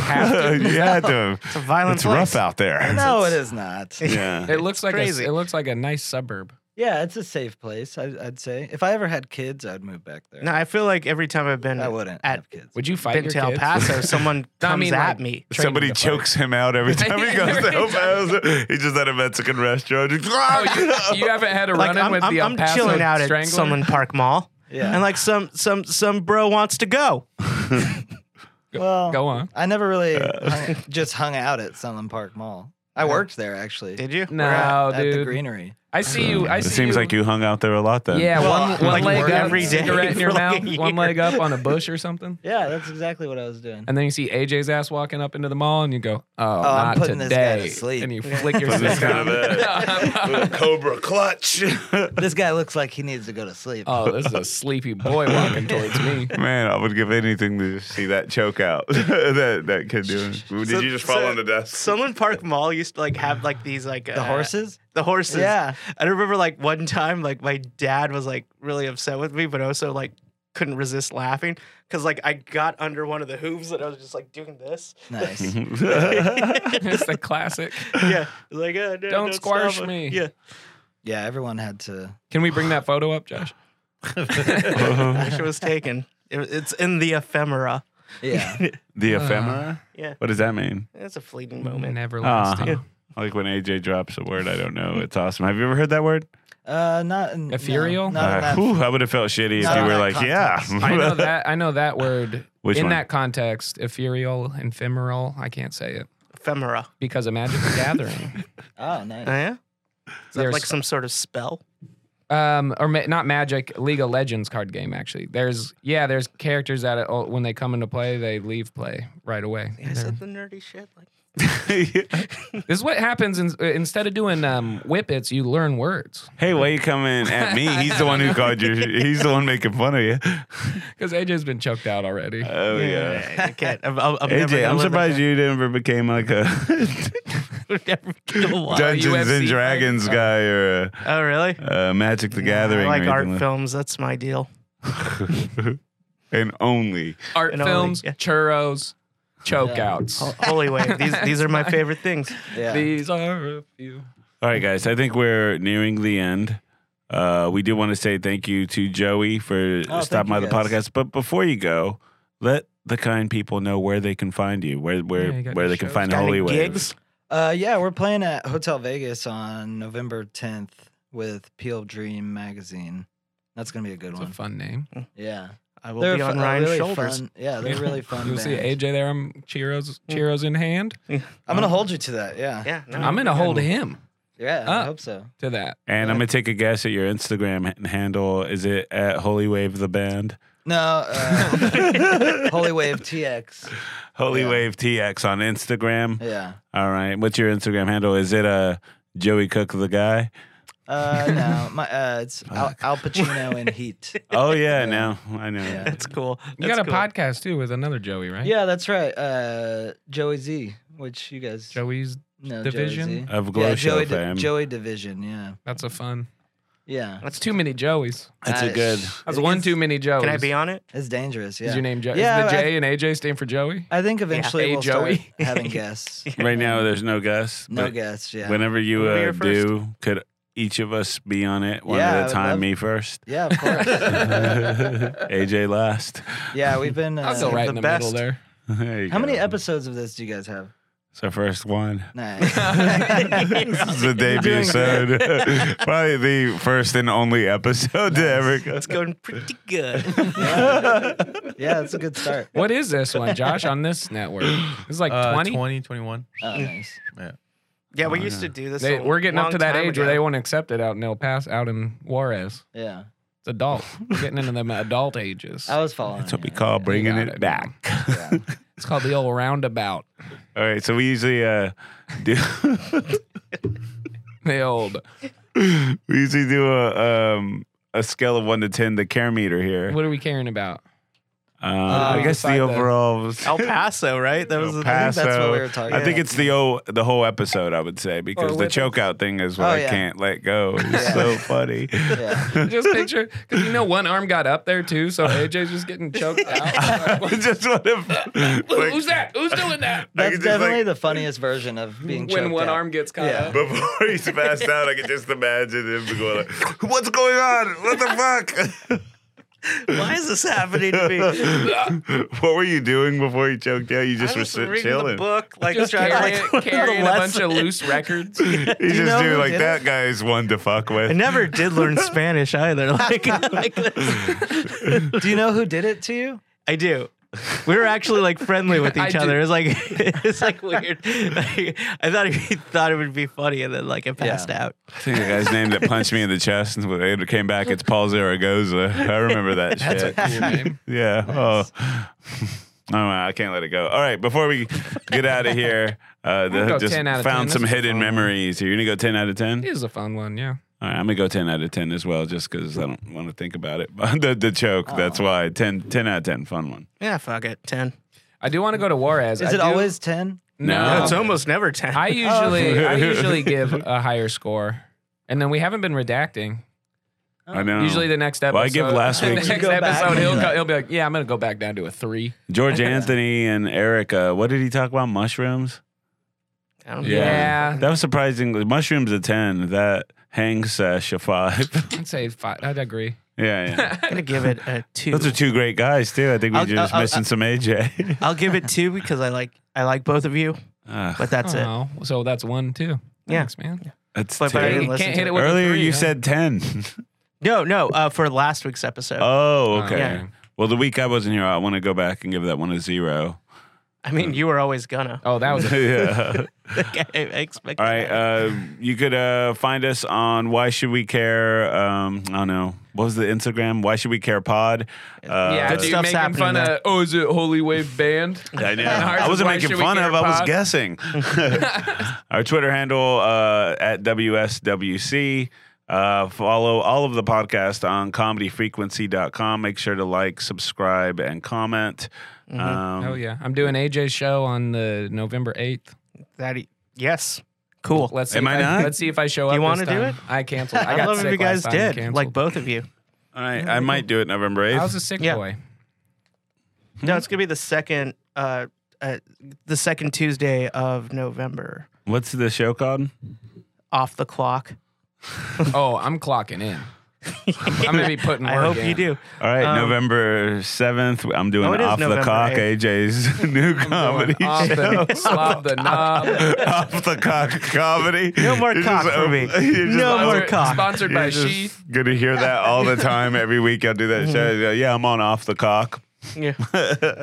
S5: have to.
S3: yeah, dude.
S4: It's a violent
S3: it's
S4: place.
S3: rough out there.
S1: no, it is not.
S3: Yeah.
S5: It looks like
S4: crazy.
S5: a it looks like a nice suburb.
S1: Yeah, it's a safe place. I, I'd say. If I ever had kids, I'd move back there.
S4: No, I feel like every time I've been
S1: I wouldn't
S4: at
S1: have kids.
S5: Would you fight
S4: been
S5: your
S4: to El
S5: kids?
S4: Paso, someone
S5: No, I
S4: comes
S5: mean,
S4: at
S5: like-
S4: me.
S5: Train
S3: Somebody
S5: to fight.
S3: chokes him out every time he goes to
S5: Every
S3: El
S5: time.
S3: Paso. He's just at a Mexican restaurant. "Ah!" Just,
S5: Oh, you, you haven't had a
S4: Like
S5: run in
S4: I'm,
S5: with
S4: I'm-
S5: the El
S4: I'm
S5: Paso
S4: chilling out
S5: strangler?
S4: at Sunland Park Mall,
S1: Yeah.
S4: and like some some some bro wants to go.
S1: well,
S5: Go on.
S1: I never really hung, just hung out at Sunland Park Mall. I worked there actually.
S4: Did you?
S5: No,
S4: Or, uh,
S1: at the
S5: dude.
S1: greenery.
S5: I see you. I
S3: it
S5: see
S3: seems
S5: you.
S3: like you uh, hung out there a lot then.
S5: Yeah,
S1: Well,
S5: one, one
S1: like
S5: leg
S1: work
S5: up,
S1: every day
S5: cigarette in your
S4: for like
S5: mouth,
S4: a
S5: one
S4: year.
S5: leg up on a bush or something.
S1: Yeah, that's exactly what I was doing.
S5: And then you see AJ's ass walking up into the mall, and you go, "Oh,
S1: I'm
S5: not
S1: putting this guy
S5: today."
S1: to sleep.
S5: And you flick your
S3: Put this
S5: cigarette.
S3: guy to bed. Cobra clutch.
S1: this guy looks like he needs to go to sleep.
S5: Oh, this is a sleepy boy walking towards me.
S3: Man, I would give anything to just see that choke out that that kid doing. Did
S4: So-
S3: you just fall
S4: so
S3: on the desk?
S4: Sunland Park Mall used to like have like these like uh,
S1: the horses?
S4: The horses.
S1: Yeah.
S4: I remember like one time, like my dad was like really upset with me, but also like couldn't resist laughing because like I got under one of the hooves and I was just like doing this.
S1: Nice.
S3: Mm-hmm.
S5: It's the classic.
S4: Yeah. Like, uh, no, don't,
S5: squash
S4: stop it."
S5: me.
S4: Yeah.
S1: Yeah, everyone had to.
S5: Can we bring that photo up, Josh?
S4: I wish it was taken. It, it's in the ephemera.
S1: Yeah.
S3: the ephemera.
S4: Yeah.
S5: Uh,
S3: What does that mean?
S4: It's a fleeting moment. Ah.
S5: An everlasting.
S3: Uh-huh. like when AJ drops a word I don't know. It's awesome. Have you ever heard that word?
S1: Uh, not in,
S5: Ethereal?
S1: No, not in
S3: Uh,
S1: that-
S3: whew, I would have felt shitty if
S1: not
S3: you
S1: in
S3: were
S1: that
S3: like,
S1: context.
S3: yeah.
S5: I know that. I know that word.
S3: Which
S5: in
S3: one?
S5: that context, ethereal, ephemeral. I can't say it
S4: ephemera.
S5: because imagine the gathering.
S1: Oh,
S4: Oh,
S1: nice.
S4: yeah? Is that
S5: There's-
S4: like some sort of spell?
S5: Um, or ma- not magic, League of Legends card game. Actually, there's yeah, there's characters that uh, when they come into play, they leave play right away.
S4: I said the nerdy shit. Like,
S5: This is what happens in, uh, instead of doing um, whippets, you learn words.
S3: hey, why you coming at me? He's the one who called you. He's the one making fun of you.
S5: Because AJ's been choked out already.
S3: Oh yeah.
S4: I can't. I'm, I'm, I'm never
S3: AJ,
S4: gonna
S3: I'm
S4: live
S3: surprised
S4: it
S3: you never became like a
S4: down. Never gonna watch.
S3: Dungeons
S5: UFC
S3: and Dragons
S5: fight.
S3: guy or
S4: Oh, really?
S3: a, uh Magic the Gathering.
S4: I like
S3: or
S4: art
S3: anything
S4: films. That's my deal.
S3: like- and only.
S5: Art
S4: And all
S5: films,
S4: the- yeah.
S5: churros,
S1: Yeah.
S5: chokeouts.
S4: Ho- Holy wave. These these are my favorite things.
S1: Yeah.
S5: These are a few.
S3: All right, guys. I think we're nearing the end. Uh, we do want to say thank you to Joey for
S1: Oh, thank
S3: stopping by
S1: you
S3: the
S1: guys.
S3: podcast. But before you go, let the kind people know where they can find you, where where
S5: Yeah, you got
S3: where
S5: any
S3: they can
S5: shows?
S3: find
S4: Got any
S3: Holy Waves.
S4: gigs?
S1: Uh, yeah, we're playing at Hotel Vegas on November 10th with Peel Dream Magazine. That's gonna be a good
S5: It's a
S1: one.
S5: fun name.
S1: Yeah,
S4: I will be on
S1: fu- a
S4: Ryan's
S1: really
S4: shoulders.
S1: Fun, yeah, they're really fun.
S5: You'll see
S1: band.
S5: AJ there. I'm Cheeros, Cheeros in hand.
S1: I'm gonna hold you to that. Yeah, yeah.
S4: Yeah. no,
S5: I'm gonna hold him
S1: I
S5: Up.
S1: hope so.
S5: to that.
S3: And I'm gonna take a guess at your Instagram h- handle. Is it at Holy Wave the band?
S1: No, uh, Holy Wave TX.
S3: Holy
S1: Yeah.
S3: Wave TX on Instagram.
S1: Yeah.
S3: All right. What's your Instagram handle? Is it uh, Joey Cook the guy?
S1: Uh, no, my uh, it's Al, Al Pacino in Heat.
S3: Oh yeah, now I know.
S1: Yeah.
S4: That's cool.
S5: You
S4: That's
S5: got a
S4: cool.
S5: podcast too with another Joey, right?
S1: Yeah, that's right. Uh, Joey Z, which you guys
S5: Joey's.
S1: know.
S5: Division?
S1: Joey Z.
S3: Of Glow
S1: yeah,
S3: Show
S1: Joey, Di-
S3: fame.
S1: Joey Division. Yeah,
S5: That's a fun.
S1: yeah.
S5: That's too many Joeys.
S3: That's a
S1: Uh,
S3: good.
S5: That's one too many Joeys.
S4: Can I be on it?
S1: It's dangerous. Yeah.
S5: Is your name Joey?
S1: Yeah,
S5: Is the
S1: I-
S5: J and AJ stand for Joey?
S1: I think eventually
S5: Hey,
S1: we'll
S5: Joey.
S1: start having guests.
S3: Right now, there's no guess.
S1: No
S3: but
S1: guests. Yeah.
S3: Whenever you
S4: Whoever
S3: uh,
S4: you're first.
S3: do, could each of us be on it one
S1: Yeah, I
S3: at a
S1: would
S3: time?
S1: love-
S3: Me first,
S1: yeah, of course.
S3: AJ last.
S1: yeah, we've been. Uh,
S5: That's all right in
S4: the
S5: the
S4: best.
S5: middle there.
S3: There you
S1: How many
S3: go.
S1: episodes of this do you guys have?
S3: It's our first one.
S1: Nice.
S3: this is the debut episode. Probably the first and only episode to ever go.
S4: It's going pretty good.
S1: yeah, that's a good start.
S5: What is this one, Josh? On this network, it's like
S6: Uh,
S5: 20?
S6: 20, 21.
S1: Oh, nice.
S4: yeah,
S3: Oh,
S4: we used to do this.
S5: They,
S4: a
S5: we're getting up
S4: long
S5: to that
S4: time
S5: age where
S4: ago.
S5: they won't accept it out in El Paso, out in Juarez.
S1: Yeah,
S5: It's adult. We're getting into them adult ages.
S1: I was following.
S3: That's what we
S1: you.
S3: call bringing
S5: got
S3: it,
S5: it.
S3: back.
S1: Yeah.
S5: It's called the old roundabout.
S3: All right, so we usually uh, do
S5: The old.
S3: we usually do a um, a scale of one to ten, the care meter here.
S5: What are we caring about?
S3: Uh,
S1: Uh,
S3: I guess the
S5: decide the-
S3: overall
S4: El Paso, right? That was
S3: El
S4: the thing.
S1: I think
S3: Paso.
S1: that's what we were talking
S3: I think
S1: about.
S3: it's the whole, the whole episode. I would say because
S1: Or
S3: the
S1: with
S3: choke out thing is what
S1: Oh,
S3: I
S1: yeah.
S3: can't let go. It's
S1: Yeah.
S3: so funny.
S1: Yeah.
S5: Just picture, because you know one arm got up there too, so AJ's just getting choked out.
S3: I just want to.
S5: Who- Who's that? Who's doing that?
S3: I
S1: That's
S3: could just,
S1: definitely
S3: like-
S1: the funniest version of being
S5: When
S1: choked
S5: one
S1: out.
S5: arm gets caught
S1: Yeah.
S5: up.
S3: Before he's passed out, I could just imagine him going like, "What's going on? What the
S4: Why is this happening to me?
S3: fuck? what were you doing before he choked out? You just
S4: I
S3: were
S4: was
S3: sit-
S4: reading the
S3: chilling."
S4: book, like
S5: Just
S4: trying to
S5: carrying,
S4: like
S5: carrying a
S4: the
S5: bunch
S4: lesson.
S5: of loose records.
S3: He
S1: you
S3: just
S1: know
S3: knew
S1: who
S3: like
S1: did
S3: that guy's one to fuck
S4: I
S3: with.
S4: never did learn Spanish either. Like, like
S1: Do you know who did it to you?
S4: I do. We were actually like friendly with
S5: I
S4: each
S5: do.
S4: other. It's like it's like weird. Like, I thought he thought it would be funny, and then like it passed out.
S3: I think the guy's name that punched me in the chest and it came back. It's Paul Zaragoza. I remember that shit.
S5: Cool name.
S3: Yeah. Oh. Oh, I can't let it go. All right, before we get out of here, uh, the,
S5: go
S3: just
S5: 10 out of 10.
S3: found
S5: This
S3: some
S5: is
S3: hidden
S5: fun.
S3: memories. You're gonna go ten out of ten.
S5: It is a fun one, yeah.
S3: All right, I'm gonna go ten out of ten as well, just because I don't want to think about it. the the choke.
S5: Oh.
S3: That's why 10, 10 out of ten. Fun one.
S4: Yeah, fuck it. Ten.
S5: I do want to go to Juarez.
S1: Is
S5: I
S1: it
S5: do-
S1: always ten?
S3: Um,
S5: No.
S4: It's almost never ten.
S5: I usually I usually give a higher score, and then we haven't been redacting.
S3: I know.
S5: Oh. Usually the next episode.
S3: Well, I give last
S5: the
S3: week's-
S5: next
S1: Go back.
S5: episode he'll, go, he'll be like, yeah, I'm gonna go back down to a three.
S3: George Anthony and Eric. Uh, what did he talk about? Mushrooms.
S4: I don't
S3: Yeah.
S4: know.
S5: Yeah,
S3: That was surprising. Mushrooms a ten. That hang sesh a five.
S5: I'd say five. I'd agree.
S3: yeah, yeah.
S4: I'm gonna give it a two.
S3: Those are two great guys too. I think we're
S4: I'll-
S3: just
S4: I'll-
S3: missing some AJ.
S4: I'll give it two because I like I like both of you.
S3: Ugh,
S4: But that's it.
S5: Oh, so that's one too.
S4: Yeah.
S5: Thanks, man.
S3: that's
S4: But- but
S3: two.
S4: I didn't
S5: You
S4: listen
S5: can't
S4: to
S5: hit
S4: it.
S5: it with a
S3: Earlier
S5: three,
S3: you
S5: huh?
S3: said ten.
S4: No, no, uh, for last week's episode.
S3: oh,
S5: Oh,
S3: okay.
S5: yeah.
S3: Well, the week I wasn't here, I want to go back and give that one a zero.
S4: I mean, you were always gonna.
S5: Oh, that was.
S3: yeah.
S4: Like, I, I expect.
S3: All right. Uh, you could uh, find us on Why Should We Care? Um, I don't know. What was the Instagram? Why Should We Care Pod? Uh,
S5: yeah,
S4: Good
S5: dude,
S4: stuff's
S5: making
S4: happening
S5: fun
S4: there.
S5: of. Oh, is it Holy Wave Band?
S3: I know.
S5: Ours
S3: I
S5: is
S3: wasn't
S5: Why
S3: making
S5: Should We
S3: fun
S5: Care
S3: of. I was
S5: Pod.
S3: guessing. Our Twitter handle uh, at WSWC. Uh, follow all of the podcast on comedyfrequency.com. Make sure to like, subscribe, and comment. Um,
S5: Oh yeah, I'm doing AJ's show on the November 8th.
S4: that. e- Yes. Cool.
S5: Let's see.
S3: Am
S5: if
S3: I not?
S5: Let's see if I show up.
S4: You
S5: want
S4: wanna
S5: to
S4: do it?
S5: I canceled. I,
S4: I,
S5: got
S4: love
S5: sick
S4: if you guys
S5: last time and
S4: did, like
S5: canceled.
S4: both of you.
S3: All right. I might do it November 8th.
S5: I was a sick
S4: Yeah.
S5: boy.
S4: No, it's gonna be the second, uh, uh, the second Tuesday of November.
S3: What's the show called?
S4: Off the clock.
S5: Oh, I'm clocking in. I'm gonna be putting work
S4: I hope
S5: in.
S4: you do.
S3: All right,
S4: Um,
S3: November seventh. I'm doing
S4: Oh, it is
S3: off the
S4: November
S3: cock.
S4: 8th.
S3: AJ's new comedy
S5: Going off
S3: show.
S5: the, slob the knob.
S3: off the cock comedy.
S4: No more
S3: You're
S4: cock
S3: just
S4: for
S3: over-
S4: me.
S3: you're just
S4: No
S3: over-
S4: more
S5: Sponsored-
S4: cock.
S5: Sponsored
S3: You're
S5: by
S3: just
S5: Sheath.
S3: gonna hear that all the time. Every week I'll do that show. Yeah, Yeah, I'm on off the cock.
S4: Yeah.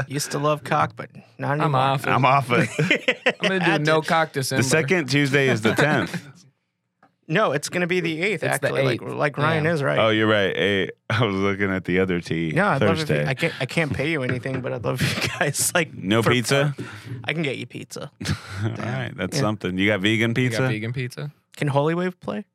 S4: Used to love cock, but not anymore.
S5: I'm off. I'm,
S3: I'm off it.
S5: gonna do no cock December.
S3: the second Tuesday is the tenth.
S4: No, it's gonna be the eighth.
S5: It's the
S4: actually, like
S5: 8th.
S4: like Ryan
S5: Yeah.
S4: is right.
S3: Oh, you're right. Hey, I was looking at the other T.
S4: No, I'd love if you,
S3: Thursday.
S4: I can't. I can't pay you anything, but I'd love if you guys like
S3: no
S4: for
S3: pizza.
S4: fun. I can get you pizza.
S3: All right, that's
S4: Yeah.
S3: something. You got vegan
S5: You
S3: pizza.
S5: got vegan pizza.
S4: Can Holy Wave play?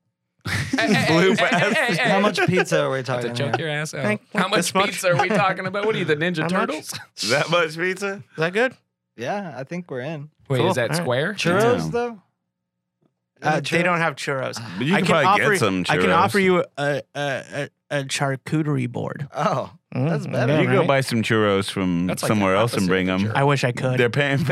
S5: Blue past.
S1: How much pizza are we
S5: To
S1: talking
S5: choke
S1: about?
S5: your ass out.
S4: Thank-
S5: How much
S4: this much?
S5: pizza are we talking about? What are you, the Ninja
S4: How much?
S5: Turtles?
S3: Is that much pizza?
S4: Is that good?
S1: Yeah, I think we're in.
S5: Wait,
S4: Cool.
S5: is that
S4: All right.
S5: square?
S1: Churros
S3: Damn.
S1: though.
S4: Uh,
S1: Any
S4: they
S1: churros?
S4: don't have churros.
S3: But you
S4: I
S3: can,
S4: can
S3: probably
S4: offer,
S3: get some.
S4: I can
S3: churros.
S4: offer you a a, a, a charcuterie board.
S1: Oh, that's
S4: Mm,
S1: better.
S4: yeah,
S3: You can go
S4: right?
S3: buy some churros from
S5: That's like
S3: somewhere
S5: the
S3: else and
S5: opposite
S3: bring
S5: of
S3: them.
S5: churros.
S4: I wish I could.
S3: They're paying.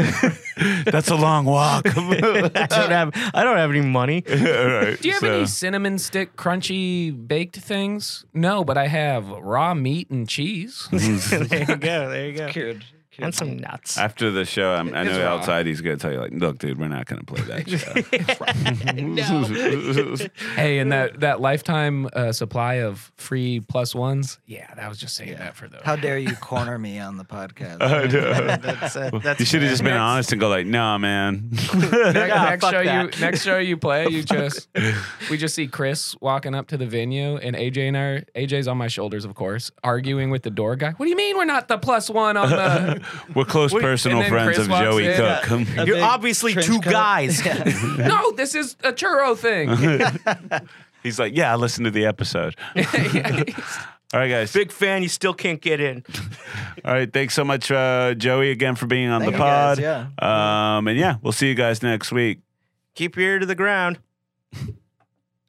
S3: That's a long walk. All
S4: I don't have. I don't have any money.
S3: right,
S5: Do you have
S3: so-
S5: any cinnamon stick crunchy baked things? No, but I have raw meat and cheese.
S4: there you go. There you go.
S1: Cured.
S4: And some nuts.
S3: After the show, I'm, I
S5: It's
S3: know
S5: raw.
S3: outside he's gonna tell you like, "Look, dude, we're not gonna play that show."
S5: hey, and that that lifetime uh, supply of free plus ones. Yeah, that was just saying that for those.
S1: How dare you corner me on the podcast?
S3: I know.
S4: That's, uh, that's
S3: you should have just been
S5: Next.
S3: honest and go like, "Nah, man."
S5: next,
S4: Nah,
S5: next
S4: fuck
S5: show
S4: that.
S5: you next show you play, you just we just see Chris walking up to the venue and AJ and I AJ's on my shoulders, of course, arguing with the door guy. What do you mean we're not the plus one on the
S3: we're close
S5: Wait,
S3: personal
S5: and then
S3: friends
S5: Chris
S3: of
S5: walks
S3: Joey
S5: in.
S3: Cook.
S1: A
S4: You're
S1: big
S4: obviously
S1: trench
S4: two
S1: coat.
S4: guys.
S5: No, this is a churro thing.
S3: he's like, "Yeah, I listened to the episode." All right, guys.
S4: Big fan. You still can't get in.
S3: All right, thanks so much, uh, Joey, again for being on
S1: Thank
S3: the
S1: you guys,
S3: pod. yeah. Um, and yeah, we'll see you guys next week.
S4: Keep your ear to the ground.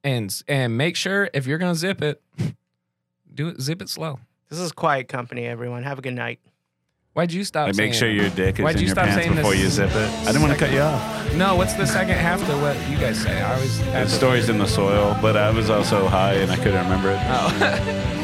S5: and and make sure if you're gonna zip it, do it zip it slow.
S4: This is Quiet Company, everyone. Have a good night.
S5: Why'd you stop?
S3: Like,
S5: saying
S3: make sure
S5: that?
S3: your dick is
S5: Why'd
S3: in
S5: you
S3: your
S5: stop
S3: pants
S5: saying
S3: before
S5: this?
S3: you zip it. I didn't want to cut you off.
S5: No, what's the second half to what you guys say? I always
S3: The
S5: have
S3: story's in the soil, but I was also high and I couldn't remember it.
S5: Oh.